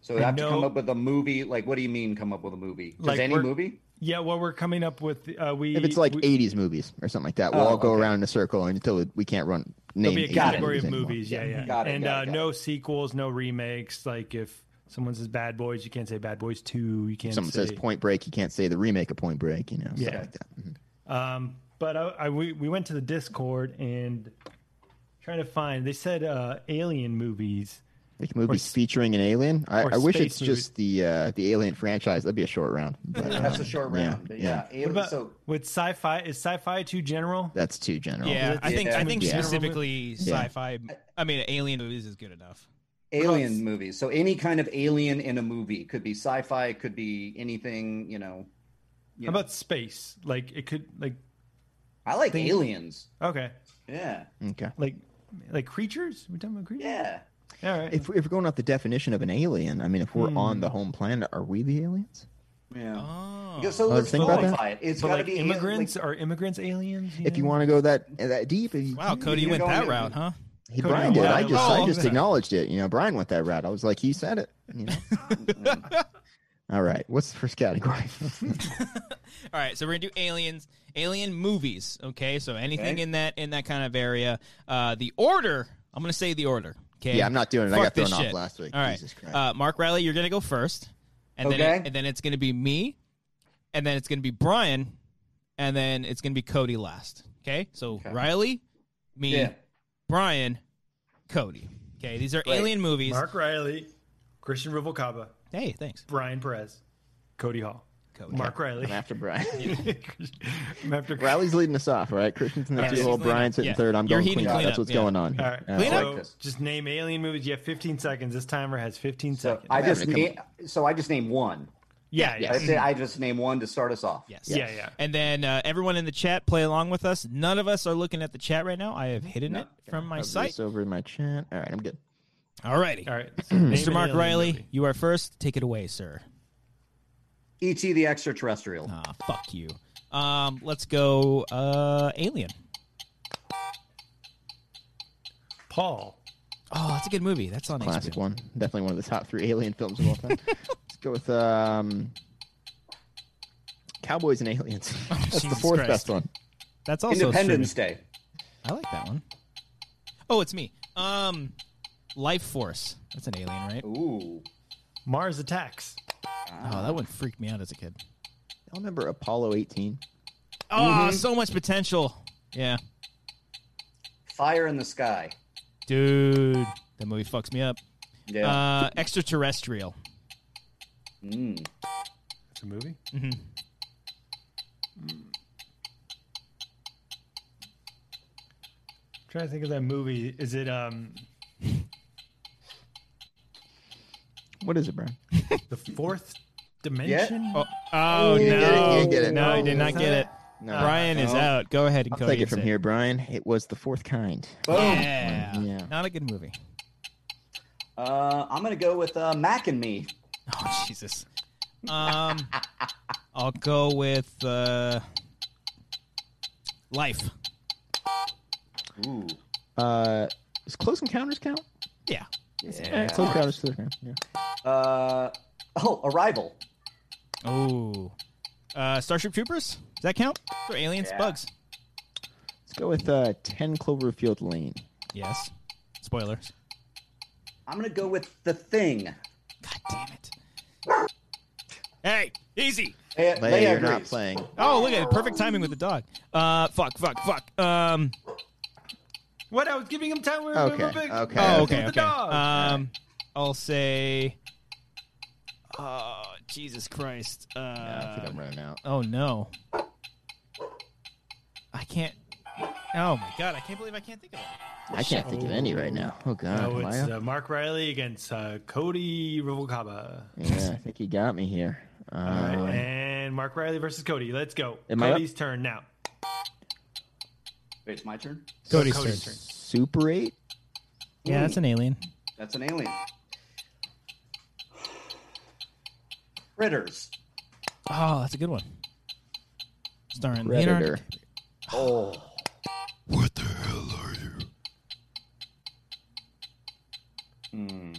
S3: So I
S4: I
S3: have to come
S4: know-
S3: up with a movie. Like, what do you mean come up with a movie? Just
S4: Like,
S3: any
S4: we're-
S3: movie?
S4: Yeah, well, we're coming up with uh, we.
S2: If it's like
S4: we,
S2: 80s movies or something like that, we'll
S3: Oh,
S2: all go
S3: okay.
S2: around in a circle until it- we can't run. Name
S4: There'll be a
S2: 80s
S4: category of
S2: anymore.
S4: movies. Yeah, yeah.
S3: Got it,
S4: and
S3: got it, got
S4: uh, no sequels, no remakes. Like if someone says Bad Boys, you can't say Bad Boys Two. You can't.
S2: Someone
S4: say,
S2: says Point Break, you can't say the remake of Point Break. You know, stuff
S4: Yeah.
S2: like that. Mhm.
S4: Um, but I, I we, we went to the Discord and trying to find. They said uh, alien movies.
S2: Like movies
S4: s-
S2: featuring an alien. I,
S4: or
S2: I wish
S4: space
S2: it's just the uh, the alien franchise. That'd be a short round. But,
S3: That's
S2: um,
S3: a short
S2: yeah,
S3: round. But
S2: yeah.
S3: yeah. alien-
S4: What about
S3: so
S4: with sci-fi? Is sci-fi too general?
S2: that's too general.
S1: Yeah, I think I think
S2: Oh, Yeah.
S1: specifically sci-fi. I mean, alien movies is good enough.
S3: alien movies. So any kind of alien in a movie could be sci-fi, could be anything. You know. you
S4: How
S3: know.
S4: about space? Like it could like
S3: I like aliens.
S4: okay
S3: Yeah.
S2: Okay.
S4: like like creatures. We're talking about creatures.
S3: Yeah.
S4: All right.
S2: If, if we're going off the definition of an alien, I mean, if we're
S1: Hmm.
S2: on the home planet, are we the aliens?
S3: Yeah.
S1: Oh,
S3: Yeah, So
S2: I
S3: let's
S2: was thinking about that.
S3: qualify it. It's
S4: but
S3: got to
S4: like
S3: be like-
S4: immigrants are immigrants aliens?
S2: If you want to go that that deep, if you,
S1: wow, Cody you
S3: You're
S1: went
S3: going
S1: that
S3: in-
S1: route, huh?
S2: he,
S4: Cody,
S2: Brian did.
S4: wow.
S2: I just
S1: Oh,
S2: I just
S1: okay.
S2: acknowledged it. You know, Brian went that route. I was like, he said it. You know. All right. What's the first category?
S1: All right, so we're gonna do aliens, alien movies. Okay, so anything
S3: Okay.
S1: in that in that kind of area. Uh, the order. I'm gonna say the order. Okay.
S2: Yeah, I'm not doing it. I
S1: Fuck
S2: got thrown
S1: this
S2: off
S1: shit.
S2: last week.
S1: All right,
S2: Jesus Christ.
S1: Uh, Mark Riley, you're gonna go first, and then
S3: Okay.
S1: it- and then it's gonna be me, and then it's gonna be Brian, and then it's gonna be Cody last. Okay, so Riley, me,
S3: Yeah.
S1: Brian, Cody. Okay, these are alien movies.
S4: Mark Riley, Christian Rubalcaba,
S1: Hey, thanks,
S4: Brian Perez, Cody Hall,
S1: Cody.
S4: Mark Riley.
S2: I'm after Brian.
S4: I'm after
S2: Riley's leading us off, all right? Christian's in the
S1: Yeah,
S2: two
S1: he's
S2: hole.
S1: leading up.
S2: Brian's hitting
S1: Yeah.
S2: third. I'm
S1: You're
S2: going
S1: heating
S2: clean up.
S1: clean
S2: That's
S1: up,
S2: what's
S1: yeah.
S2: going on.
S4: All right.
S2: Uh,
S1: Clean
S4: so
S3: up.
S4: Just name alien movies. You have 15 seconds. This timer has 15
S3: So
S4: seconds.
S3: I just
S2: having to
S3: na- so I just name one.
S4: yeah, yeah.
S3: I say I just name one to start us off.
S1: Yes.
S4: Yeah, yeah.
S1: And then uh, everyone in the chat, play along with us. None of us are looking at the chat right now. I have hidden it from my
S2: I'll do
S1: sight.
S2: this over in my chat. All right, I'm good.
S1: All righty.
S4: All right. so name
S1: Mr.
S4: an
S1: Mark
S4: alien
S1: Riley,
S4: movie.
S1: you are first. Take it away, sir.
S3: E.T. E the extraterrestrial.
S2: Oh.
S1: Ah, fuck you. Um, let's go uh, Alien.
S4: Paul.
S1: Oh, that's a good movie. That's on
S2: Classic
S1: HBO.
S2: one. Definitely one of the top three alien films of all time. Let's go with um, Cowboys and Aliens. That's the
S1: Jesus
S2: fourth
S1: Christ.
S2: best one.
S1: That's also
S3: Independence
S1: streaming.
S3: Day.
S1: I like that one. Oh, it's me. Um, Life Force. That's an alien, right?
S3: Ooh.
S4: Mars Attacks.
S1: Oh, that one freaked me out as a kid.
S2: Y'all remember Apollo 18?
S1: Oh, so much potential. Yeah,
S3: Fire in the sky.
S1: dude, that movie fucks me up.
S3: Yeah.
S1: Uh, extraterrestrial.
S3: Mm.
S4: It's a movie. trying to think of that movie. Is it um
S2: What is it, Brian?
S4: the fourth dimension?
S1: Oh, oh
S2: You
S1: no!
S2: didn't get it, you didn't get it.
S1: No, I did not
S4: Is
S1: get
S4: that-
S1: it. Brian is out. Go ahead and
S2: I'll
S1: Cody
S2: take it
S1: is
S2: from here, Brian. It was the fourth kind.
S3: Boom.
S1: Yeah.
S2: Yeah.
S1: not a good movie.
S3: Uh, I'm gonna go with uh, Mac and Me.
S1: Oh Jesus. Um, I'll go with uh, Life.
S3: Ooh.
S2: Uh, does Close Encounters count?
S1: Yeah.
S2: Yeah, Close Encounters. Close Encounters, Yeah.
S3: Uh, oh, Arrival.
S1: Oh. Uh, Starship Troopers. Does that count? They're aliens,
S3: Yeah.
S1: bugs.
S2: Let's go with uh, 10 Cloverfield Lane.
S1: Yes. Spoilers.
S3: I'm gonna go with The Thing.
S1: God damn it. Hey, easy.
S3: Leia,
S2: Leia,
S3: Leia
S2: you're not
S3: agrees.
S2: playing.
S1: Oh, look at it. perfect timing with the dog. Uh, fuck, fuck, fuck. Um.
S4: What? I was giving him time. We were
S2: Okay, okay.
S4: moving.
S1: Oh,
S4: okay,
S1: okay,
S4: with
S1: okay.
S4: the dog.
S1: Um, I'll say. Oh, Jesus Christ! Uh,
S2: I think I'm running out.
S1: oh no. can't. Oh my god! I can't believe I can't think of it.
S2: I can't think of any right now. Oh God,
S4: Oh,
S2: am I
S4: it's
S2: up?
S4: uh, Mark Riley against uh, Cody Rubalcaba.
S2: yeah, I think he got me here. Um,
S4: All right, and Mark Riley versus Cody. Let's go.
S2: Am I up?
S4: Cody's turn now.
S3: Wait, it's my turn.
S4: Cody's, turn.
S2: Super Eight.
S1: Yeah, that's an alien.
S3: That's an alien. Critters.
S1: Oh, that's a good one. Starring
S2: Predator.
S1: Leonardo.
S2: Oh.
S3: Hmm.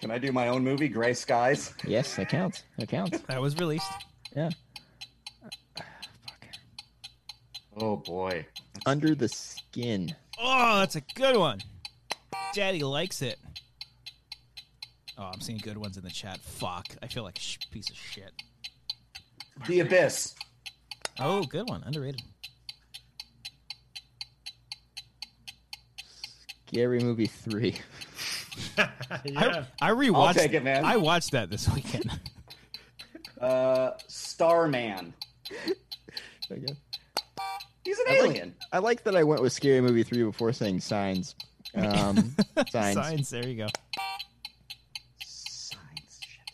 S3: Can I do my own movie, Gray Skies?
S2: Yes, that counts. That counts.
S1: That was released.
S2: Yeah.
S3: Oh boy.
S2: Under the skin.
S1: Oh, that's a good one. Daddy likes it. Oh, I'm seeing good ones in the chat. Fuck. I feel like a sh- piece of shit.
S3: The Abyss.
S1: Oh, good one. Underrated.
S2: Gary movie three.
S4: Yeah.
S1: I rewatched.
S3: I'll take it, man.
S1: I watched that this weekend.
S3: Uh, Starman.
S2: Okay.
S3: He's an
S2: I
S3: alien.
S2: like, I like that I went with Scary Movie three before saying Signs. Um, signs.
S1: Signs. There you go.
S3: Science shit.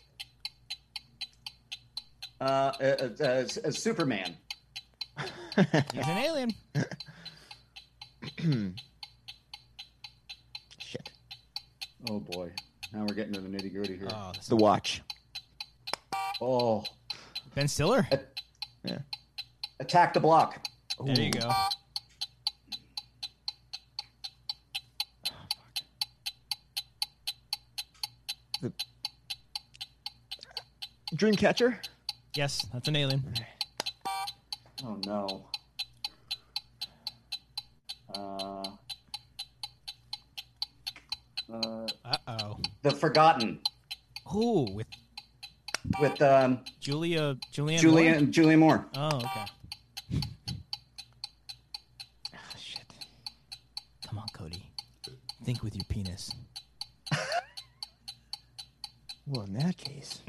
S3: Uh, uh, uh, uh, S- uh, Superman.
S1: He's an alien.
S2: Shit.
S3: Oh boy. Now we're getting to the nitty gritty here.
S1: Oh, that's
S2: The Watch.
S3: oh.
S1: Ben Stiller.
S2: Yeah.
S3: Attack the Block.
S1: There you go.
S2: Dreamcatcher.
S1: Yes, that's an alien.
S3: Oh no. Uh, uh,
S1: Uh oh.
S3: the Forgotten
S1: Ooh, with
S3: with um,
S1: Julia. Julianne.
S3: Julia
S1: Moore?
S3: Julia Moore.
S1: Oh, okay. Ah, shit. Come on, Cody. Think with your penis.
S2: Well, in that case.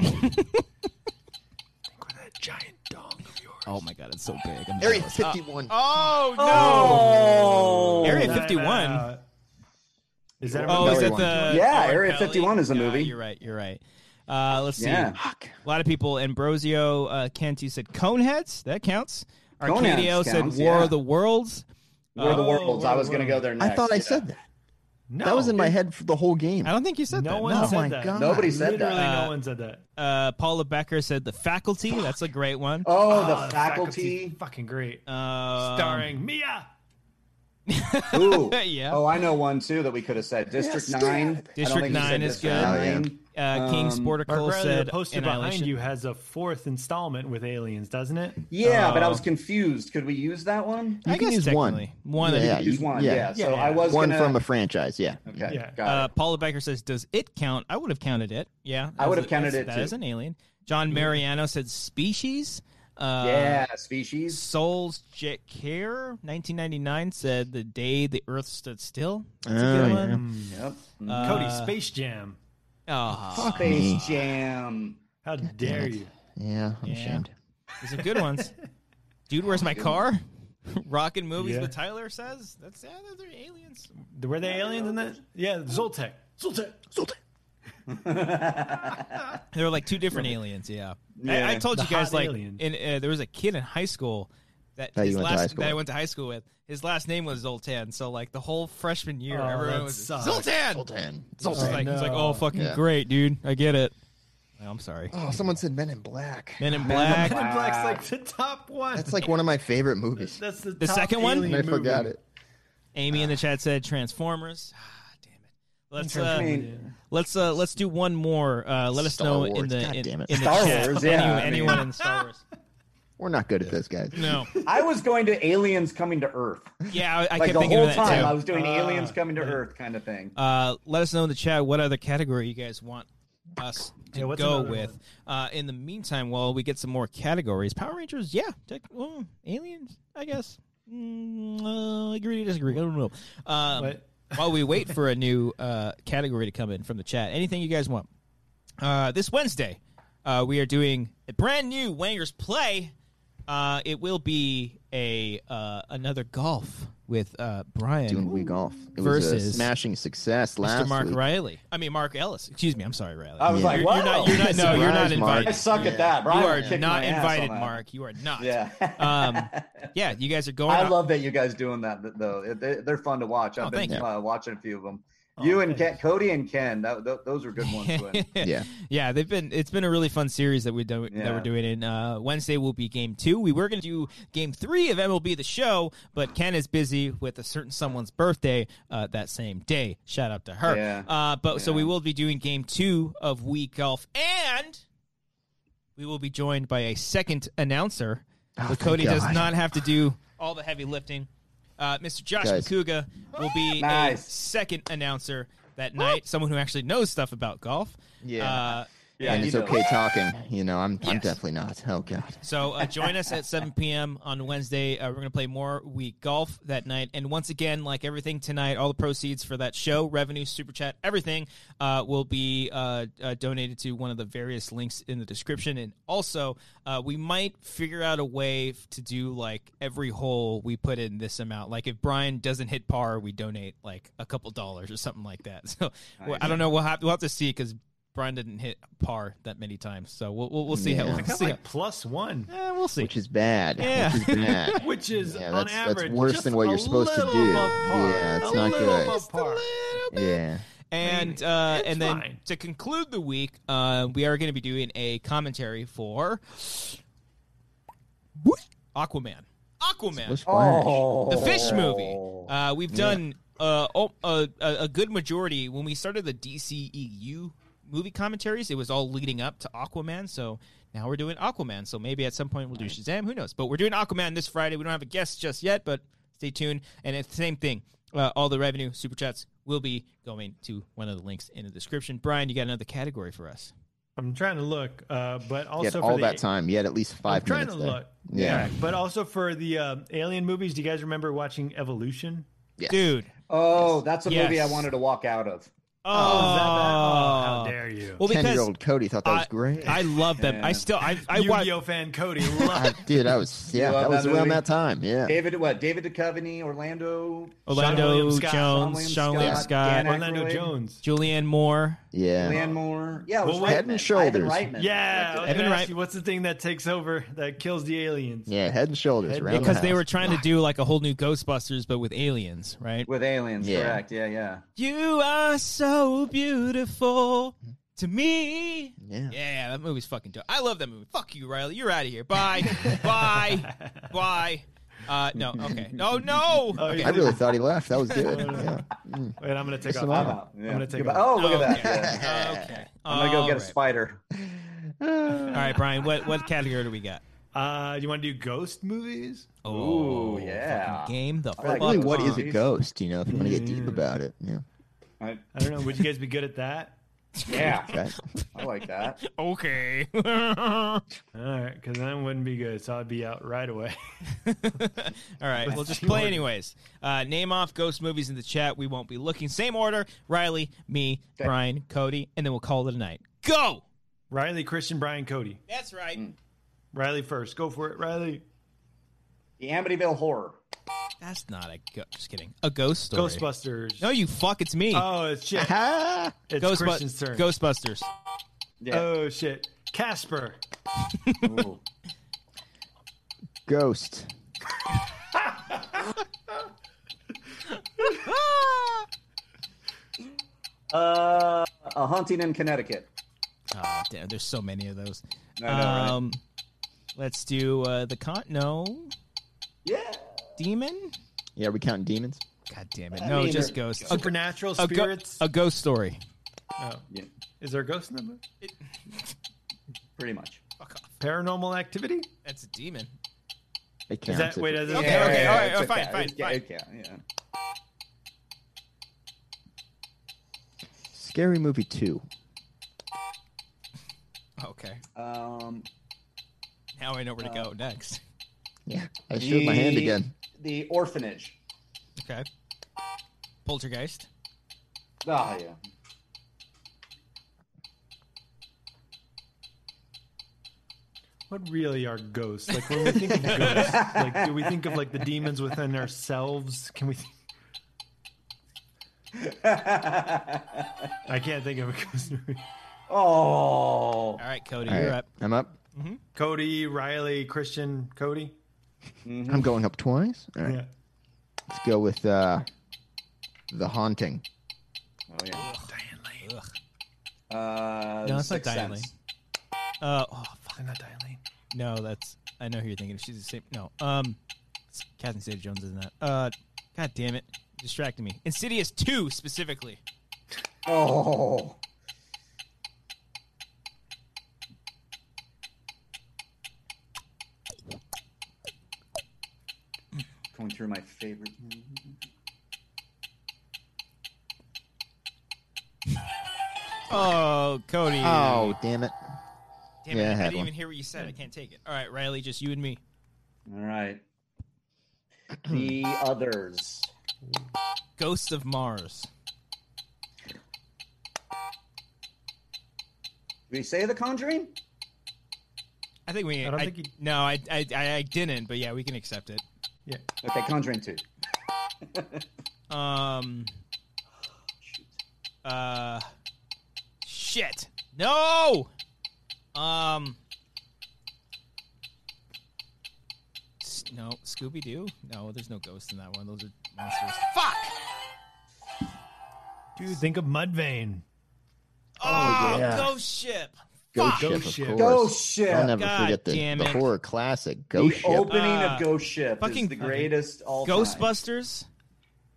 S1: Oh my god, it's so big. I'm
S2: Area
S1: jealous.
S2: 51.
S1: Oh no! Area 51.
S4: Uh, is that
S1: oh, is that
S2: one.
S1: the
S3: Yeah,
S1: Owen
S3: Area
S1: Kelly?
S3: 51 is a
S1: Yeah,
S3: movie.
S1: You're right. You're right. Uh, let's
S3: Yeah.
S1: see. A lot of people. Ambrosio uh, Kent, you said Coneheads. That counts.
S3: Coneheads
S1: Arcadio said
S3: counts,
S1: War
S3: yeah.
S1: of the Worlds.
S3: War of the
S4: Oh,
S3: Worlds. I
S4: War of
S3: was
S4: the
S3: going to go there next.
S2: I thought I
S3: yeah.
S2: said that.
S4: no,
S2: that was in my head for the whole game.
S1: I don't think you said
S4: No
S1: that.
S4: one
S1: no.
S4: said
S2: my
S4: that.
S2: God.
S3: Nobody said
S4: Literally,
S3: that.
S4: no
S1: Uh,
S4: one said that.
S1: Uh, Paula Becker said The Faculty. That's a great one.
S3: Oh, the
S1: Ah,
S4: Oh,
S3: faculty.
S4: fucking great.
S1: Uh,
S4: Starring Mia.
S3: Ooh.
S1: Yeah.
S3: Oh, I know one too that we could have said. District
S2: Yes,
S3: Nine.
S2: Dad.
S3: I don't
S1: District
S3: think you said Um,
S1: Nine is
S3: District
S1: good.
S2: Oh, yeah.
S3: Nine.
S1: Uh, King Sporticle
S4: Mark Riley, the
S1: said
S4: poster behind
S1: Annihilation.
S4: you has a fourth installment with aliens, doesn't it?
S3: Yeah, but I
S1: Um,
S3: was confused. Could we use that one?
S2: You
S1: I
S2: can
S1: guess
S2: use
S1: technically. one.
S2: Yeah,
S1: of
S2: yeah,
S1: the-
S2: you-
S3: Use one.
S2: yeah.
S3: Yeah. So
S4: Yeah.
S3: I was
S2: One
S3: gonna,
S2: from a franchise. Yeah.
S3: Okay.
S4: Yeah.
S3: Got
S1: Uh,
S3: it.
S1: Paula Becker says, "Does it count?" I would have counted it. Yeah,
S3: I would
S1: That's
S3: have counted
S1: that's-
S3: it,
S1: That
S3: too.
S1: is an alien. John Mariano said, "Species." Uh,
S3: yeah. Species.
S1: Souls Jet Care, 1999 said, "The day the Earth stood still." That's a
S2: Oh,
S1: good
S2: yeah.
S1: one.
S3: Yep.
S4: Cody,
S1: Uh,
S4: Space Jam.
S1: aw,
S3: Space Jam.
S4: How dare you?
S2: Yeah. I'm ashamed.
S1: these are good ones. Dude, where's
S3: Oh,
S1: my car? Rockin' movies
S4: Yeah.
S1: with Tyler says. That's yeah, those are aliens.
S4: Were they aliens in that? Yeah, Zoltek. Zoltek. Zoltek.
S1: They're like two different aliens. Yeah, I, I
S3: Yeah.
S1: told
S4: The
S1: you guys
S4: hot
S1: like
S4: alien.
S1: in, uh, there was a kid in high school that
S2: That you
S1: his
S2: went to high
S1: last
S2: school
S1: that I
S2: with.
S1: went to high school with. His last name was Zoltan. So like the whole freshman year,
S4: Oh,
S1: everyone
S4: that
S1: was
S4: sucks.
S1: Zoltan.
S2: Zoltan.
S1: It's like, it's like
S4: no.
S1: oh fucking
S2: Yeah.
S1: great, dude. I get it. Well, I'm sorry.
S2: Oh, someone said Men in Black.
S1: Men in
S4: Men
S1: Black.
S4: in Black's like the top one.
S2: That's like one of my favorite movies.
S4: That's the,
S1: The
S4: top
S1: second one?
S4: alien
S2: I
S4: movie.
S2: forgot it.
S1: Amy in the chat said Transformers. Ah, damn it. Let's
S3: I
S1: uh,
S3: mean,
S1: let's uh, let's do one more. Uh, let us
S2: Star
S1: know in
S2: Wars.
S1: the
S2: God
S1: in,
S2: damn it.
S1: in the
S3: Star
S1: chat.
S3: Wars, yeah,
S1: Anyone-
S3: I mean-
S1: anyone in Star Wars?
S2: We're not good at this, guys.
S1: No.
S3: I was going to aliens coming to Earth.
S1: Yeah, I, I
S3: Like
S1: kept
S3: the
S1: thinking
S3: whole
S1: of that
S3: time,
S1: too.
S3: I was doing aliens
S4: Ah,
S3: coming to Earth kind of thing.
S1: Uh, let us know in the chat what other category you guys want us to
S4: Yeah, what's
S1: go
S4: another
S1: with. Uh, in the meantime, while we get some more categories, Power Rangers, yeah, tech, oh, aliens, I guess. Mm, uh, agree to disagree. I don't know. Um,
S4: What?
S1: while we wait for a new uh, category to come in from the chat, anything you guys want. Uh, this Wednesday, uh, we are doing a brand new Wangers play Uh, it will be a uh, another golf with uh, Brian
S2: Doing we golf it was a
S1: Versus-
S2: smashing success last
S1: Mr. Mark
S2: week.
S1: Riley. I mean Mark Ellis. Excuse me. I'm sorry, Riley.
S3: I was
S2: Yeah.
S3: like,
S1: you're,
S3: wow.
S1: you're not. You're not. No, you're not
S2: Surprise, Mark.
S1: invited.
S3: I suck at that.
S1: You
S3: Brian
S1: are
S3: kicked
S1: not
S3: my ass
S1: invited,
S3: on that.
S1: Mark. You are not.
S3: Yeah.
S1: Um, yeah, you guys are going.
S3: I
S1: out-
S3: love that you guys doing that th- though. It- they- They're fun to watch. I've
S1: Oh,
S3: been
S1: thank Oh,
S3: uh, watching a few of them. you and Ken, Cody and Ken, that, th- those are good ones. Lynn.
S2: Yeah.
S1: yeah, they've been. It's been a really fun series that we do, that
S3: Yeah.
S1: we're doing. And uh, Wednesday will be game two. We were going to do game three of MLB the Show, but Ken is busy with a certain someone's birthday uh, that same day. Shout out to her.
S3: Yeah.
S1: Uh, but so
S3: Yeah.
S1: we will be doing game two of Week Golf, and we will be joined by a second announcer.
S2: Oh,
S1: but
S2: thank
S1: Cody does
S2: God.
S1: not have to do all the heavy lifting. Uh, Mr. Josh
S2: Guys.
S1: Makuga will be a
S3: Nice.
S1: second announcer that night, someone who actually knows stuff about golf.
S2: Yeah.
S1: Uh,
S3: Yeah,
S2: and
S3: you
S2: it's
S3: know.
S2: okay talking. You know, I'm I'm
S1: Yes.
S2: definitely not. Oh god.
S1: so uh, join us at 7 p.m. on Wednesday. Uh, we're going to play more week golf that night. And once again, like everything tonight, all the proceeds for that show, revenue, super chat, everything uh, will be uh, uh, donated to one of the various links in the description. And also, uh, we might figure out a way f- to do like every hole we put in this amount. Like if Brian doesn't hit par, we donate like a couple dollars or something like that. So well, I don't know. We'll have, we'll have to see because. Brian didn't hit par that many times, so we'll we'll, we'll see
S2: Yeah.
S1: how
S4: I
S1: we'll
S4: got
S1: see how-
S4: like plus one,
S1: Eh, we'll see.
S2: Which is bad.
S1: Yeah.
S2: Which is bad.
S4: which is
S2: Yeah,
S4: on
S2: that's- that's
S4: average
S2: worse
S4: just
S2: than what
S4: a
S2: you're supposed to
S4: little
S2: do.
S4: above par.
S2: Yeah, it's
S4: a
S2: not
S4: little
S2: good.
S4: above par.
S2: yeah.
S1: and uh,
S4: It's
S1: and then
S4: fine.
S1: to conclude the week, uh, we are going to be doing a commentary for Aquaman. Aquaman,
S3: Oh,
S1: the fish movie. Uh, we've done uh, oh, a, a a good majority when we started the DCEU movie commentaries. It was all leading up to Aquaman, so. Now we're doing Aquaman, so maybe at some point we'll do Shazam. Who knows? But we're doing Aquaman this Friday. We don't have a guest just yet, but stay tuned. And it's the same thing. Uh, all the revenue super chats will be going to one of the links in the description. Brian, you got another category for us?
S4: I'm trying to look, uh,
S2: You had
S4: but also for
S2: all
S4: the,
S2: that time. You had at least
S4: I'm
S2: five
S4: trying
S2: minutes
S4: to
S2: there.
S4: look.
S2: Yeah.
S4: Alright, but also for the uh, Alien movies. Do you guys remember watching Evolution?
S2: Yes.
S1: Dude.
S3: Oh, that's a movie I
S1: Yes.
S3: wanted to walk out of.
S1: Oh,
S4: Is that bad? Oh, how dare you?
S1: Well,
S2: Ten year
S1: because
S2: old Cody thought that was great.
S1: I love them. I
S3: Yeah.
S1: still, I, I
S4: Yu
S1: watch.
S4: Gi Oh fan Cody loved
S2: Dude, I was yeah,
S3: You love
S2: that was
S3: that
S2: around
S3: movie?
S2: that time. Yeah.
S3: David, what? David Duchovny, Orlando,
S2: Oh,
S4: Sean
S1: Orlando
S4: William Scott,
S3: Sean
S1: Jones,
S3: William
S1: Sean William
S3: Scott,
S1: Scott,
S3: Dan Aykroyd.
S4: Orlando Jones.
S1: Julianne Moore.
S2: Yeah.
S3: Landmore. Yeah, it was
S4: Well, what-
S3: Reitman.
S2: Head and
S3: Ivan
S2: Shoulders.
S3: Reitman.
S4: Yeah, I was
S1: Evan
S4: gonna
S1: Wright-
S4: ask you, what's the thing that takes over that kills the aliens?
S2: Yeah, head and shoulders
S4: Head-
S2: around the
S1: Because they
S2: house.
S1: were trying to do like a whole new Ghostbusters, but with aliens, right?
S3: with aliens.
S2: Yeah.
S3: Correct. Yeah, yeah.
S1: You are so beautiful to me.
S2: Yeah.
S1: Yeah, that movie's fucking dope. I love that movie. Fuck you, Riley. You're out of here. Bye. Bye. Bye. Uh, no, okay. No, no.
S4: Oh,
S1: Okay.
S4: yeah.
S2: I really thought he left. That was good. yeah.
S4: Wait, I'm gonna take
S2: Listen
S4: off.
S2: up.
S3: I'm out. Yeah.
S4: I'm gonna take
S3: Goodbye.
S4: off.
S3: Oh, look at that.
S1: Okay.
S3: Yeah.
S1: Okay.
S3: I'm gonna go get a
S1: Alright.
S3: spider.
S1: All right, Brian, what, what category do we got?
S4: Uh, do you want to do ghost movies?
S1: Oh,
S3: Ooh, yeah.
S1: fucking Game the
S3: like
S1: fuck.
S2: Really, what is a
S3: on.
S2: ghost? You know, if you want to get deep about it. Yeah.
S3: I-
S4: I don't know. Would you guys be good at that?
S3: yeah,
S2: Okay.
S3: I like that.
S1: Okay. All
S4: All right, because then it wouldn't be good, so I'd be out right away.
S1: right, we'll just play anyways. Uh, name off ghost movies in the chat. We won't be looking. Same order: Riley, me, Brian, Cody, and then we'll call it a night. Go.
S4: Riley, Christian, Brian, Cody.
S1: That's right.
S4: Riley first. Go for it, Riley.
S3: The Amityville Horror.
S1: That's not a ghost. Just kidding. A ghost story.
S4: Ghostbusters.
S1: No, you fuck. It's me.
S4: Oh, it's shit.
S2: Ah!
S4: It's
S1: Ghostbu-
S4: Christian's turn.
S1: Ghostbusters.
S3: Yeah.
S4: Oh shit. Casper.
S1: Oh.
S3: Ooh.
S2: Ghost.
S1: Ah!
S3: Uh, a hunting in Connecticut.
S1: Oh, damn, there's so many of those.
S3: I know, right?
S1: um, let's do uh, the con. No,
S3: Yeah.
S1: demon.
S2: Yeah, are we counting demons?
S1: God damn it! No,
S3: mean,
S1: just
S3: they're-
S1: ghosts. A,
S4: Supernatural
S1: a, go-
S4: spirits.
S1: a ghost story.
S4: Oh.
S3: Yeah.
S4: Is there a ghost in the movie?
S3: Pretty much.
S4: Paranormal activity?
S1: That's a demon.
S2: It
S4: Is
S2: counts.
S4: that
S2: if
S4: wait?
S2: it-
S4: Is it
S1: Okay, okay, all right,
S3: it's
S1: oh,
S3: a
S1: fine,
S3: cat.
S1: fine,
S3: It's a cat, it's a cat,
S2: Scary Movie Two.
S1: Okay,
S3: yeah. Um,
S1: now I know where to
S2: Uh,
S1: go next.
S2: Yeah, I showed my hand
S3: the-
S2: again.
S3: The orphanage.
S1: Okay, poltergeist.
S3: Ah, yeah.
S4: what really are ghosts? Like when we think of ghosts, like do we think of like the demons within ourselves? Can we? Think... I can't think of a ghost movie.
S3: oh,
S1: All right, Cody,
S2: All
S1: you're
S2: right,
S1: up.
S2: I'm up.
S4: Cody, Riley, Christian, Cody.
S2: I'm going up twice. All right,
S4: Yeah.
S2: let's go with uh, the haunting.
S3: oh yeah.
S4: Diane Lane.
S3: Uh,
S1: No, it's not
S3: Sixth
S1: Diane
S3: Sense.
S1: Uh, oh, fuck.
S4: I'm not Diane Lane.
S1: No, that's. I know who you're thinking. of. She's the same. No. Um, it's Catherine Zeta Jones isn't that. Uh, God damn it. Distracting me. Insidious 2 specifically.
S3: Oh, going through my favorite.
S1: Oh, Cody.
S2: Oh, damn it!
S1: damn it.
S2: yeah, I
S1: I,
S2: had
S1: didn't
S2: one.
S1: even hear what you said. I can't take it. All right, Riley, just you and me.
S3: All right, the others.
S1: Ghosts of Mars.
S3: Did we say The Conjuring?
S1: I think we.
S4: I don't think you-
S1: No, I, I, I, I didn't. But yeah, we can accept it.
S4: Yeah.
S3: Okay, Conjuring two.
S1: Um. Uh. Shit. No. Um. S- No, Scooby Doo. No, there's no ghosts in that one. Those are monsters. Fuck.
S4: Dude, think of Mudvayne.
S1: Oh,
S2: yeah.
S1: ghost ship. Fuck.
S2: Ghost ship,
S4: Ghost
S2: of
S4: Ship.
S2: course.
S3: Ghost Ship.
S2: I'll never
S1: God
S2: forget the,
S1: damn
S2: the
S1: it.
S2: horror classic
S3: the
S2: Ghost Ship.
S3: opening
S1: Ah,
S3: of Ghost Ship
S1: fucking-
S3: is the greatest all time.
S1: Ghostbusters.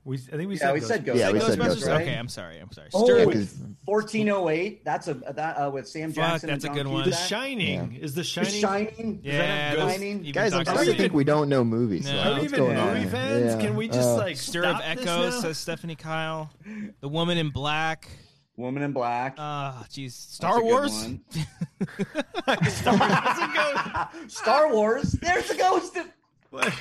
S4: We, I think we
S3: Yeah,
S4: said
S3: we
S4: Ghostbusters.
S3: said Ghost.
S2: Yeah, we said
S1: Ghostbusters.
S2: Ghost, right?
S1: Okay, I'm sorry. I'm sorry.
S3: Oh,
S1: Stir-
S2: Yeah,
S3: with
S2: 'cause-
S3: 1408. That's a that uh, with Sam
S1: Fuck,
S3: Jackson.
S1: that's a
S3: and
S1: good
S3: John
S1: one.
S4: The
S3: Cusack.
S4: Shining is the
S3: The
S4: Shining.
S3: Shining.
S1: yeah,
S4: Is that not
S1: those-
S3: Ghost?
S1: even
S2: Guys, I'm
S1: Doctor
S2: starting to
S1: Sleep.
S2: think we don't know movies.
S1: No.
S2: like,
S4: Are we
S2: what's
S4: even
S2: going on
S4: movie
S2: here?
S4: fans?
S2: Yeah,
S4: Can we just
S2: uh,
S4: like
S1: Stir of
S4: stop this
S1: Echoes,
S4: now?
S1: says Stephanie Kyle. The Woman in Black.
S3: Woman in Black.
S1: Ah, jeez.
S3: That's a
S1: Star
S3: good
S1: Wars.
S3: one. Star Wars. There's a ghost. in-
S4: What?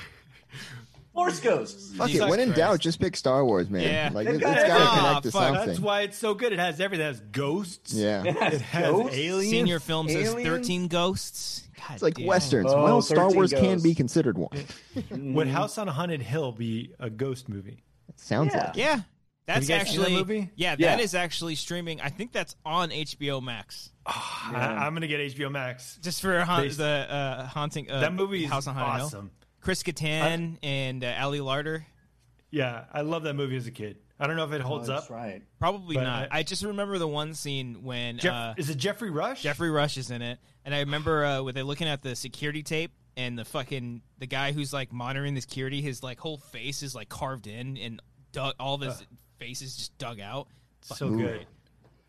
S3: Force ghosts.
S2: Fuck it.
S1: Jesus
S2: When in
S1: Christ.
S2: doubt, just pick Star Wars, man.
S1: Yeah.
S2: Like
S3: They've
S2: it,
S3: got
S2: has got
S1: everything.
S2: to connect to
S1: Ah, fuck.
S2: something.
S4: That's why it's so good. It has everything. It has ghosts.
S2: yeah.
S4: It has
S3: Ghosts?
S4: aliens.
S1: Senior film says
S3: Aliens?
S1: 13 ghosts. God
S2: It's like
S1: damn.
S2: westerns.
S3: Oh,
S2: well, Star
S3: 13
S2: Wars can
S3: goes.
S2: be considered one.
S4: Would
S1: Mm-hmm.
S4: House on a Haunted Hill be a ghost movie?
S2: Sounds
S3: Yeah. Oh,
S2: like it.
S1: Yeah. That's
S4: you guys seen that
S1: actually
S4: movie?
S1: Yeah,
S3: Yeah.
S1: that is actually streaming. I think that's on HBO Max.
S4: I, I'm gonna get HBO Max.
S1: Just for haunt,
S4: They-
S1: the uh, haunting uh,
S4: That movie is
S1: House on Haunted Hill.
S4: awesome.
S1: Chris Kattan and uh, Ali Larter.
S4: Yeah, I love that movie as a kid. I don't know if it holds
S1: Oh,
S3: That's
S4: up.
S3: right.
S1: Probably
S4: But
S1: not.
S4: I-
S1: I, just remember the one scene when
S4: Jeff,
S1: uh,
S4: is it Jeffrey Rush?
S1: Jeffrey Rush is in it, and I remember uh, with they looking at the security tape and the fucking the guy who's like monitoring the security, his like whole face is like carved in and dug, all of his face is just dug out.
S4: so good.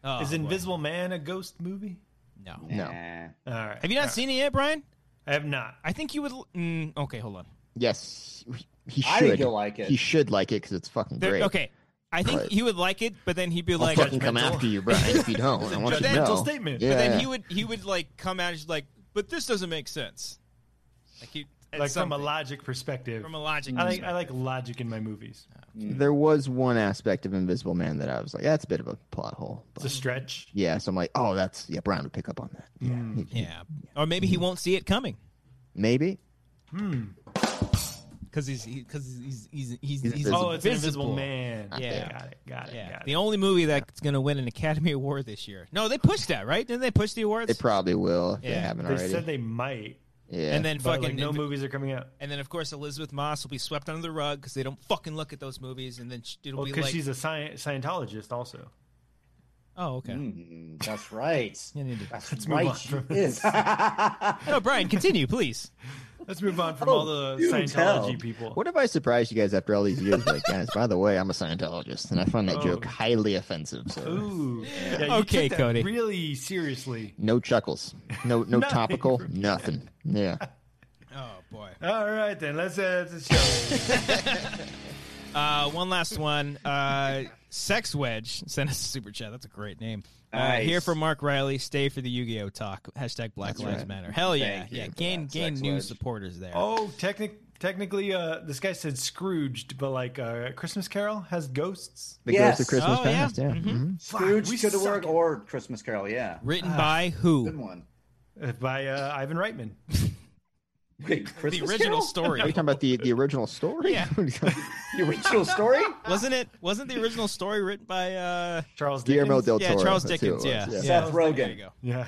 S1: Oh,
S4: Is
S1: boy.
S4: Invisible Man a ghost movie?
S1: No.
S2: No.
S3: Nah.
S4: All right.
S1: Have you not
S4: All right.
S1: seen it yet, Brian?
S4: I have not.
S1: I think you would. l- Mm, okay, hold on.
S2: Yes. He- He should.
S3: I think you'll like it.
S2: He should like it because it's fucking
S1: There-
S2: great.
S1: okay, I think
S2: Right.
S1: he would like it, but then he'd be
S2: I'll
S1: like,
S2: fucking come
S4: judgmental.
S2: after you, Brian, if you don't. I want you to
S4: judgmental
S2: know.
S4: statement. But
S2: Yeah.
S1: but then he would he would like come at it like, but this doesn't make sense. Like he
S4: Like from a
S1: logic
S4: logic perspective.
S1: from a logic.
S4: I like I
S1: perspective.
S4: like logic in my movies.
S2: There was one aspect of Invisible Man that I was like, that's a bit of a plot hole.
S4: It's a
S2: But,
S4: stretch.
S2: yeah, so I'm like, oh, that's yeah. Brian would pick up on that. Yeah,
S1: yeah, or maybe he won't see it coming.
S2: maybe.
S1: because he's because he's he's he's, he's,
S2: He's
S1: invisible.
S2: It's
S4: Oh, it's an Invisible Man.
S1: Yeah.
S4: Got it. Got it.
S1: Yeah,
S4: Got
S1: the
S4: it.
S1: only movie that's going to win an Academy Award this year. No, they pushed that right, didn't they? Push the awards,
S2: They probably will if they
S1: Yeah.
S2: haven't
S4: They
S2: already.
S4: said they might,
S2: yeah,
S1: and then
S4: but
S1: fucking
S4: like no
S1: inv-
S4: movies are coming out.
S1: and then of course Elizabeth Moss will be swept under the rug because they don't fucking look at those movies, and then sh- it'll
S4: Well,
S1: be
S4: because
S1: like,
S4: she's a sci- Scientologist also.
S1: oh okay.
S3: Mm, That's right.
S1: You need to-
S3: That's
S4: move on
S3: right.
S4: from
S3: She is.
S1: No, Brian, continue, please.
S4: Let's move on from
S3: Oh,
S4: all the
S3: you
S4: Scientology
S3: tell.
S4: people.
S2: What if I surprised you guys after all these years? Like, guys, by the way, I'm a Scientologist, and I find that
S4: Oh.
S2: joke highly offensive. So,
S4: Ooh. Yeah, you
S1: Okay,
S4: took that
S1: Cody.
S4: Really seriously.
S2: no chuckles, no, no topical, nothing. Yeah,
S1: Oh boy.
S4: All right then, let's uh, let's show.
S1: Uh, one last one. Uh, Sex Wedge sent us a super chat. That's a great name. Uh,
S3: Nice.
S1: Here for Mark Riley. Stay for the Yu-Gi-Oh talk. Hashtag Black Lives
S2: right.
S1: Matter. Hell yeah,
S3: Thank you
S1: yeah.
S3: for
S1: Gain
S3: that,
S1: gain
S3: Sex
S1: new
S3: Wedge.
S1: supporters there.
S4: oh, technic- technically, uh, this guy said Scrooged, but like uh, Christmas Carol has ghosts.
S2: the
S3: Yes.
S2: ghost of Christmas
S1: Oh, yeah.
S2: past. Yeah, mhm.
S4: Fuck,
S3: Scrooge
S4: we
S3: to the
S4: suck.
S3: work or Christmas Carol. Yeah.
S1: Written by
S3: Ah, Good
S1: who?
S3: one.
S4: uh, by uh, Ivan Reitman.
S3: Wait,
S1: The
S3: Christmas
S1: original
S3: Carol?
S2: Are you
S1: story
S2: talking about the, the original story?
S1: Yeah.
S3: The original story?
S1: wasn't it? Wasn't the original story written by uh,
S4: Charles
S2: Guillermo
S4: Dickens?
S2: del
S1: yeah
S2: Toro.
S1: Charles
S2: that's who it
S1: Dickens?
S2: was,
S1: Yeah,
S3: Seth Rogen.
S1: There you go.
S4: Yeah.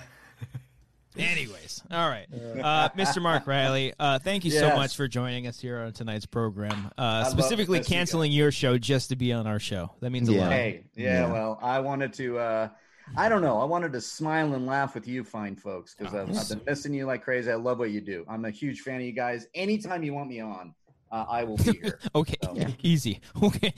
S1: Anyways, all right, uh, Mr. Mark Riley, uh, thank you so
S3: Yes.
S1: much for joining us here on tonight's program. Uh,
S3: love
S1: specifically,
S3: this, you guys.
S1: canceling your show just to be on our show. That means a
S2: Yeah.
S1: lot.
S3: Hey, yeah, well, I wanted to, uh, I don't know, I wanted to smile and laugh with you fine folks because I've, I've been missing you like crazy. I love what you do. I'm a huge fan of you guys. Anytime you want me on, uh, I will be here.
S1: Okay, easy. Okay,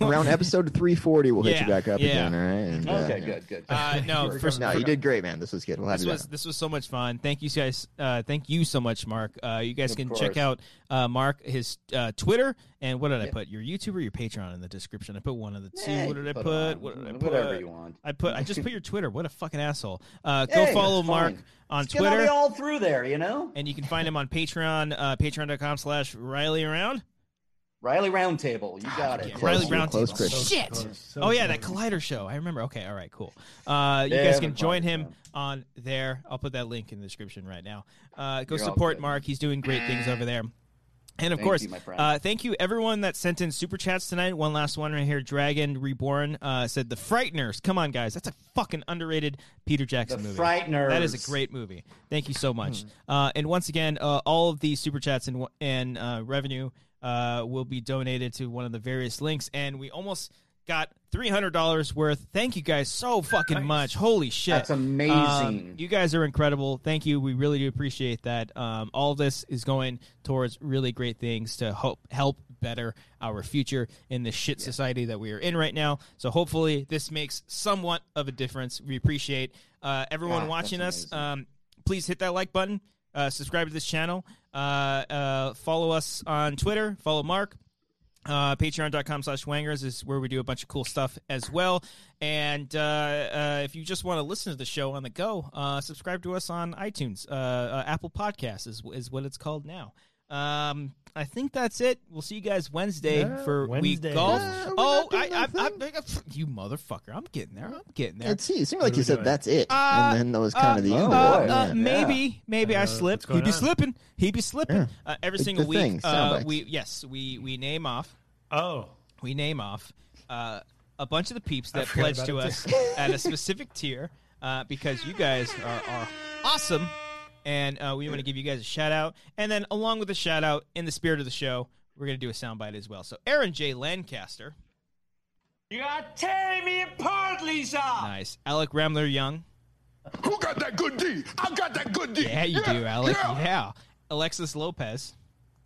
S2: Around episode 340, we'll hit
S1: Yeah,
S2: you back up
S1: yeah.
S2: again. All right. And, uh,
S3: okay,
S2: yeah.
S3: good, good.
S1: Uh, no, for,
S2: No, you did great, man. This was good. We'll have
S1: this
S2: you
S1: was
S2: back.
S1: this was so much fun. Thank you guys. Uh, thank you so much, Mark. Uh, you guys
S3: Of
S1: can
S3: course.
S1: check out uh, Mark his uh, Twitter and what did I put? Your YouTube or your Patreon in the description. I put one of the two.
S3: Yeah,
S1: what did I put?
S3: on
S1: What did I put?
S3: Whatever you want.
S1: I put. I just put your Twitter. What a fucking asshole. Uh, go
S3: Hey,
S1: follow
S3: it's
S1: Mark
S3: fine.
S1: on
S3: It's gonna
S1: Twitter,
S3: be all through there, you know.
S1: and you can find him on Patreon. Uh, Patreon.com/slash Riley Around.
S3: Riley Roundtable, you got it.
S1: Ah, Riley
S2: Close,
S1: Brown
S2: close,
S1: team.
S2: Chris.
S1: Shit.
S4: close, so
S1: oh yeah, that
S4: close.
S1: Collider show. I remember. Okay, all right, cool. Uh, you
S3: Yeah,
S1: guys can
S3: we're
S1: join
S3: Collider
S1: him
S3: show.
S1: on there. I'll put that link in the description right now. Uh, go
S3: You're all
S1: support
S3: good.
S1: Mark. He's doing great things over there. And of
S3: Thank
S1: course,
S3: you, my friend.
S1: uh, thank you everyone that sent in super chats tonight. One last one right here. Dragon Reborn uh, said, "The Frighteners." Come on, guys, that's a fucking underrated Peter Jackson
S3: The
S1: movie.
S3: Frighteners.
S1: That is a great movie. Thank you so much. Uh, and once again, uh, all of the super chats and and uh, revenue uh, will be donated to one of the various links. And we almost got three hundred dollars worth. Thank you guys so fucking much. Holy shit,
S3: That's amazing.
S1: Um, you guys are incredible. Thank you. We really do appreciate that. Um, all this is going towards really great things to help help better our future in the shit society that we are in right now. So hopefully this makes somewhat of a difference. We appreciate uh, everyone
S3: God,
S1: watching
S3: Ah, that's
S1: us.
S3: amazing.
S1: Um, please hit that like button. Uh, subscribe to this channel. Uh, uh, follow us on Twitter. Follow Mark. Uh, Patreon.com slash wangers is where we do a bunch of cool stuff as well. And uh, uh, if you just want to listen to the show on the go, uh, subscribe to us on iTunes. Uh, uh, Apple Podcasts is, is what it's called now. Um, I think that's it. We'll see you guys Wednesday
S4: Yeah,
S1: for
S4: Wednesday.
S1: week golf.
S4: Yeah,
S1: oh, I, I, I, I- you motherfucker! I'm getting there. I'm getting there.
S2: It seemed, it seemed like
S4: are
S2: you
S4: we
S2: said
S4: doing?
S2: that's it,
S1: Uh,
S2: and then that was kind of the end.
S1: Uh,
S2: of it.
S1: uh,
S2: Yeah.
S1: uh, maybe, maybe I
S4: Uh,
S1: slipped.
S4: what's going
S1: He'd be
S4: on?
S1: slipping. He'd be slipping. Uh, every
S2: Like
S1: single
S2: the
S1: week,
S2: thing,
S1: uh,
S2: soundbites.
S1: we yes, we we name off,
S4: Oh.
S1: we name off uh, a bunch of the peeps that
S4: forgot
S1: pledged
S4: about
S1: to
S4: it,
S1: us at a specific tier uh, because you guys are, are awesome, and uh, we want to give you guys a shout out. And then along with the shout out, in the spirit of the show, we're gonna do a soundbite as well. So Aaron J Lancaster,
S9: You are tearing me apart, Lisa!
S1: nice. Alec Ramler Young,
S9: Who got that good D? I got that good D!
S1: yeah, you do, Alec, yeah. Alexis Lopez.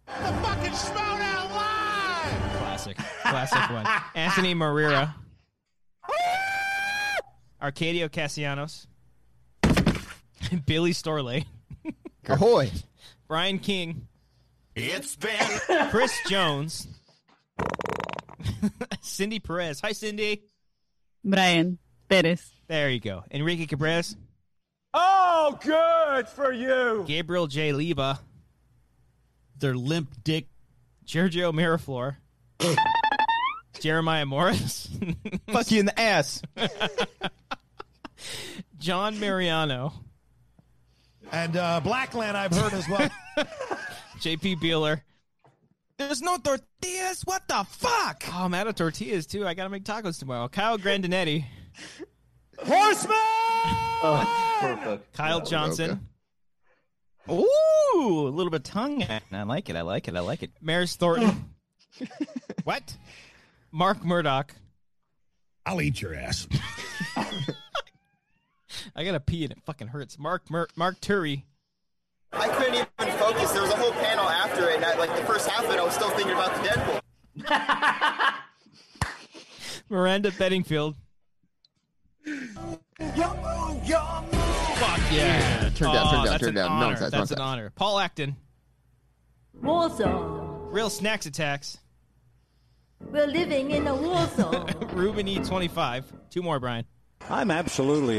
S9: The fucking smell now live!
S1: Classic. Classic one. Anthony Marrera. Arcadio Cassianos. Billy Storley.
S2: Ahoy!
S1: Brian King.
S9: It's been
S1: Chris Jones. Cindy Perez. Hi, Cindy.
S10: Brian Perez.
S1: There you go. Enrique Cabres.
S9: Oh, good for you!
S1: Gabriel J. Leva.
S11: Their limp dick.
S1: Sergio Miraflor. Jeremiah Morris.
S5: Fuck you in the ass.
S1: John Mariano.
S11: And uh, Blackland, I've heard as well.
S1: JP Beeler.
S5: There's no tortillas. What the fuck?
S1: Oh, I'm out of tortillas, too. I got to make tacos tomorrow. Kyle Grandinetti.
S5: Horseman.
S1: uh,
S3: Oh, perfect.
S1: Kyle
S2: Roca.
S1: Johnson,
S5: Ooh, a little bit tongue. I like it. I like it. I like it.
S1: Maris Thornton,
S11: what?
S1: Mark Murdoch.
S11: I'll eat your ass.
S1: I gotta pee and it fucking hurts. Mark Mur- Mark Turi,
S7: I couldn't even focus. There was a whole panel after it, and I, like the first half of it, I was still thinking about the Deadpool.
S1: Miranda Bedingfield. Fuck yeah! Oh,
S2: Turn down, turn down,
S1: that's
S2: turn
S1: an
S2: down.
S1: Honor.
S2: Nonsense,
S1: that's an
S2: nonsense.
S1: honor. Paul Acton,
S10: War zone.
S1: Real Snacks Attacks,
S10: We're living in a war zone.
S1: Ruben E twenty five. Two more, Brian.
S9: I'm absolutely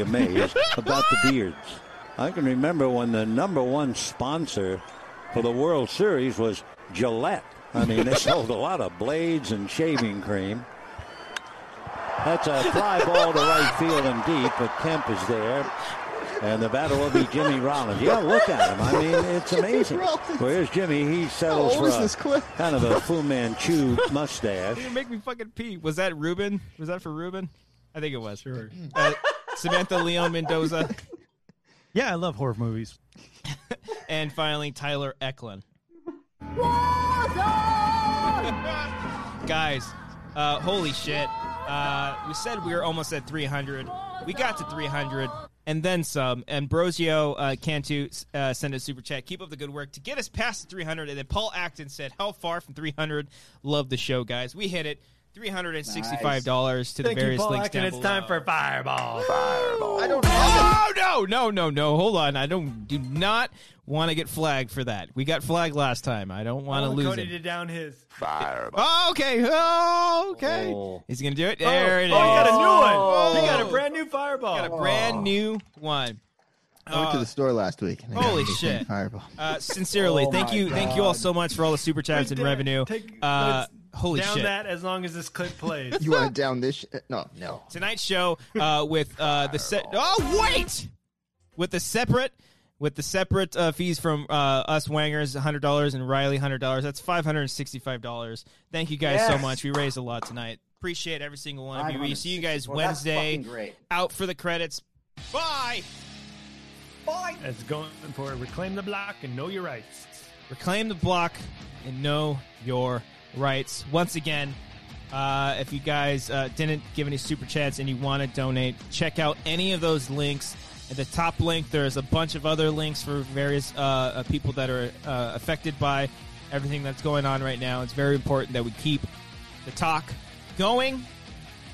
S9: amazed about the beards. I can remember when the number one sponsor for the World Series was Gillette. I mean, they sold a lot of blades and shaving cream. That's a fly ball to right field and deep, but Kemp is there. And the batter will be Jimmy Rollins. Yeah, look at him. I mean, it's
S2: Jimmy
S9: amazing.
S2: Rollins.
S9: Where's Jimmy? He settles
S1: How old
S9: for
S1: is
S9: a
S1: this clip?
S9: kind of a Fu Manchu mustache.
S1: You make me fucking pee. Was that Ruben? Was that for Ruben? I think it was. Sure. Uh, Samantha Leon Mendoza.
S4: Yeah, I love horror movies.
S1: And finally, Tyler Eklund. Guys, uh, holy shit. Uh, we said we were almost at 300. We got to 300 and then some. Ambrosio uh, Cantu uh, sent a super chat. Keep up the good work to get us past 300. And then Paul Acton said, How far from 300? Love the show, guys. We hit it. $365 to the
S4: Thank
S1: various
S4: you, Paul
S1: links
S4: Akin.
S1: down
S4: It's time for Fireball. Fireball.
S1: I don't Oh no, no, no, no. Hold on. I don't do not want to get flagged for that. We got flagged last time. I don't want to
S4: Oh,
S1: lose
S4: Cody
S1: it.
S4: did down his.
S1: Fireball. Oh, okay. Oh, okay. He's gonna do it. There it is. Oh.
S4: oh, you got a new Oh. one. You got a brand new Fireball.
S1: Got a brand new one.
S2: I went to the store last week. and I got
S1: Holy
S2: this
S1: shit.
S2: thing Fireball.
S1: Uh, sincerely,
S4: Oh
S1: thank
S4: my
S1: you, thank you all
S4: God.
S1: so much for all the super chats and
S4: Take that-
S1: revenue.
S4: Oh. take-
S1: uh,
S4: let's
S1: holy
S4: down
S1: shit!
S4: that as long as this clip plays.
S2: You want to down this? Sh- no, no.
S1: Tonight's show uh, with uh, the set. Oh wait, with the separate with the separate uh, fees from uh, us wangers, hundred dollars, and Riley, hundred dollars. That's five hundred and sixty-five dollars. Thank you guys so
S5: Yes.
S1: much. We raised a lot tonight. Appreciate every single one of you. We see you guys
S5: 564. That's
S1: Wednesday.
S5: fucking great.
S1: Out for the credits. Bye.
S3: Bye.
S4: It's going for it. Reclaim the block and know your rights.
S1: reclaim the block and know your rights once again uh, if you guys uh, didn't give any super chats and you want to donate check out any of those links at the top link there's a bunch of other links for various uh, uh, people that are uh, affected by everything that's going on right now it's very important that we keep the talk going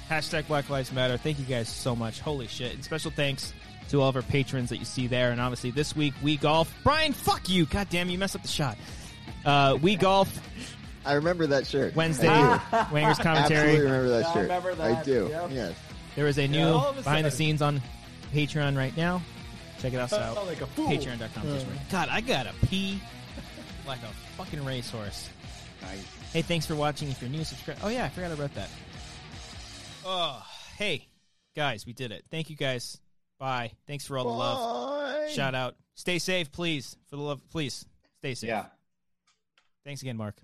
S1: hashtag black lives matter thank you guys so much holy shit and special thanks to all of our patrons that you see there and obviously this week we golf brian fuck you god damn you messed up the shot uh, we golf
S2: I remember that shirt.
S1: wednesday
S4: Ah.
S2: I do.
S1: wangers commentary
S2: Absolutely remember that shirt. I do. Yes.
S1: there is a new
S4: all of a
S1: behind the
S4: sudden.
S1: scenes on patreon right now check it out
S4: I felt
S1: out
S4: like a fool.
S1: patreon.com
S4: Uh.
S1: Oh, god i gotta pee like a fucking racehorse hey thanks for watching if you're new subscribe oh yeah i forgot about that oh hey guys we did it thank you guys bye thanks for all the love Shout out. Stay safe, please. For the love, please stay safe.
S3: Yeah.
S1: Thanks again, Mark.